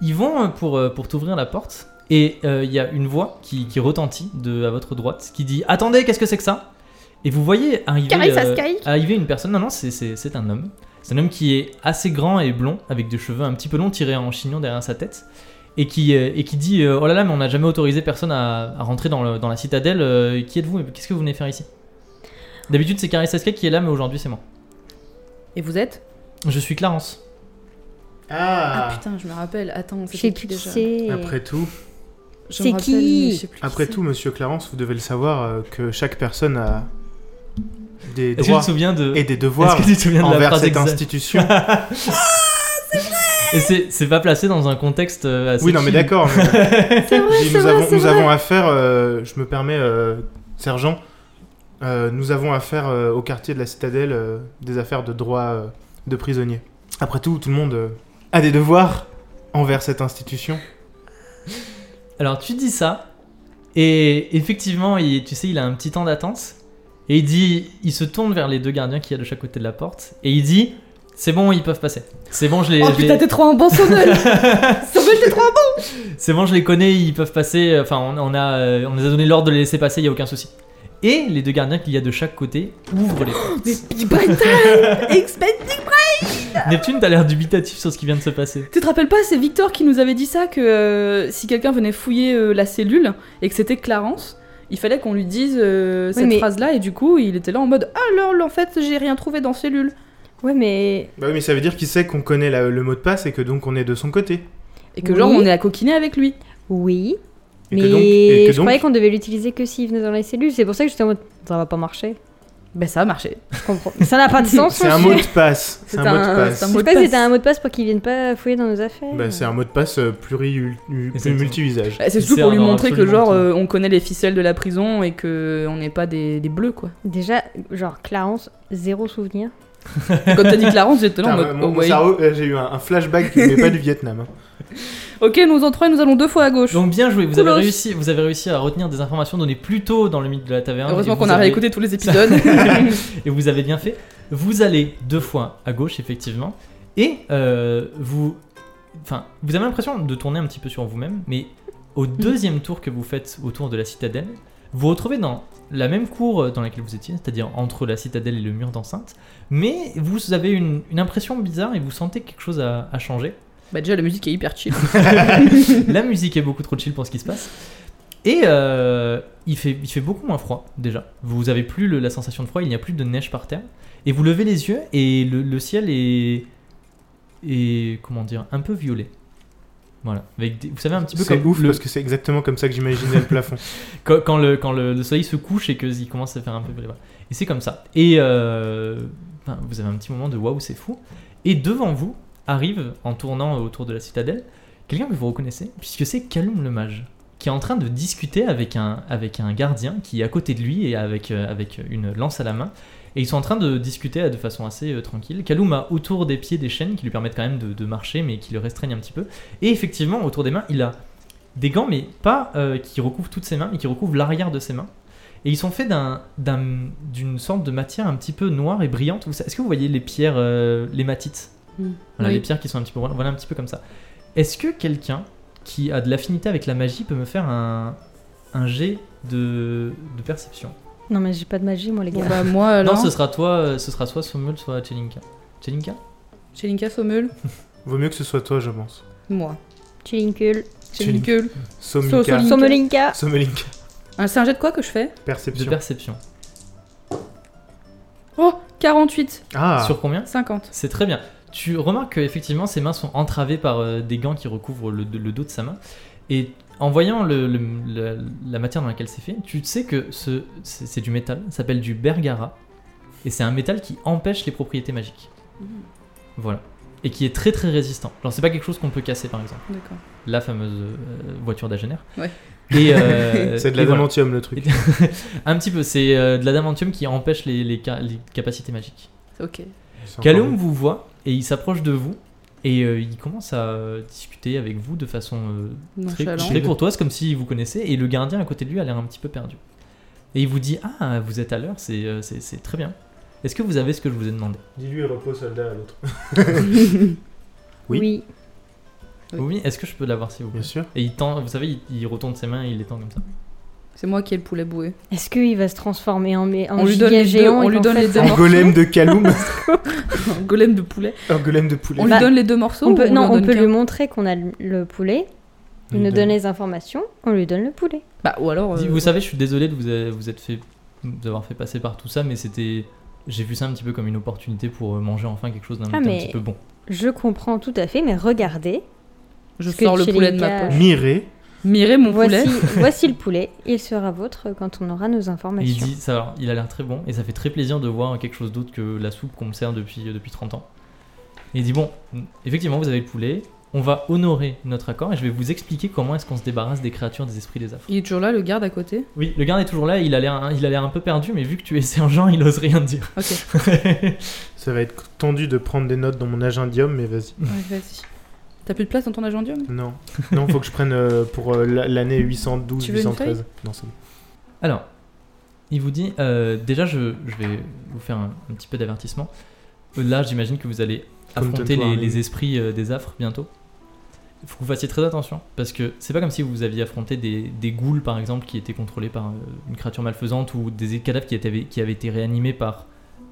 Speaker 1: Ils vont euh, pour, euh, pour t'ouvrir la porte et euh, il y a une voix qui, qui retentit de, à votre droite qui dit Attendez, qu'est-ce que c'est que ça Et vous voyez arriver,
Speaker 3: Karai
Speaker 1: euh,
Speaker 3: Saskai
Speaker 1: arriver une personne. Non, non, c'est- c'est c'est un homme. C'est un homme qui est assez grand et blond, avec des cheveux un petit peu longs tirés en chignon derrière sa tête. Et qui, euh, et qui dit euh, Oh là là, mais on n'a jamais autorisé personne à, à rentrer dans, le- dans la citadelle. euh, qui êtes-vous et Qu'est-ce que vous venez faire ici D'habitude, c'est Karai Saskia qui est là, mais aujourd'hui, c'est moi.
Speaker 4: Et vous êtes
Speaker 1: Je suis Clarence.
Speaker 4: [laughs]
Speaker 2: Ah,
Speaker 4: ah. putain, je me rappelle. Attends,
Speaker 3: Je sais
Speaker 4: c'était
Speaker 3: plus
Speaker 4: qui
Speaker 3: qui
Speaker 4: déjà
Speaker 3: c'est.
Speaker 2: Après tout,
Speaker 4: Je me
Speaker 3: C'est
Speaker 4: rappelle,
Speaker 3: qui
Speaker 4: mais je sais plus qui
Speaker 2: après
Speaker 4: c'est.
Speaker 2: tout, monsieur Clarence, vous devez le savoir euh, que chaque personne a des
Speaker 1: Est-ce que tu
Speaker 2: droits
Speaker 1: te souviens de.
Speaker 2: et des devoirs
Speaker 1: Est-ce que tu te souviens de la
Speaker 2: envers
Speaker 1: phrase
Speaker 2: cette
Speaker 1: exacte [laughs] Ah,
Speaker 2: institution.
Speaker 1: Et c'est c'est pas placé dans un contexte euh, assez
Speaker 2: oui, non, mais
Speaker 1: chill.
Speaker 2: d'accord. mais-
Speaker 3: C'est vrai,
Speaker 2: Puis
Speaker 3: c'est
Speaker 2: nous
Speaker 3: vrai,
Speaker 2: avons,
Speaker 3: c'est
Speaker 2: nous
Speaker 3: vrai.
Speaker 2: avons affaire, euh, je me permets, euh, sergent, euh, nous avons affaire euh, au quartier de la citadelle euh, des affaires de droits euh, de prisonniers. Après tout, tout le monde euh, a des devoirs envers cette institution.
Speaker 1: Alors tu dis ça, et effectivement, il- tu sais, il a un petit temps d'attente, et il dit, il se tourne vers les deux gardiens qu'il y a de chaque côté de la porte, et il dit, c'est bon, ils peuvent passer. C'est bon, je les,
Speaker 4: Oh
Speaker 1: je les-
Speaker 4: putain, t'es trop un bon sonneul Sonneul, t'es trop un bon
Speaker 1: c'est bon, je les connais, ils peuvent passer. Enfin, on, on a, euh, on les a donné l'ordre de les laisser passer, il y a aucun souci. Et les deux gardiens qu'il y a de chaque côté ouvrent les
Speaker 4: [gasps]
Speaker 1: portes.
Speaker 4: Mais Big Bang Time Expect-
Speaker 1: Neptune, t'as l'air dubitatif sur ce qui vient de se passer.
Speaker 4: Tu te rappelles pas, c'est Victor qui nous avait dit ça, que euh, si quelqu'un venait fouiller euh, la cellule et que c'était Clarence, il fallait qu'on lui dise euh, cette
Speaker 3: mais-
Speaker 4: phrase-là, et du coup, il était là en mode « Alors, en fait, j'ai rien trouvé dans cellule
Speaker 3: Ouais, mais.
Speaker 2: Bah oui, mais ça veut dire qu'il sait qu'on connaît la- le mot de passe et que donc on est de son côté. ».
Speaker 4: Et que
Speaker 3: Oui.
Speaker 4: genre, on est à coquiner avec lui.
Speaker 3: Oui.
Speaker 2: Et
Speaker 3: mais
Speaker 2: que donc, et que
Speaker 3: je
Speaker 2: donc-
Speaker 3: croyais qu'on devait l'utiliser que s'il venait dans les cellules. C'est pour ça que j'étais en mode. Ça va pas marcher.
Speaker 4: Ben ça a marché.
Speaker 3: Je comprends. ça n'a pas de sens.
Speaker 2: C'est
Speaker 3: mon
Speaker 2: un
Speaker 3: sujet.
Speaker 2: mot de passe. C'est
Speaker 4: C'est
Speaker 2: un, mot de
Speaker 4: un-
Speaker 2: passe.
Speaker 4: c'est un
Speaker 3: Je
Speaker 4: mot
Speaker 3: sais
Speaker 4: de
Speaker 3: pas si
Speaker 4: passe.
Speaker 3: c'était un mot de passe pour qu'ils viennent pas fouiller dans nos affaires.
Speaker 2: Bah, c'est un mot de passe euh, pluri, ul- ul-
Speaker 1: Exactement.
Speaker 2: multi-usage.
Speaker 4: Eh, C'est
Speaker 1: Il
Speaker 4: surtout
Speaker 1: sert
Speaker 4: pour lui
Speaker 1: dans
Speaker 4: montrer que
Speaker 1: absolument
Speaker 4: genre,
Speaker 1: tout.
Speaker 4: euh, on connaît les ficelles de la prison et que euh, on n'est pas des, des bleus, quoi.
Speaker 3: Déjà, genre, Clarence, zéro souvenir.
Speaker 4: Et Quand t'as dit Clarence, j'étais là en
Speaker 2: Putain,
Speaker 4: mode
Speaker 2: mon-
Speaker 4: « Oh
Speaker 2: mon
Speaker 4: ouais.
Speaker 2: cerveau, euh, j'ai eu un, un flashback qui n'est pas du Vietnam. hein.
Speaker 4: Ok, nous entrons et nous allons deux fois à gauche.
Speaker 1: Donc bien joué, vous avez
Speaker 4: Cool.
Speaker 1: réussi, vous avez réussi à retenir des informations données plus tôt dans le mythe de la taverne.
Speaker 4: Heureusement
Speaker 1: et vous
Speaker 4: qu'on a
Speaker 1: avez-
Speaker 4: réécouté tous
Speaker 1: [laughs]
Speaker 4: les épisodes.
Speaker 1: et vous avez bien fait. Vous allez deux fois à gauche, effectivement, et euh, vous, enfin, vous avez l'impression de tourner un petit peu sur vous-même, mais au deuxième tour que vous faites autour de la citadelle, vous vous retrouvez dans la même cour euh, dans laquelle vous étiez, c'est-à-dire entre la citadelle et le mur d'enceinte, mais vous avez une, une impression bizarre et vous sentez quelque chose à- à changer.
Speaker 4: bah déjà, la musique est
Speaker 1: [laughs]
Speaker 4: hyper chill.
Speaker 1: La musique est beaucoup trop chill pour ce qui se passe. Et euh, il, fait, il fait beaucoup moins froid déjà. Vous avez plus le- la sensation de froid, il n'y a plus de neige par terre. Et vous levez les yeux et le, le ciel est, est comment dire un peu violet. Voilà, avec des- vous savez un petit peu
Speaker 2: C'est
Speaker 1: comme
Speaker 2: ouf
Speaker 1: le-
Speaker 2: parce que c'est exactement comme ça que j'imaginais le plafond.
Speaker 1: quand, quand le, quand le, le soleil se couche et qu'il commence à faire un peu. voilà. Et c'est comme ça. Et euh, ben, vous avez un petit moment de waouh, c'est fou. Et devant vous arrive, en tournant autour de la citadelle, quelqu'un que vous reconnaissez, puisque c'est Calum le mage, qui est en train de discuter avec un, avec un gardien qui est à côté de lui et avec, euh, avec une lance à la main. Et ils sont en train de discuter de façon assez euh, tranquille. Calum a autour des pieds des chaînes qui lui permettent quand même de, de marcher, mais qui le restreignent un petit peu. Et effectivement, autour des mains, il a des gants, mais pas euh, qui recouvrent toutes ses mains, mais qui recouvrent l'arrière de ses mains. Et ils sont faits d'un- d'un- d'une sorte de matière un petit peu noire et brillante. Vous sa- Est-ce que vous voyez les pierres, euh, les matites Voilà,
Speaker 4: Oui.
Speaker 1: les pierres qui sont un petit peu, voilà un petit peu comme ça. Est-ce que quelqu'un qui a de l'affinité avec la magie peut me faire un, un jet de, de perception
Speaker 3: Non, mais j'ai pas de magie, moi, les
Speaker 4: Bon
Speaker 3: gars.
Speaker 4: bah moi alors...
Speaker 1: Non, ce sera toi, euh, ce sera soit Sommel, soit Chelinka. Chelinka
Speaker 4: J'ai Linka Sommel.
Speaker 2: Vaut mieux que ce soit toi, je pense.
Speaker 4: Moi.
Speaker 3: Chilinkul.
Speaker 4: J'ai
Speaker 2: J'ai
Speaker 4: une gueule.
Speaker 2: Somika.
Speaker 4: Solinka.
Speaker 3: Somolinka.
Speaker 2: Sommelinka.
Speaker 4: Un- C'est un jet de quoi que je fais
Speaker 1: De
Speaker 2: Perception.
Speaker 1: perception.
Speaker 4: Oh 48,
Speaker 2: ah,
Speaker 1: Sur combien
Speaker 4: 50.
Speaker 1: C'est très bien. Tu remarques qu'effectivement, ses mains sont entravées par euh, des gants qui recouvrent le, le dos de sa main. Et en voyant le- le- la, la matière dans laquelle c'est fait, tu sais que ce- c'est c'est du métal, ça s'appelle du bergara. Et c'est un métal qui empêche les propriétés magiques.
Speaker 4: Mmh.
Speaker 1: Voilà. Et qui est très très résistant. Genre, c'est pas quelque chose qu'on peut casser par exemple.
Speaker 4: D'accord.
Speaker 1: La fameuse euh, voiture d'Agener.
Speaker 4: Ouais. [laughs]
Speaker 1: Et, euh,
Speaker 2: c'est de la
Speaker 1: et voilà.
Speaker 2: damantium le truc.
Speaker 1: Un petit peu, c'est euh, de l'adamantium qui empêche les- les ca- les capacités magiques.
Speaker 4: Ok.
Speaker 2: C'est encore
Speaker 1: Calum
Speaker 2: mieux.
Speaker 1: vous voit et il s'approche de vous Et euh, il commence à euh, discuter avec vous de façon euh, très,
Speaker 4: Nonchalant.
Speaker 1: très courtoise, comme si vous connaissez. Et le gardien à côté de lui a l'air un petit peu perdu. Et il vous dit Ah, vous êtes à l'heure, c'est, euh, c'est, c'est très bien. Est-ce que vous avez ce que je vous ai demandé
Speaker 2: Dis-lui repos soldat à l'autre. Oui.
Speaker 3: Oui.
Speaker 4: Oui.
Speaker 1: Oui, est-ce que je peux l'avoir s'il vous plaît
Speaker 2: Bien sûr.
Speaker 1: Et il tend, vous savez, il, il retourne ses mains et il les tend comme ça.
Speaker 4: C'est moi qui ai le poulet boué. [laughs]
Speaker 3: Est-ce qu'il va se transformer en, mé- en
Speaker 4: On lui donne
Speaker 3: giga
Speaker 4: les deux-
Speaker 3: géant
Speaker 4: on
Speaker 3: et
Speaker 4: lui
Speaker 3: qu'en
Speaker 4: donne
Speaker 3: fait,
Speaker 4: les deux
Speaker 2: Un
Speaker 4: morceaux.
Speaker 2: golem de [laughs] Kaloum.
Speaker 4: Un golem de poulet.
Speaker 2: un golem de poulet.
Speaker 4: On
Speaker 3: Bah,
Speaker 4: lui donne les deux morceaux
Speaker 3: on
Speaker 4: ou
Speaker 3: peut,
Speaker 4: lui
Speaker 3: Non,
Speaker 4: en
Speaker 3: on
Speaker 4: donne
Speaker 3: peut
Speaker 4: qu'un
Speaker 3: lui montrer qu'on a le- le poulet, il nous donne les informations, on lui donne le poulet.
Speaker 4: Bah, ou alors.
Speaker 1: Dis-
Speaker 4: euh,
Speaker 1: Vous savez, je suis désolé de vous, a- vous être fait, d'avoir fait passer par tout ça, mais c'était. J'ai vu ça un petit peu comme une opportunité pour euh, manger enfin quelque chose d'un
Speaker 3: Ah,
Speaker 1: goût un
Speaker 3: mais-
Speaker 1: petit peu bon.
Speaker 3: Je comprends tout à fait, mais regardez,
Speaker 4: je
Speaker 3: Parce que
Speaker 4: sors le
Speaker 3: chez
Speaker 4: poulet
Speaker 3: les
Speaker 4: de ma
Speaker 3: gars-
Speaker 4: poche.
Speaker 2: Miré.
Speaker 4: Mirez mon poulet.
Speaker 3: voici, voici le poulet, il sera vôtre quand on aura nos
Speaker 1: Et il
Speaker 3: informations.
Speaker 1: dit, ça, alors, il a l'air très bon et ça fait très plaisir de voir quelque chose d'autre que la soupe qu'on me sert depuis, euh, depuis 30 ans. Et il dit, bon, mm, effectivement, vous avez le poulet, on va honorer notre accord et je vais vous expliquer comment est-ce qu'on se débarrasse des créatures des esprits des affres.
Speaker 4: Il est toujours là, le garde à côté.
Speaker 1: Oui, le garde est toujours là, il a l'air hein, il a l'air un peu perdu, mais vu que tu es [laughs] sergent, il ose rien dire.
Speaker 4: Ok.
Speaker 1: [laughs]
Speaker 2: Ça va être tendu de prendre des notes dans mon agendium, mais vas-y.
Speaker 4: Ouais, vas-y. T'as plus de place dans ton agendium
Speaker 2: Non. Non, faut que je prenne euh, pour euh, la- l'année 812,
Speaker 4: Tu veux une
Speaker 2: 813. Non, c'est bon.
Speaker 1: Alors, il vous dit, euh, déjà je, je vais vous faire un, un petit peu d'avertissement. Euh, Là, j'imagine que vous allez
Speaker 2: Comme
Speaker 1: affronter
Speaker 2: Tonton
Speaker 1: les,
Speaker 2: Arlene.
Speaker 1: les esprits euh, des affres bientôt. Il faut que vous fassiez très attention, parce que c'est pas comme si vous aviez affronté des, des ghouls, par exemple, qui étaient contrôlés par euh, une créature malfaisante, ou des cadavres qui, étaient- qui avaient été réanimés par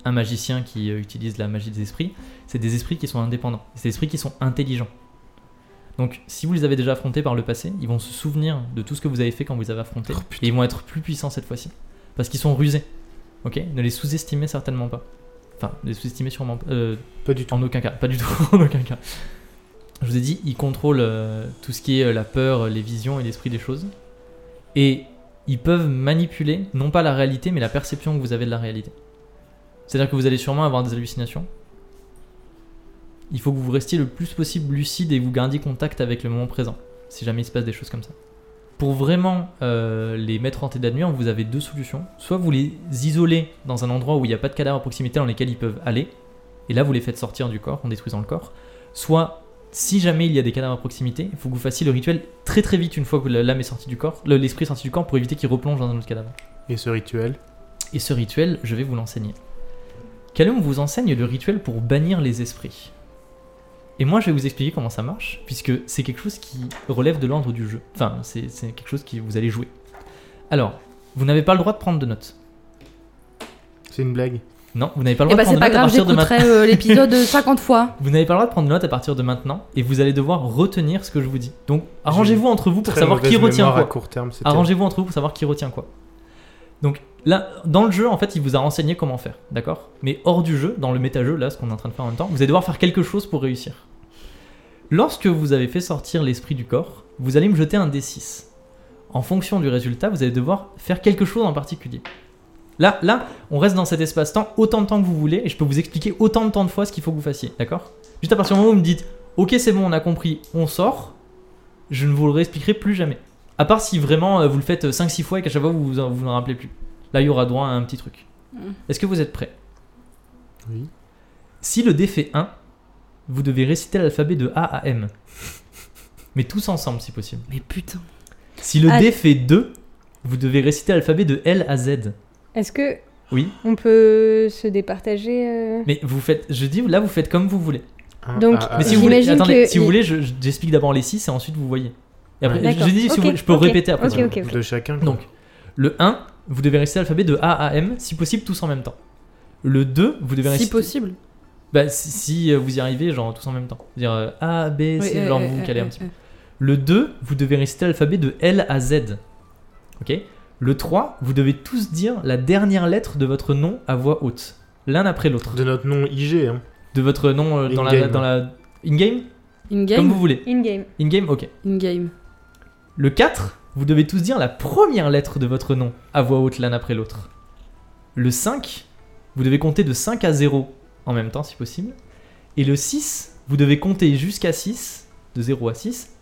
Speaker 1: un magicien qui euh, utilise la magie des esprits. C'est des esprits qui sont indépendants, c'est des esprits qui sont intelligents. Donc, si vous les avez déjà affrontés par le passé, ils vont se souvenir de tout ce que vous avez fait quand vous les avez affrontés.
Speaker 2: Oh,
Speaker 1: et
Speaker 2: putain.
Speaker 1: ils vont être plus puissants cette fois-ci. Parce qu'ils sont rusés. Ok Ne les sous-estimez certainement pas. Enfin, les sous-estimez sûrement pas. euh,
Speaker 2: Pas du tout.
Speaker 1: en aucun cas. Pas du tout. [laughs] en aucun cas. Je vous ai dit, ils contrôlent euh, tout ce qui est euh, la peur, les visions et l'esprit des choses. Et ils peuvent manipuler, non pas la réalité, mais la perception que vous avez de la réalité. C'est-à-dire que vous allez sûrement avoir des hallucinations. Il faut que vous restiez le plus possible lucide et vous gardiez contact avec le moment présent, si jamais il se passe des choses comme ça. Pour vraiment euh, les mettre en tête d'admire, vous avez deux solutions. Soit vous les isolez dans un endroit où il n'y a pas de cadavre à proximité dans lesquels ils peuvent aller, et là vous les faites sortir du corps en détruisant le corps. Soit, si jamais il y a des cadavres à proximité, il faut que vous fassiez le rituel très très vite une fois que l'âme est sortie du corps, le- l'esprit est sorti du corps pour éviter qu'il replonge dans un autre cadavre.
Speaker 2: Et ce rituel.
Speaker 1: Et ce rituel, je vais vous l'enseigner. Calum vous enseigne le rituel pour bannir les esprits. Et moi, je vais vous expliquer comment ça marche, puisque c'est quelque chose qui relève de l'ordre du jeu. Enfin, c'est c'est quelque chose que vous allez jouer. Alors, vous n'avez pas le droit de prendre de notes.
Speaker 2: C'est une blague.
Speaker 1: Non, vous n'avez pas le
Speaker 4: Eh
Speaker 1: droit
Speaker 4: bah,
Speaker 1: de prendre
Speaker 4: c'est
Speaker 1: de
Speaker 4: pas
Speaker 1: notes à
Speaker 4: grave,
Speaker 1: partir de maintenant.
Speaker 4: j'écouterai
Speaker 1: [laughs]
Speaker 4: euh, l'épisode 50 fois.
Speaker 1: Vous n'avez pas le droit de prendre de notes à partir de maintenant, et vous allez devoir retenir ce que je vous dis. Donc, arrangez-vous entre vous pour
Speaker 2: Très
Speaker 1: savoir qui
Speaker 2: mauvaise
Speaker 1: retient
Speaker 2: mémoire
Speaker 1: quoi.
Speaker 2: à court terme, c'était-
Speaker 1: Arrangez-vous entre vous pour savoir qui retient quoi. Donc là, dans le jeu, en fait, il vous a renseigné comment faire, d'accord Mais hors du jeu, dans le méta-jeu, là, ce qu'on est en train de faire en même temps, vous allez devoir faire quelque chose pour réussir. Lorsque vous avez fait sortir l'esprit du corps, vous allez me jeter un D6. En fonction du résultat, vous allez devoir faire quelque chose en particulier. Là, là, on reste dans cet espace-temps autant de temps que vous voulez, et je peux vous expliquer autant de temps de fois ce qu'il faut que vous fassiez, d'accord Juste à partir du moment où vous me dites, ok, c'est bon, on a compris, on sort, je ne vous le réexpliquerai plus jamais. À part si vraiment euh, vous le faites 5-6 fois et qu'à chaque fois vous vous en, vous en rappelez plus. Là, il y aura droit à un petit truc.
Speaker 4: Mm.
Speaker 1: Est-ce que vous êtes prêts
Speaker 2: Oui.
Speaker 1: Si le dé fait 1, vous devez réciter l'alphabet de A à M. Mais tous ensemble, si possible.
Speaker 4: Mais putain.
Speaker 1: Si le
Speaker 3: Ah.
Speaker 1: dé fait 2, vous devez réciter l'alphabet de L à Z.
Speaker 3: Est-ce que
Speaker 1: Oui.
Speaker 3: on peut se départager euh,
Speaker 1: Mais vous faites, je dis, là, vous faites comme vous voulez.
Speaker 2: Un,
Speaker 3: Donc,
Speaker 2: ah, ah,
Speaker 1: Mais si
Speaker 2: ah.
Speaker 1: vous voulez,
Speaker 3: J'imagine
Speaker 1: attendez,
Speaker 3: que
Speaker 1: si vous
Speaker 3: il-
Speaker 1: voulez, je- je- j'explique d'abord les 6 et ensuite vous voyez. Et après,
Speaker 3: D'accord.
Speaker 1: je dis, si vous
Speaker 3: Ok,
Speaker 1: voulez, je peux
Speaker 3: ok,
Speaker 1: répéter après.
Speaker 3: ok,
Speaker 1: si vous
Speaker 3: ok, ok.
Speaker 2: De chacun. quoi.
Speaker 1: Donc, le 1, vous devez réciter l'alphabet de A à M, si possible tous en même temps. Le 2, vous devez réciter.
Speaker 4: Si possible.
Speaker 1: Bah, si, si, euh, vous y arrivez, genre tous en même temps. C'est-à-dire euh, A, B, C,
Speaker 4: Oui,
Speaker 1: genre
Speaker 4: euh,
Speaker 1: vous vous
Speaker 4: euh,
Speaker 1: calez un
Speaker 4: euh,
Speaker 1: petit peu. Le 2, vous devez réciter l'alphabet de L à Z. Ok Le 3, vous devez tous dire la dernière lettre de votre nom à voix haute. L'un après l'autre. De...
Speaker 2: De notre nom IG. hein.
Speaker 1: votre nom euh, dans, la,
Speaker 2: In-game.
Speaker 1: dans la. In-game
Speaker 4: euh. In
Speaker 1: Comme
Speaker 4: game.
Speaker 1: vous voulez.
Speaker 3: In-game.
Speaker 1: In-game, ok.
Speaker 4: In game.
Speaker 1: Le 4, vous devez tous dire la première lettre de votre nom à voix haute l'un après l'autre. Le 5, vous devez compter de 5 à 0 en même temps si possible. Et le 6, vous devez compter jusqu'à 6, de 0 à 6,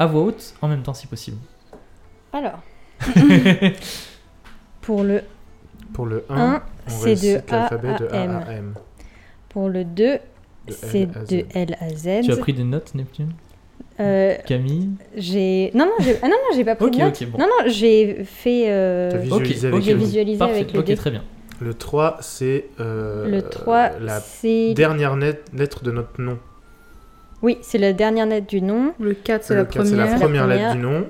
Speaker 1: à voix haute en même temps si possible. [laughs]
Speaker 3: Alors, pour le
Speaker 2: Pour le 1,
Speaker 3: 1,
Speaker 2: on
Speaker 3: c'est de
Speaker 2: récite
Speaker 3: A
Speaker 2: l'alphabet de
Speaker 3: à M.
Speaker 2: A à M.
Speaker 3: Pour le 2,
Speaker 2: L
Speaker 3: C'est
Speaker 2: à Z.
Speaker 3: de L à Z.
Speaker 1: Tu as pris des notes, Neptune
Speaker 3: Euh,
Speaker 1: Camille
Speaker 3: j'ai non non j'ai ah non non j'ai pas pris
Speaker 1: Ok,
Speaker 3: de notes.
Speaker 1: ok, bon.
Speaker 3: Non non j'ai fait euh,
Speaker 2: T'as
Speaker 1: ok,
Speaker 2: visualisé avec
Speaker 1: ok,
Speaker 3: j'ai
Speaker 2: le-
Speaker 3: visualisé
Speaker 1: Parfait,
Speaker 3: avec le
Speaker 1: ok,
Speaker 3: dé.
Speaker 1: très bien.
Speaker 2: Le 3, c'est. euh,
Speaker 3: Le 3
Speaker 2: La
Speaker 3: c'est
Speaker 2: dernière net- lettre de notre nom.
Speaker 3: oui, c'est la dernière lettre du nom.
Speaker 4: Le 4, c'est
Speaker 2: Le
Speaker 4: la
Speaker 2: quatre, c'est la
Speaker 4: première.
Speaker 2: première
Speaker 3: La
Speaker 2: lettre
Speaker 3: première.
Speaker 2: du nom.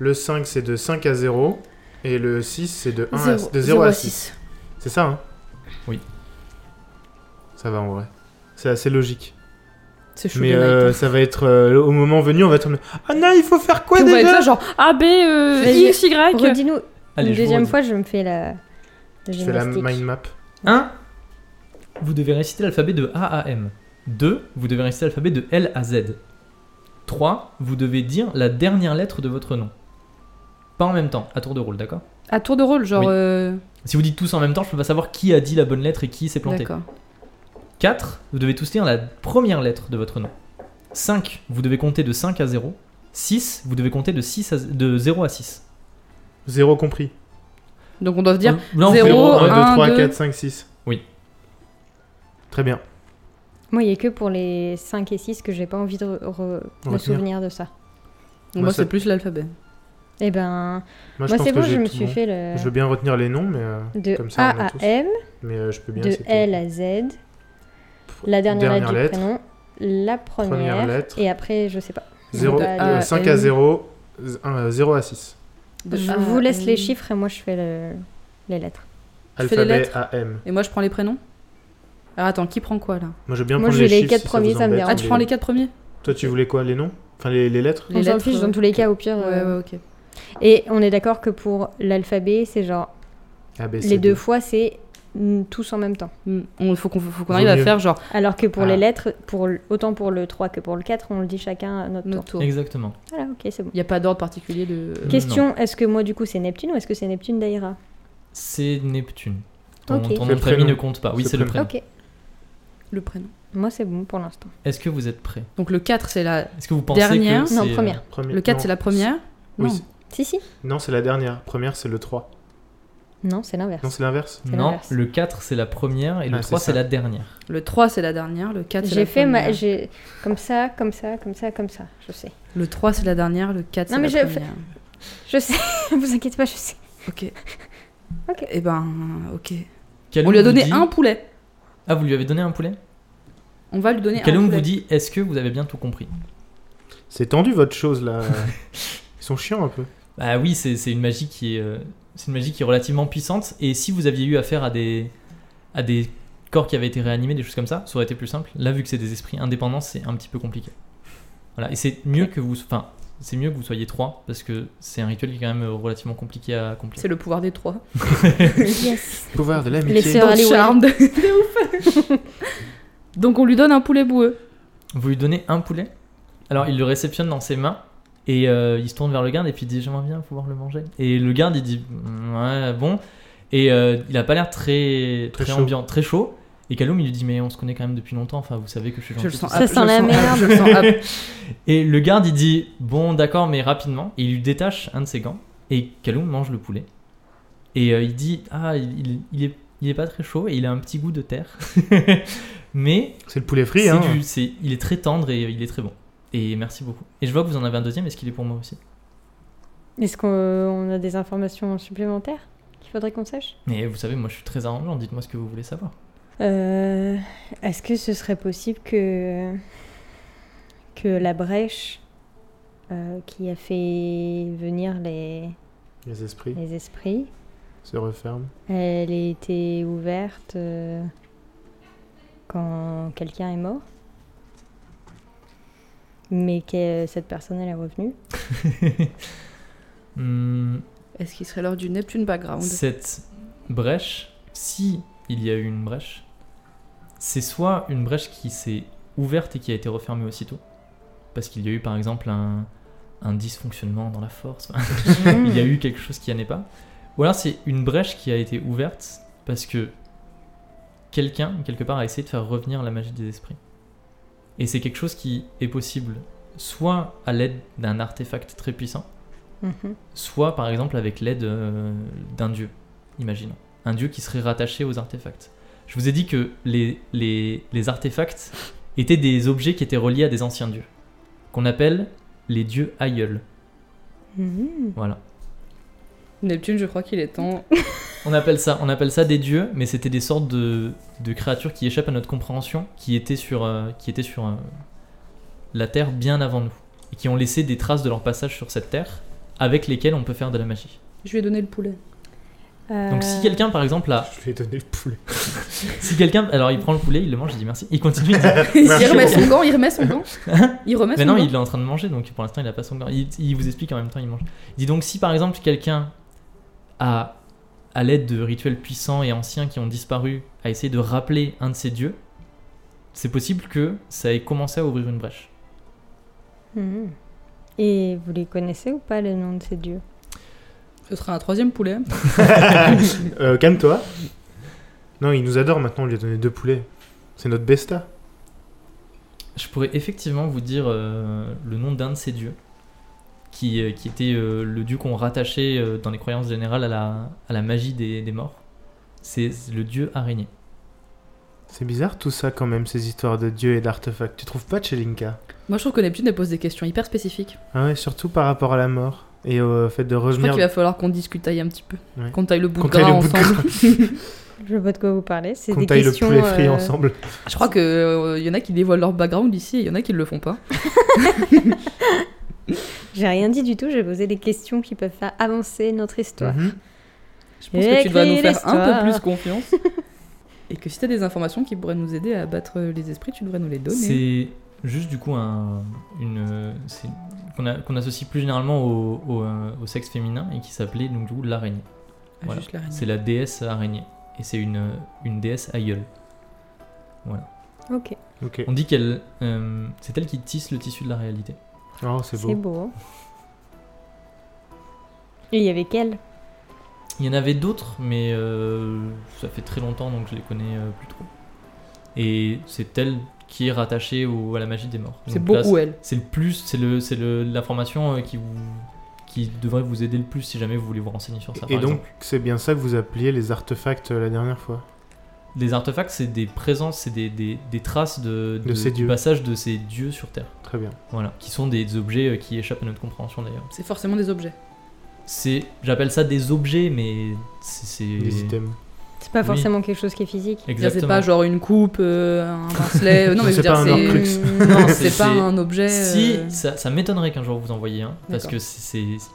Speaker 2: Le 5, c'est de 5 à 0. Et le 6, c'est de, 1 à-
Speaker 4: Zéro-
Speaker 2: de 0
Speaker 4: Ah, zéro
Speaker 2: à
Speaker 4: à
Speaker 2: 6.
Speaker 4: six.
Speaker 2: C'est ça, hein
Speaker 1: Oui.
Speaker 2: Ça va en vrai. C'est assez logique.
Speaker 4: C'est chaud.
Speaker 2: Mais euh, ça va être. euh, au moment venu, on va être. en mode, Ah non, il faut faire quoi
Speaker 4: on va être
Speaker 2: déjà
Speaker 4: là, genre A, B, euh,
Speaker 3: Vas-y,
Speaker 4: X, Y.
Speaker 3: Redis-nous
Speaker 1: Allez,
Speaker 3: une
Speaker 1: je vous
Speaker 3: deuxième
Speaker 1: redis.
Speaker 3: fois, je me fais la la
Speaker 2: Je fais la
Speaker 3: gymnastique.
Speaker 2: mind map.
Speaker 1: 1. Vous devez réciter l'alphabet de A à M. 2. Vous devez réciter l'alphabet de L à Z. 3. Vous devez dire la dernière lettre de votre nom. Pas en même temps, à tour de rôle, d'accord
Speaker 4: À tour de rôle, genre.
Speaker 1: Oui.
Speaker 4: euh,
Speaker 1: Si vous dites tous en même temps, je peux pas savoir qui a dit la bonne lettre et qui s'est planté.
Speaker 4: D'accord.
Speaker 1: 4. Vous devez tous dire la première lettre de votre nom. 5. Vous devez compter de 5 à 0. 6. Vous devez compter de, 6 à- de 0 à 6.
Speaker 2: Zéro compris.
Speaker 4: Donc on doit dire.
Speaker 1: Là, on fait-
Speaker 2: 0,
Speaker 4: Zéro,
Speaker 2: 1, 2,
Speaker 1: ouais,
Speaker 4: un,
Speaker 2: 3,
Speaker 4: deux.
Speaker 2: 4, 5, 6.
Speaker 1: Oui.
Speaker 2: Très bien.
Speaker 3: Moi, il n'y a que pour les 5 et 6 que j'ai pas envie de re- re- me
Speaker 2: Retenir.
Speaker 3: souvenir de ça.
Speaker 4: Moi,
Speaker 2: Moi,
Speaker 4: c'est
Speaker 2: ça-
Speaker 4: plus l'alphabet.
Speaker 3: Eh ben,
Speaker 2: Moi,
Speaker 3: moi,
Speaker 2: pense
Speaker 3: c'est
Speaker 2: que
Speaker 3: bon,
Speaker 2: j'ai
Speaker 3: je me
Speaker 2: tout
Speaker 3: suis
Speaker 2: bon.
Speaker 3: fait le.
Speaker 2: Je veux bien retenir les noms, mais, euh,
Speaker 3: Euh, De
Speaker 2: comme ça, on a
Speaker 3: A à
Speaker 2: tous.
Speaker 3: M,
Speaker 2: mais euh, je peux bien.
Speaker 3: de
Speaker 2: citer.
Speaker 3: L à Z, la dernière,
Speaker 2: Dernière
Speaker 3: lettre,
Speaker 2: lettre.
Speaker 3: du prénom, la première,
Speaker 2: Première lettre.
Speaker 3: et après, je sais pas.
Speaker 2: Zéro-
Speaker 3: De
Speaker 4: A à
Speaker 2: euh, 5 à
Speaker 4: M.
Speaker 2: 0, 0 euh, à 6.
Speaker 4: De
Speaker 3: Je
Speaker 4: A
Speaker 3: vous
Speaker 4: à
Speaker 3: laisse
Speaker 4: M.
Speaker 3: les chiffres et moi, je fais le- les lettres.
Speaker 4: Tu fais les
Speaker 2: Alphabet
Speaker 4: lettres
Speaker 2: A, M.
Speaker 4: Et moi, je prends les prénoms. Alors attends, qui prend quoi là
Speaker 2: Moi, je veux bien
Speaker 3: Moi,
Speaker 2: prendre les
Speaker 3: j'ai les
Speaker 2: chiffres.
Speaker 3: quatre
Speaker 2: si
Speaker 3: premiers,
Speaker 2: vous
Speaker 3: ça me
Speaker 2: embête.
Speaker 3: dérange.
Speaker 4: Ah, tu prends les quatre premiers
Speaker 2: Toi, tu voulais quoi Les noms Enfin, les, les lettres
Speaker 4: Les
Speaker 3: on s'en
Speaker 4: lettres,
Speaker 3: fiche
Speaker 4: ouais.
Speaker 3: dans tous les cas, au pire.
Speaker 4: Ouais,
Speaker 3: euh,
Speaker 4: ouais, ok.
Speaker 3: Et on est d'accord que pour l'alphabet, c'est genre
Speaker 2: A, B, C,
Speaker 3: les
Speaker 2: D.
Speaker 3: deux fois, c'est mm, tous en même temps.
Speaker 4: Il Hmm, faut qu'on faut
Speaker 2: Vaut
Speaker 4: qu'on arrive à
Speaker 2: mieux.
Speaker 4: faire genre
Speaker 3: Alors que pour
Speaker 2: Ah.
Speaker 3: les lettres, pour l- autant pour le 3 que pour le 4, on le dit chacun à notre tour.
Speaker 4: notre tour. Il
Speaker 1: Exactement.
Speaker 3: Voilà, ok, c'est bon.
Speaker 4: n'y a pas d'ordre particulier de.
Speaker 3: Question, est-ce que moi du coup c'est Neptune ou est-ce que c'est Neptune d'Aïra
Speaker 1: C'est Neptune. Ton,
Speaker 3: Ok.
Speaker 1: ton
Speaker 3: C'est
Speaker 1: nom
Speaker 2: le
Speaker 1: de famille
Speaker 2: prénom.
Speaker 1: ne compte pas. Oui,
Speaker 2: C'est
Speaker 1: c'est le
Speaker 2: le
Speaker 1: prénom.
Speaker 3: Ok,
Speaker 4: Le prénom.
Speaker 3: moi c'est bon pour l'instant.
Speaker 1: Est-ce que vous êtes prêts
Speaker 4: Donc le 4, c'est la.
Speaker 1: Est-ce que vous pensez
Speaker 4: Dernière
Speaker 1: que c'est,
Speaker 3: Non,
Speaker 1: euh,
Speaker 3: première.
Speaker 2: Premier-
Speaker 4: Le 4,
Speaker 2: non.
Speaker 4: c'est la première.
Speaker 2: Oui,
Speaker 4: Non.
Speaker 2: c'est-
Speaker 3: Si, si.
Speaker 2: Non, c'est la dernière. Première, c'est le 3.
Speaker 3: Non, c'est l'inverse.
Speaker 2: Non, c'est l'inverse.
Speaker 3: C'est
Speaker 1: Non,
Speaker 3: l'inverse.
Speaker 1: le 4 c'est la première et le
Speaker 2: Ah, c'est
Speaker 1: 3 c'est
Speaker 2: ça.
Speaker 1: la dernière.
Speaker 4: Le 3, c'est la dernière. Le 4, Ah, c'est la hein.
Speaker 3: J'ai fait ma...
Speaker 4: première.
Speaker 3: j'ai- comme ça, comme ça, comme ça, comme ça. Je sais.
Speaker 4: Le 3, c'est la dernière. Le 4,
Speaker 3: Non,
Speaker 4: c'est la
Speaker 3: mais
Speaker 4: première.
Speaker 3: je fais- Je sais. [laughs] vous inquiétez pas, je sais.
Speaker 4: Ok.
Speaker 3: Ok.
Speaker 4: Eh ben, ok.
Speaker 1: Calum
Speaker 4: On lui a
Speaker 1: vous
Speaker 4: donné
Speaker 1: dit-
Speaker 4: un poulet.
Speaker 1: Ah, vous lui avez donné un poulet
Speaker 4: On va lui donner un
Speaker 1: Calum
Speaker 4: poulet.
Speaker 1: vous dit est-ce que vous avez bien tout compris
Speaker 2: C'est tendu votre chose
Speaker 4: [laughs]
Speaker 2: là. Ils sont chiants un peu.
Speaker 1: Bah oui, c'est c'est une magie qui est euh, c'est une magie qui est relativement puissante et si vous aviez eu affaire à des à des corps qui avaient été réanimés, des choses comme ça, ça aurait été plus simple. Là, vu que c'est des esprits indépendants, c'est un petit peu compliqué. Voilà, et c'est mieux que vous enfin, c'est mieux que vous soyez trois parce que c'est un rituel qui est quand même euh, relativement compliqué à accomplir.
Speaker 4: C'est le pouvoir des trois.
Speaker 3: yes.
Speaker 2: Pouvoir de
Speaker 3: Les
Speaker 2: l'amitié.
Speaker 3: sœurs
Speaker 4: Dans
Speaker 3: Halliwell.
Speaker 4: Charmed. [laughs] De ouf. [laughs] Donc on lui donne un poulet boueux.
Speaker 1: Vous lui donnez un poulet. Alors il le réceptionne dans ses mains et euh, il se tourne vers le garde et puis il dit j'aimerais bien pouvoir le manger. Et le garde il dit Mm, ouais bon et euh, il a pas l'air très
Speaker 2: Très
Speaker 1: très,
Speaker 2: chaud.
Speaker 1: ambiant, très chaud. Et Kaloum il lui dit mais on se connaît quand même depuis longtemps. Enfin vous savez que je suis
Speaker 4: Je
Speaker 1: gentil.
Speaker 4: le sens
Speaker 1: tout ça.
Speaker 3: Ça
Speaker 4: up,
Speaker 3: sent
Speaker 4: je le
Speaker 3: la
Speaker 4: up,
Speaker 3: merde.
Speaker 4: je
Speaker 1: [laughs]
Speaker 4: le [laughs] sens up.
Speaker 1: Et le garde il dit bon d'accord mais rapidement et il lui détache un de ses gants et Kaloum mange le poulet. Et euh, il dit ah il, il- il est il est pas très chaud et il a un petit goût de terre. [laughs] mais
Speaker 2: C'est le poulet frit.
Speaker 1: C'est
Speaker 2: Hein.
Speaker 1: du- c'est- il est très tendre et euh, il est très bon. Et merci beaucoup. Et je vois que vous en avez un deuxième, est-ce qu'il est pour moi aussi
Speaker 3: Est-ce qu'on on a des informations supplémentaires qu'il faudrait qu'on sache
Speaker 1: Mais vous savez, moi je suis très arrangeant, dites-moi ce que vous voulez savoir.
Speaker 3: Euh, Est-ce que ce serait possible que que la brèche euh, qui a fait venir les,
Speaker 2: Les esprits
Speaker 3: les esprits,
Speaker 2: se referment.
Speaker 3: elle a été ouverte euh, quand quelqu'un est mort, mais que cette personne elle est revenue.
Speaker 1: Hmm,
Speaker 4: Est-ce qu'il serait l'heure du Neptune background
Speaker 1: cette brèche, si il y a eu une brèche, c'est soit une brèche qui s'est ouverte et qui a été refermée aussitôt, parce qu'il y a eu par exemple un, un dysfonctionnement dans la force,
Speaker 3: Hmm.
Speaker 1: il y a eu quelque chose qui n'est pas. Ou alors c'est une brèche qui a été ouverte parce que quelqu'un, quelque part, a essayé de faire revenir la magie des esprits. Et c'est quelque chose qui est possible soit à l'aide d'un artefact très puissant,
Speaker 3: Mhm.
Speaker 1: soit par exemple avec l'aide euh, d'un dieu, imaginons. Un dieu qui serait rattaché aux artefacts. Je vous ai dit que les, les, les artefacts étaient des objets qui étaient reliés à des anciens dieux, qu'on appelle les dieux aïeuls.
Speaker 3: Mhm.
Speaker 1: Voilà.
Speaker 4: Neptune, je crois qu'il est temps.
Speaker 1: On appelle ça, on appelle ça des dieux, mais c'était des sortes de, de créatures qui échappent à notre compréhension, qui étaient sur, euh, qui étaient sur euh, la Terre bien avant nous, et qui ont laissé des traces de leur passage sur cette Terre, avec lesquelles on peut faire de la magie.
Speaker 4: Je lui ai donné le poulet.
Speaker 1: Donc
Speaker 3: Euh,
Speaker 1: si quelqu'un, par exemple, a,
Speaker 2: Je lui ai donné le poulet.
Speaker 1: si quelqu'un, alors il prend le poulet, il le mange, il dit merci, il continue. il dit-
Speaker 4: il
Speaker 2: Merci
Speaker 4: remet
Speaker 2: beaucoup.
Speaker 4: son gant, il remet son gant. Il remet
Speaker 1: Mais
Speaker 4: son
Speaker 1: non,
Speaker 4: gant.
Speaker 1: il est en train de manger, donc pour l'instant il a pas son gant. Il, il vous explique en même temps, il mange. Il dit donc si par exemple quelqu'un a, à l'aide de rituels puissants et anciens qui ont disparu, a essayé de rappeler un de ses dieux, c'est possible que ça ait commencé à ouvrir une brèche.
Speaker 3: mhm. Et vous les connaissez ou pas, les noms de ces dieux
Speaker 4: Ce sera un troisième poulet.
Speaker 2: Euh, Calme-toi. Non, il nous adore maintenant, on lui a donné deux poulets. C'est notre besta.
Speaker 1: Je pourrais effectivement vous dire euh, le nom d'un de ces dieux, qui, euh, qui était euh, le dieu qu'on rattachait euh, dans les croyances générales à la, à la magie des, des morts. C'est le dieu araignée.
Speaker 2: C'est bizarre tout ça quand même, ces histoires de dieux et d'artefacts. Tu trouves pas, Chelinka
Speaker 4: Moi, je trouve que Neptune, elle pose des questions hyper spécifiques.
Speaker 2: Ah ouais, surtout par rapport à la mort et au fait de
Speaker 4: Je crois
Speaker 2: revenir.
Speaker 4: qu'il va falloir qu'on discute aille un petit peu.
Speaker 2: Ouais.
Speaker 4: Qu'on taille le bout
Speaker 2: Qu'on
Speaker 4: de
Speaker 2: taille
Speaker 4: gras
Speaker 2: le bout de
Speaker 4: ensemble.
Speaker 3: Je vois de quoi vous parlez. C'est
Speaker 2: qu'on
Speaker 3: des
Speaker 2: taille le
Speaker 3: questions.
Speaker 2: poulet frit
Speaker 3: euh,
Speaker 2: ensemble.
Speaker 4: je crois qu'il y en a qui dévoilent leur background ici et il y en a qui le font pas.
Speaker 3: J'ai rien dit du tout, j'ai posé des questions qui peuvent faire avancer notre histoire.
Speaker 2: Mhm.
Speaker 4: Je pense que
Speaker 3: Écris
Speaker 4: tu dois nous faire un
Speaker 3: l'histoire.
Speaker 4: peu plus confiance. et que si t'as des informations qui pourraient nous aider à battre les esprits, tu devrais nous les donner.
Speaker 1: C'est juste du coup un, une c'est- qu'on a- qu'on associe plus généralement au, au, euh, au sexe féminin et qui s'appelait donc du coup l'araignée.
Speaker 4: Ah,
Speaker 1: voilà.
Speaker 4: juste l'araignée.
Speaker 1: C'est la déesse araignée et c'est une, une déesse aïeule.
Speaker 3: Ok,
Speaker 2: Ok.
Speaker 1: On dit qu'elle euh, c'est elle qui tisse le tissu de la réalité.
Speaker 2: Oh, c'est
Speaker 3: c'est
Speaker 2: beau.
Speaker 3: beau. hein. Et il y avait quelle
Speaker 1: Il y en avait d'autres mais euh, ça fait très longtemps donc je les connais euh, plus trop. Et c'est elle qui est rattachée au- à la magie des morts.
Speaker 4: C'est
Speaker 1: Donc
Speaker 4: beau
Speaker 1: là,
Speaker 4: ou elle
Speaker 1: C'est le plus, c'est le c'est le- l'information euh, qui vous qui devrait vous aider le plus si jamais vous voulez vous renseigner sur ça.
Speaker 2: Et
Speaker 1: par
Speaker 2: donc,
Speaker 1: exemple.
Speaker 2: c'est bien ça que vous appeliez les artefacts euh, la dernière fois.
Speaker 1: Les artefacts, c'est des présences, c'est des, des- des traces de,
Speaker 2: De ces
Speaker 1: du
Speaker 2: dieux.
Speaker 1: passage de ces dieux sur Terre.
Speaker 2: Très bien.
Speaker 1: Voilà, qui sont des, objets euh, qui échappent à notre compréhension d'ailleurs.
Speaker 4: C'est forcément des objets.
Speaker 1: C'est, j'appelle ça des objets, mais c'est, c'est-
Speaker 2: Les items.
Speaker 3: C'est pas
Speaker 1: Oui.
Speaker 3: forcément quelque chose qui est physique.
Speaker 4: C'est-à-dire,
Speaker 1: exactement.
Speaker 4: C'est pas genre une coupe, euh, un bracelet. euh, non,
Speaker 2: Non,
Speaker 4: mais je
Speaker 2: c'est
Speaker 4: veux dire,
Speaker 2: pas un
Speaker 4: c'est. [laughs]
Speaker 2: Horcrux.
Speaker 1: [laughs]
Speaker 3: Mmh,
Speaker 4: Non,
Speaker 1: C'est-
Speaker 4: c'est pas
Speaker 1: c'est-
Speaker 4: un objet.
Speaker 1: Si
Speaker 4: euh,
Speaker 1: ça, ça m'étonnerait qu'un jour vous envoyiez un, parce
Speaker 4: D'accord.
Speaker 1: que c'est, c'est-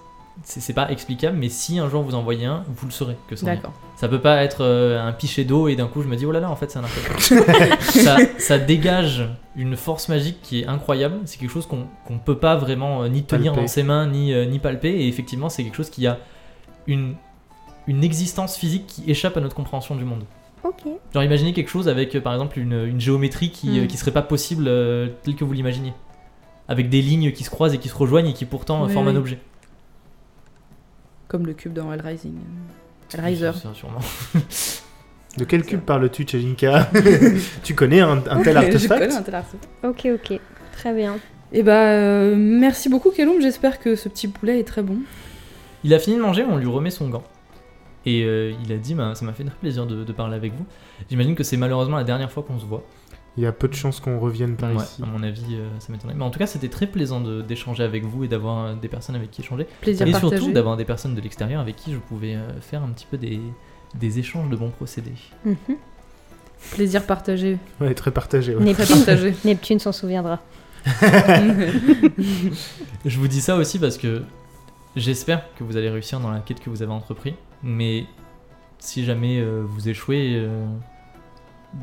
Speaker 1: c'est- c'est pas explicable, mais si un jour vous envoyez un, vous le saurez que c'en est.
Speaker 4: D'accord.
Speaker 1: Ça peut pas être euh, un pichet d'eau et d'un coup je me dis oh là là en fait c'est un artefact.
Speaker 4: [laughs]
Speaker 1: ça, ça dégage une force magique qui est incroyable. C'est quelque chose qu'on qu'on peut pas vraiment euh, ni tenir
Speaker 2: Palper.
Speaker 1: dans ses mains ni, euh, ni palper. Et effectivement c'est quelque chose qui a une, une existence physique qui échappe à notre compréhension du monde.
Speaker 3: Ok.
Speaker 1: Genre imaginez quelque chose avec euh, par exemple une, une géométrie qui,
Speaker 4: Mm.
Speaker 1: euh, qui serait pas possible euh, telle que vous l'imaginez. Avec des lignes qui se croisent et qui se rejoignent et qui pourtant euh,
Speaker 4: Oui,
Speaker 1: forment
Speaker 4: oui.
Speaker 1: un objet.
Speaker 4: Comme le cube dans Hellrising. Hellraiser.
Speaker 1: Ça, Sûrement.
Speaker 2: De quel cube parles-tu, Chelinka [laughs] Tu connais un, un tel
Speaker 4: Je connais un
Speaker 2: artefact
Speaker 4: tel artefact.
Speaker 3: Ok, ok. Très bien.
Speaker 4: Eh bah, euh, merci beaucoup, Kelum. J'espère que ce petit poulet est très bon.
Speaker 1: Il a fini de manger, on lui remet son gant. Et euh, il a dit, Bah, ça m'a fait très plaisir de, de parler avec vous. J'imagine que c'est malheureusement la dernière fois qu'on se voit.
Speaker 2: Il y a peu de chances qu'on revienne par
Speaker 1: Ouais,
Speaker 2: ici.
Speaker 1: à mon avis, euh, ça m'étonnerait. Mais en tout cas, c'était très plaisir de- d'échanger avec vous et d'avoir euh, des personnes avec qui échanger.
Speaker 4: Plaisir
Speaker 1: et
Speaker 4: partagé.
Speaker 1: surtout d'avoir des personnes de l'extérieur avec qui je pouvais euh, faire un petit peu des, des échanges de bons procédés.
Speaker 3: Mhm.
Speaker 1: Mm-hmm.
Speaker 4: Plaisir partagé.
Speaker 2: Ouais, très partagé. ouais.
Speaker 4: Très
Speaker 3: Neptune,
Speaker 4: partagé.
Speaker 3: Neptune
Speaker 1: [laughs]
Speaker 3: s'en souviendra.
Speaker 1: Je vous dis ça aussi parce que j'espère que vous allez réussir dans la quête que vous avez entrepris. Mais si jamais euh, vous échouez, euh,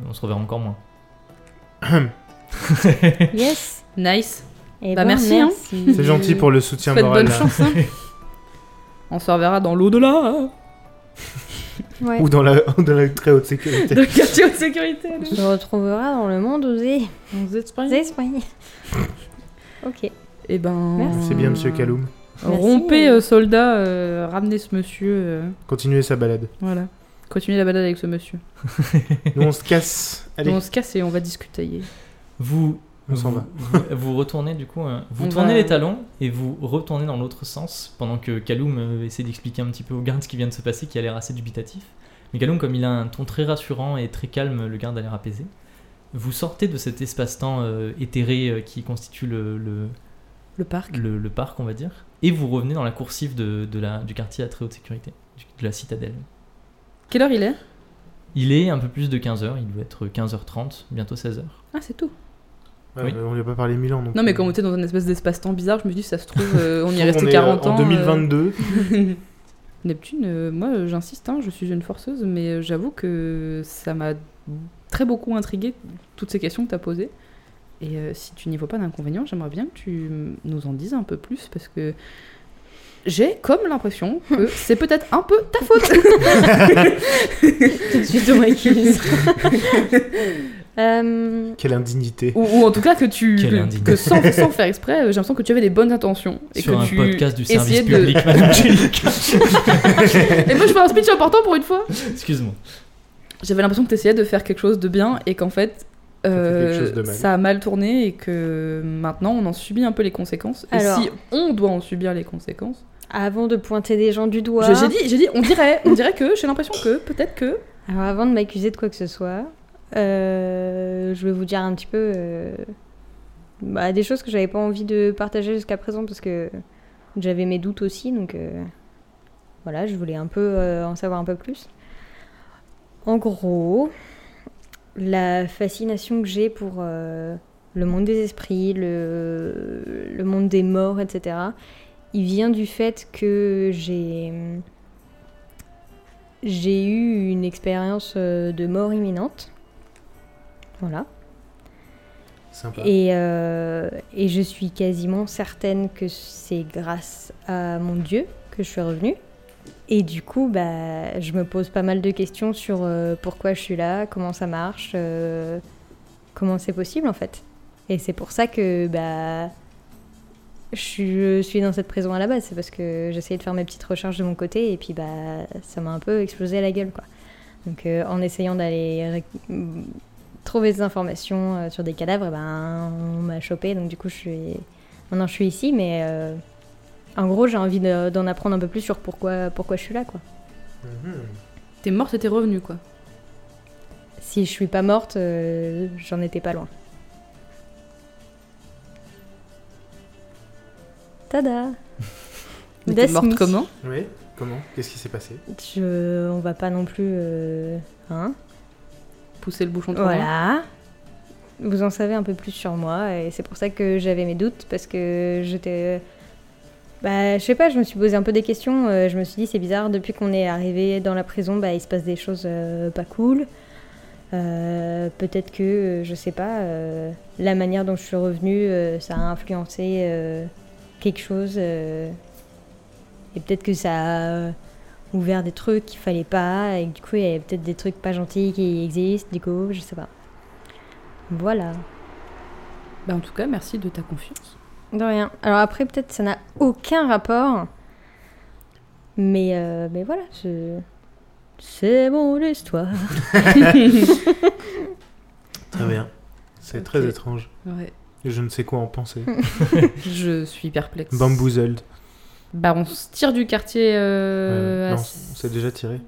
Speaker 1: on se reverra encore moins.
Speaker 3: Yes.
Speaker 4: nice.
Speaker 3: Et
Speaker 4: Bah, merci, hein.
Speaker 3: Eh ben, merci.
Speaker 2: C'est gentil pour le soutien
Speaker 4: Faites
Speaker 2: moral.
Speaker 4: bonne
Speaker 2: là.
Speaker 4: chance. hein. [laughs] On se reverra dans l'au-delà. hein,
Speaker 3: Ouais.
Speaker 2: Ou dans la, [laughs] dans la très haute sécurité.
Speaker 4: Dans le quartier de sécurité.
Speaker 3: On se retrouvera dans le monde osé.
Speaker 4: Et
Speaker 3: esprits. [laughs] ok.
Speaker 4: Eh ben.
Speaker 3: Merci.
Speaker 2: C'est bien, monsieur Kaloum.
Speaker 3: Merci.
Speaker 4: Rompez, euh, soldats, euh, ramenez ce monsieur. euh,
Speaker 2: Continuez sa balade.
Speaker 4: voilà. Continuez la balade avec ce monsieur.
Speaker 2: Nous, on se casse. Allez,
Speaker 4: On se casse et on va discutailler.
Speaker 1: Vous
Speaker 2: on s'en va.
Speaker 1: Vous, vous retournez du coup, euh, vous
Speaker 4: On
Speaker 1: tournez
Speaker 4: va-
Speaker 1: les talons et vous retournez dans l'autre sens pendant que Kaloum euh, essaie d'expliquer un petit peu au garde ce qui vient de se passer, qui a l'air assez dubitatif. Mais Kaloum, comme il a un ton très rassurant et très calme, le garde a l'air apaisé. vous sortez de cet espace-temps euh, éthéré euh, qui constitue le, le,
Speaker 4: Le parc.
Speaker 1: le- le parc, on va dire, et vous revenez dans la coursive de, de la, du quartier à très haute sécurité, du- de la citadelle.
Speaker 4: Quelle heure il est
Speaker 1: Il est un peu plus de 15h, il doit être 15h30, bientôt 16h.
Speaker 4: Ah, c'est tout.
Speaker 2: Ouais,
Speaker 1: Oui.
Speaker 2: euh, On lui a pas parlé mille ans. euh,
Speaker 4: Non, mais quand on était dans un espèce d'espace-temps bizarre, je me dis, ça se trouve, euh, on y est
Speaker 2: on
Speaker 4: resté
Speaker 2: est, euh,
Speaker 4: 40 ans.
Speaker 2: En
Speaker 4: euh,
Speaker 2: 2022,
Speaker 4: Neptune, euh, moi euh, j'insiste, hein, je suis une forceuse, mais euh, j'avoue que ça m'a très beaucoup intrigué toutes ces questions que tu as posées. Et euh, si tu n'y vois pas d'inconvénient, j'aimerais bien que tu m- nous en dises un peu plus parce que j'ai comme
Speaker 3: [laughs]
Speaker 4: l'impression que c'est peut-être un peu ta faute. [laughs]
Speaker 3: Tout de suite, on m'accuse. Euh,
Speaker 2: quelle indignité.
Speaker 4: ou, ou en tout cas que tu.
Speaker 1: Quelle
Speaker 4: Que,
Speaker 1: indignité.
Speaker 4: que sans, sans faire exprès, euh, j'ai l'impression que tu avais des bonnes intentions. Et
Speaker 1: Sur
Speaker 4: que
Speaker 1: un
Speaker 4: tu
Speaker 1: podcast du service
Speaker 4: essayais de-
Speaker 1: public, Madame Angélique.
Speaker 4: [laughs] Et moi je fais un speech important pour une fois.
Speaker 1: Excuse-moi.
Speaker 4: J'avais l'impression que tu essayais de faire quelque chose de bien et qu'en fait, euh,
Speaker 2: quelque chose de mal.
Speaker 4: ça a mal tourné et que maintenant on en subit un peu les conséquences.
Speaker 3: Alors-
Speaker 4: Et si on doit en subir les conséquences.
Speaker 3: avant de pointer des gens du doigt.
Speaker 4: Je- J'ai dit, j'ai dit, on dirait, on dirait que j'ai l'impression que peut-être que.
Speaker 3: Alors avant de m'accuser de quoi que ce soit, euh, je vais vous dire un petit peu euh, bah, des choses que j'avais pas envie de partager jusqu'à présent parce que j'avais mes doutes aussi, donc euh, voilà, je voulais un peu euh, en savoir un peu plus. En gros, la fascination que j'ai pour euh, le monde des esprits, le, le monde des morts, etc., il vient du fait que j'ai j'ai eu une expérience euh, de mort imminente. Voilà.
Speaker 2: Sympa.
Speaker 3: Et, euh, et je suis quasiment certaine que c'est grâce à mon Dieu que je suis revenue. Et du coup, bah, je me pose pas mal de questions sur euh, pourquoi je suis là, comment ça marche, euh, comment c'est possible en fait. Et c'est pour ça que bah, je suis- je suis dans cette prison à la base. C'est parce que j'essayais de faire mes petites recherches de mon côté et puis bah, ça m'a un peu explosé la gueule. Quoi. Donc euh, en essayant d'aller ré- trouver des informations euh, sur des cadavres, eh ben, on m'a chopé. Donc du coup, je suis... maintenant je suis ici, mais euh, en gros, j'ai envie de- d'en apprendre un peu plus sur pourquoi, pourquoi je suis là. quoi.
Speaker 2: Mhm.
Speaker 4: T'es morte et t'es revenue quoi.
Speaker 3: Si je suis pas morte, euh, j'en étais pas loin. Tada
Speaker 4: [laughs] Mais t'es
Speaker 3: That's
Speaker 4: morte
Speaker 3: me.
Speaker 4: comment
Speaker 2: Oui, comment Qu'est-ce qui s'est passé
Speaker 3: Je- On va pas non plus... euh, Hein
Speaker 4: Pousser le bouchon trop loin.
Speaker 3: Voilà. Vous en savez un peu plus sur moi et c'est pour ça que j'avais mes doutes parce que j'étais. Bah, je sais pas, je me suis posé un peu des questions. euh, je me suis dit, c'est bizarre, depuis qu'on est arrivé dans la prison, bah, il se passe des choses euh, pas cool. Euh, Peut-être que, euh, je sais pas, euh, la manière dont je suis revenue, euh, ça a influencé euh, quelque chose. euh, et peut-être que ça a euh, ouvert des trucs qu'il fallait pas, et que du coup il y avait peut-être des trucs pas gentils qui existent, du coup, je sais pas. Voilà.
Speaker 4: Bah, en tout cas, merci de ta confiance.
Speaker 3: De rien. Alors après, peut-être ça n'a aucun rapport, mais, euh, mais voilà, je- c'est mon histoire.
Speaker 2: Très bien. C'est
Speaker 4: Ok.
Speaker 2: très étrange.
Speaker 4: Ouais.
Speaker 2: Et Je ne sais quoi en
Speaker 4: [laughs]
Speaker 2: penser.
Speaker 4: Je suis perplexe.
Speaker 2: Bamboozled.
Speaker 4: Bah on se tire du quartier. euh,
Speaker 2: Ouais,
Speaker 4: à-
Speaker 2: non, on s'est déjà tiré.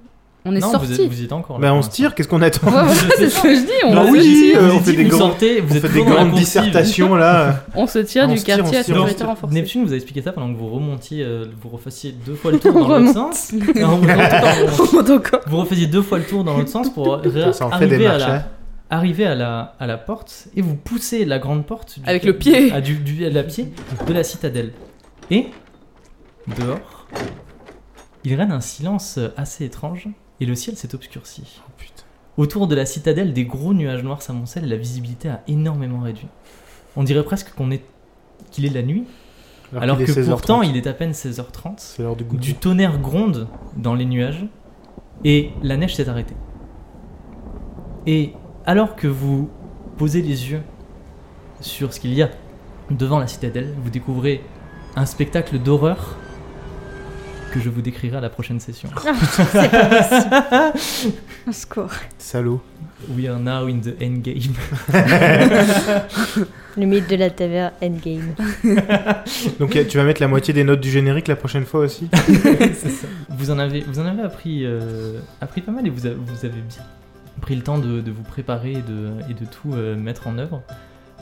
Speaker 4: On est
Speaker 1: non, vous êtes,
Speaker 4: sorti.
Speaker 1: vous y êtes encore. là,
Speaker 2: Bah on
Speaker 1: pour
Speaker 2: se tire, qu'est-ce qu'on attend
Speaker 4: [laughs] Ouais, voilà, c'est ce que je dis. On,
Speaker 2: Bah
Speaker 4: se
Speaker 2: oui,
Speaker 4: tire,
Speaker 2: euh,
Speaker 1: l'instant.
Speaker 2: on fait des
Speaker 1: vous
Speaker 2: grandes-
Speaker 1: sortez, vous
Speaker 2: On
Speaker 1: êtes
Speaker 2: fait des
Speaker 1: toujours dans la
Speaker 2: grandes
Speaker 1: coursive.
Speaker 2: dissertations là.
Speaker 4: on se tire
Speaker 2: on
Speaker 4: du
Speaker 2: se tire,
Speaker 4: quartier
Speaker 2: on
Speaker 4: à
Speaker 2: se tire, on se
Speaker 4: sécurité
Speaker 2: tire.
Speaker 4: renforcée.
Speaker 1: Neptune vous a expliqué ça pendant que vous remontiez, euh, vous refassiez deux fois le tour
Speaker 4: [laughs]
Speaker 3: On
Speaker 1: dans l'autre
Speaker 3: remonte.
Speaker 1: sens. Et en remontant tout en remontant.
Speaker 4: encore.
Speaker 1: Vous refaisiez deux fois le tour dans l'autre sens pour ré-
Speaker 2: [laughs] Ça en fait des
Speaker 1: arriver, à
Speaker 2: marches.
Speaker 1: la,
Speaker 2: hein.
Speaker 1: arriver à, la, à la porte et vous poussez la grande porte du-
Speaker 4: Avec le pied.
Speaker 1: à du, du- à la pied de la citadelle. Et dehors, il règne un silence assez étrange et le ciel s'est obscurci.
Speaker 2: Oh, putain.
Speaker 1: Autour de la citadelle, des gros nuages noirs s'amoncellent et la visibilité a énormément réduit. On dirait presque qu'on est qu'il est la nuit, alors,
Speaker 2: qu'il
Speaker 1: que
Speaker 2: est 16h30.
Speaker 1: pourtant il est à peine 16h30.
Speaker 2: C'est l'heure du goût.
Speaker 1: Du tonnerre gronde dans les nuages et la neige s'est arrêtée. Et alors que vous posez les yeux sur ce qu'il y a devant la citadelle, vous découvrez un spectacle d'horreur que je vous décrirai à la prochaine session.
Speaker 3: c'est pas possible. [laughs] Au secours.
Speaker 2: Salaud.
Speaker 1: We are now in the endgame.
Speaker 3: Le mythe de la taverne [laughs] Endgame.
Speaker 2: Donc tu vas mettre la moitié des notes du générique la prochaine fois aussi
Speaker 1: Vous en avez, vous en avez appris, euh, appris pas mal et vous, a- vous avez bien pris le temps de, de vous préparer et de, et de tout euh, mettre en œuvre.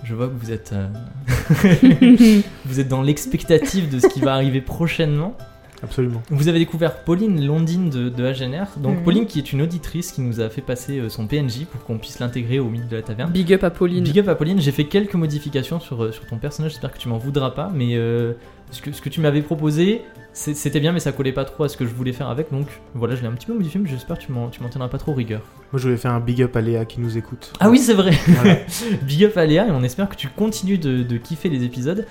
Speaker 1: Je vois que vous êtes, euh, [laughs] vous êtes dans l'expectative de ce qui va arriver prochainement.
Speaker 2: Absolument.
Speaker 1: Vous avez découvert Pauline Londine de, de HNR. Donc
Speaker 4: Mhm.
Speaker 1: Pauline qui est une auditrice qui nous a fait passer euh, son PNJ pour qu'on puisse l'intégrer au mythe de la taverne.
Speaker 4: Big up à Pauline.
Speaker 1: Big up à Pauline, j'ai fait quelques modifications sur, euh, sur ton personnage, j'espère que tu m'en voudras pas, mais euh, ce, que, ce que tu m'avais proposé, c'est- c'était bien, mais ça collait pas trop à ce que je voulais faire avec, donc voilà, je l'ai un petit peu modifié, mais j'espère que tu m'en tu m'en tiendras pas trop rigueur.
Speaker 2: Moi, je voulais faire un big up à Léa qui nous écoute.
Speaker 1: Ah oui, c'est vrai
Speaker 2: Voilà.
Speaker 1: [laughs] Big up à Léa, et on espère que tu continues de, de kiffer les épisodes.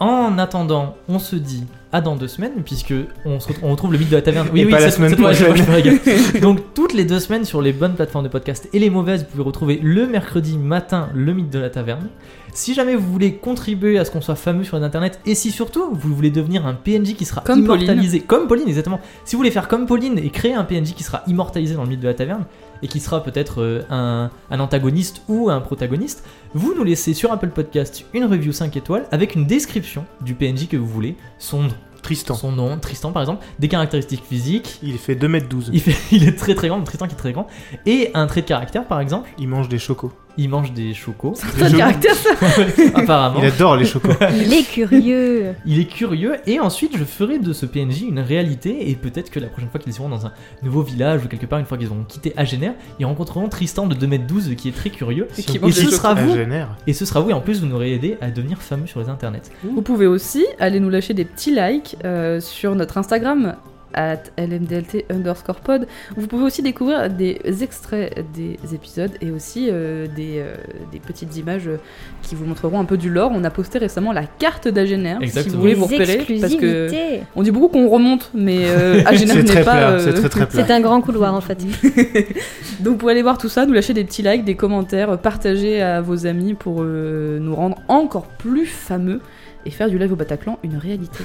Speaker 1: En attendant, on se dit à dans deux semaines, puisque on, se retrouve, on retrouve le mythe de la taverne. Oui,
Speaker 2: Et
Speaker 1: oui,
Speaker 2: pas la
Speaker 1: cette-
Speaker 2: semaine
Speaker 1: cette fois, je-
Speaker 2: prochaine.
Speaker 1: je me régale. Donc, toutes les deux semaines sur les bonnes plateformes de podcast et les mauvaises, vous pouvez retrouver le mercredi matin le mythe de la taverne. Si jamais vous voulez contribuer à ce qu'on soit fameux sur les internets, et si surtout vous voulez devenir un PNJ qui sera
Speaker 4: Comme Pauline.
Speaker 1: immortalisé, comme Pauline, exactement. Si vous voulez faire comme Pauline et créer un PNJ qui sera immortalisé dans le mythe de la taverne, et qui sera peut-être euh, un, un antagoniste ou un protagoniste, vous nous laissez sur Apple Podcast une review 5 étoiles avec une description du PNJ que vous voulez, son,
Speaker 2: Tristan.
Speaker 1: son nom, Tristan par exemple, des caractéristiques physiques,
Speaker 2: Il fait 2m12.
Speaker 1: il, fait- [laughs] il est très très grand, donc Tristan qui est très grand, et un trait de caractère par exemple,
Speaker 2: Il mange des chocos.
Speaker 1: il mange des
Speaker 4: [laughs]
Speaker 1: chocos,
Speaker 4: Putain de
Speaker 2: Je-
Speaker 4: caractère, ça.
Speaker 1: apparemment.
Speaker 2: Il adore les chocos.
Speaker 3: [laughs] Il est curieux.
Speaker 1: Il est curieux et ensuite je ferai de ce PNJ une réalité et peut-être que la prochaine fois qu'ils iront dans un nouveau village ou quelque part une fois qu'ils auront quitté Agener, ils rencontreront Tristan de 2m12 qui est très curieux
Speaker 4: Et
Speaker 2: Si
Speaker 4: [laughs] qui
Speaker 2: on-
Speaker 1: et
Speaker 4: mange des
Speaker 1: ce
Speaker 4: chocos. Ah,
Speaker 1: sera vous
Speaker 2: Agénère.
Speaker 1: et ce sera vous et en plus vous nous aurez aidé à devenir fameux sur les internets.
Speaker 4: Vous pouvez aussi aller nous lâcher des petits likes euh, sur notre Instagram at lmdlt underscore pod. Vous pouvez aussi découvrir des extraits des épisodes et aussi euh, des, euh, des petites images euh, qui vous montreront un peu du lore. On a posté récemment la carte d'Agener, si
Speaker 1: Exactement.
Speaker 4: vous voulez vous
Speaker 3: Les
Speaker 4: repérer. Parce que
Speaker 3: exclusivités.
Speaker 4: on dit beaucoup qu'on remonte,
Speaker 2: [laughs]
Speaker 4: mais euh, Agener
Speaker 2: C'est
Speaker 4: n'est
Speaker 2: très
Speaker 4: pas...
Speaker 2: plat.
Speaker 4: euh,
Speaker 2: C'est très très plat.
Speaker 3: C'est un grand couloir en fait.
Speaker 4: Donc vous pouvez aller voir tout ça, nous lâcher des petits likes, des commentaires, partager à vos amis pour euh, nous rendre encore plus fameux et faire du live au Bataclan une réalité.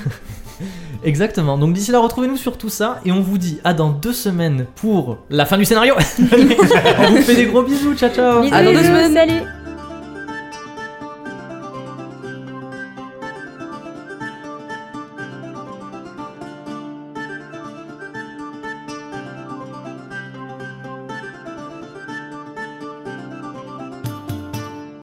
Speaker 1: Exactement. Donc d'ici là, retrouvez-nous sur tout ça et on vous dit à dans deux semaines pour la fin du scénario. [laughs] on vous fait des gros bisous. Ciao ciao.
Speaker 3: Bisous,
Speaker 4: À Ah, dans deux
Speaker 3: bisous,
Speaker 4: semaines.
Speaker 3: salut.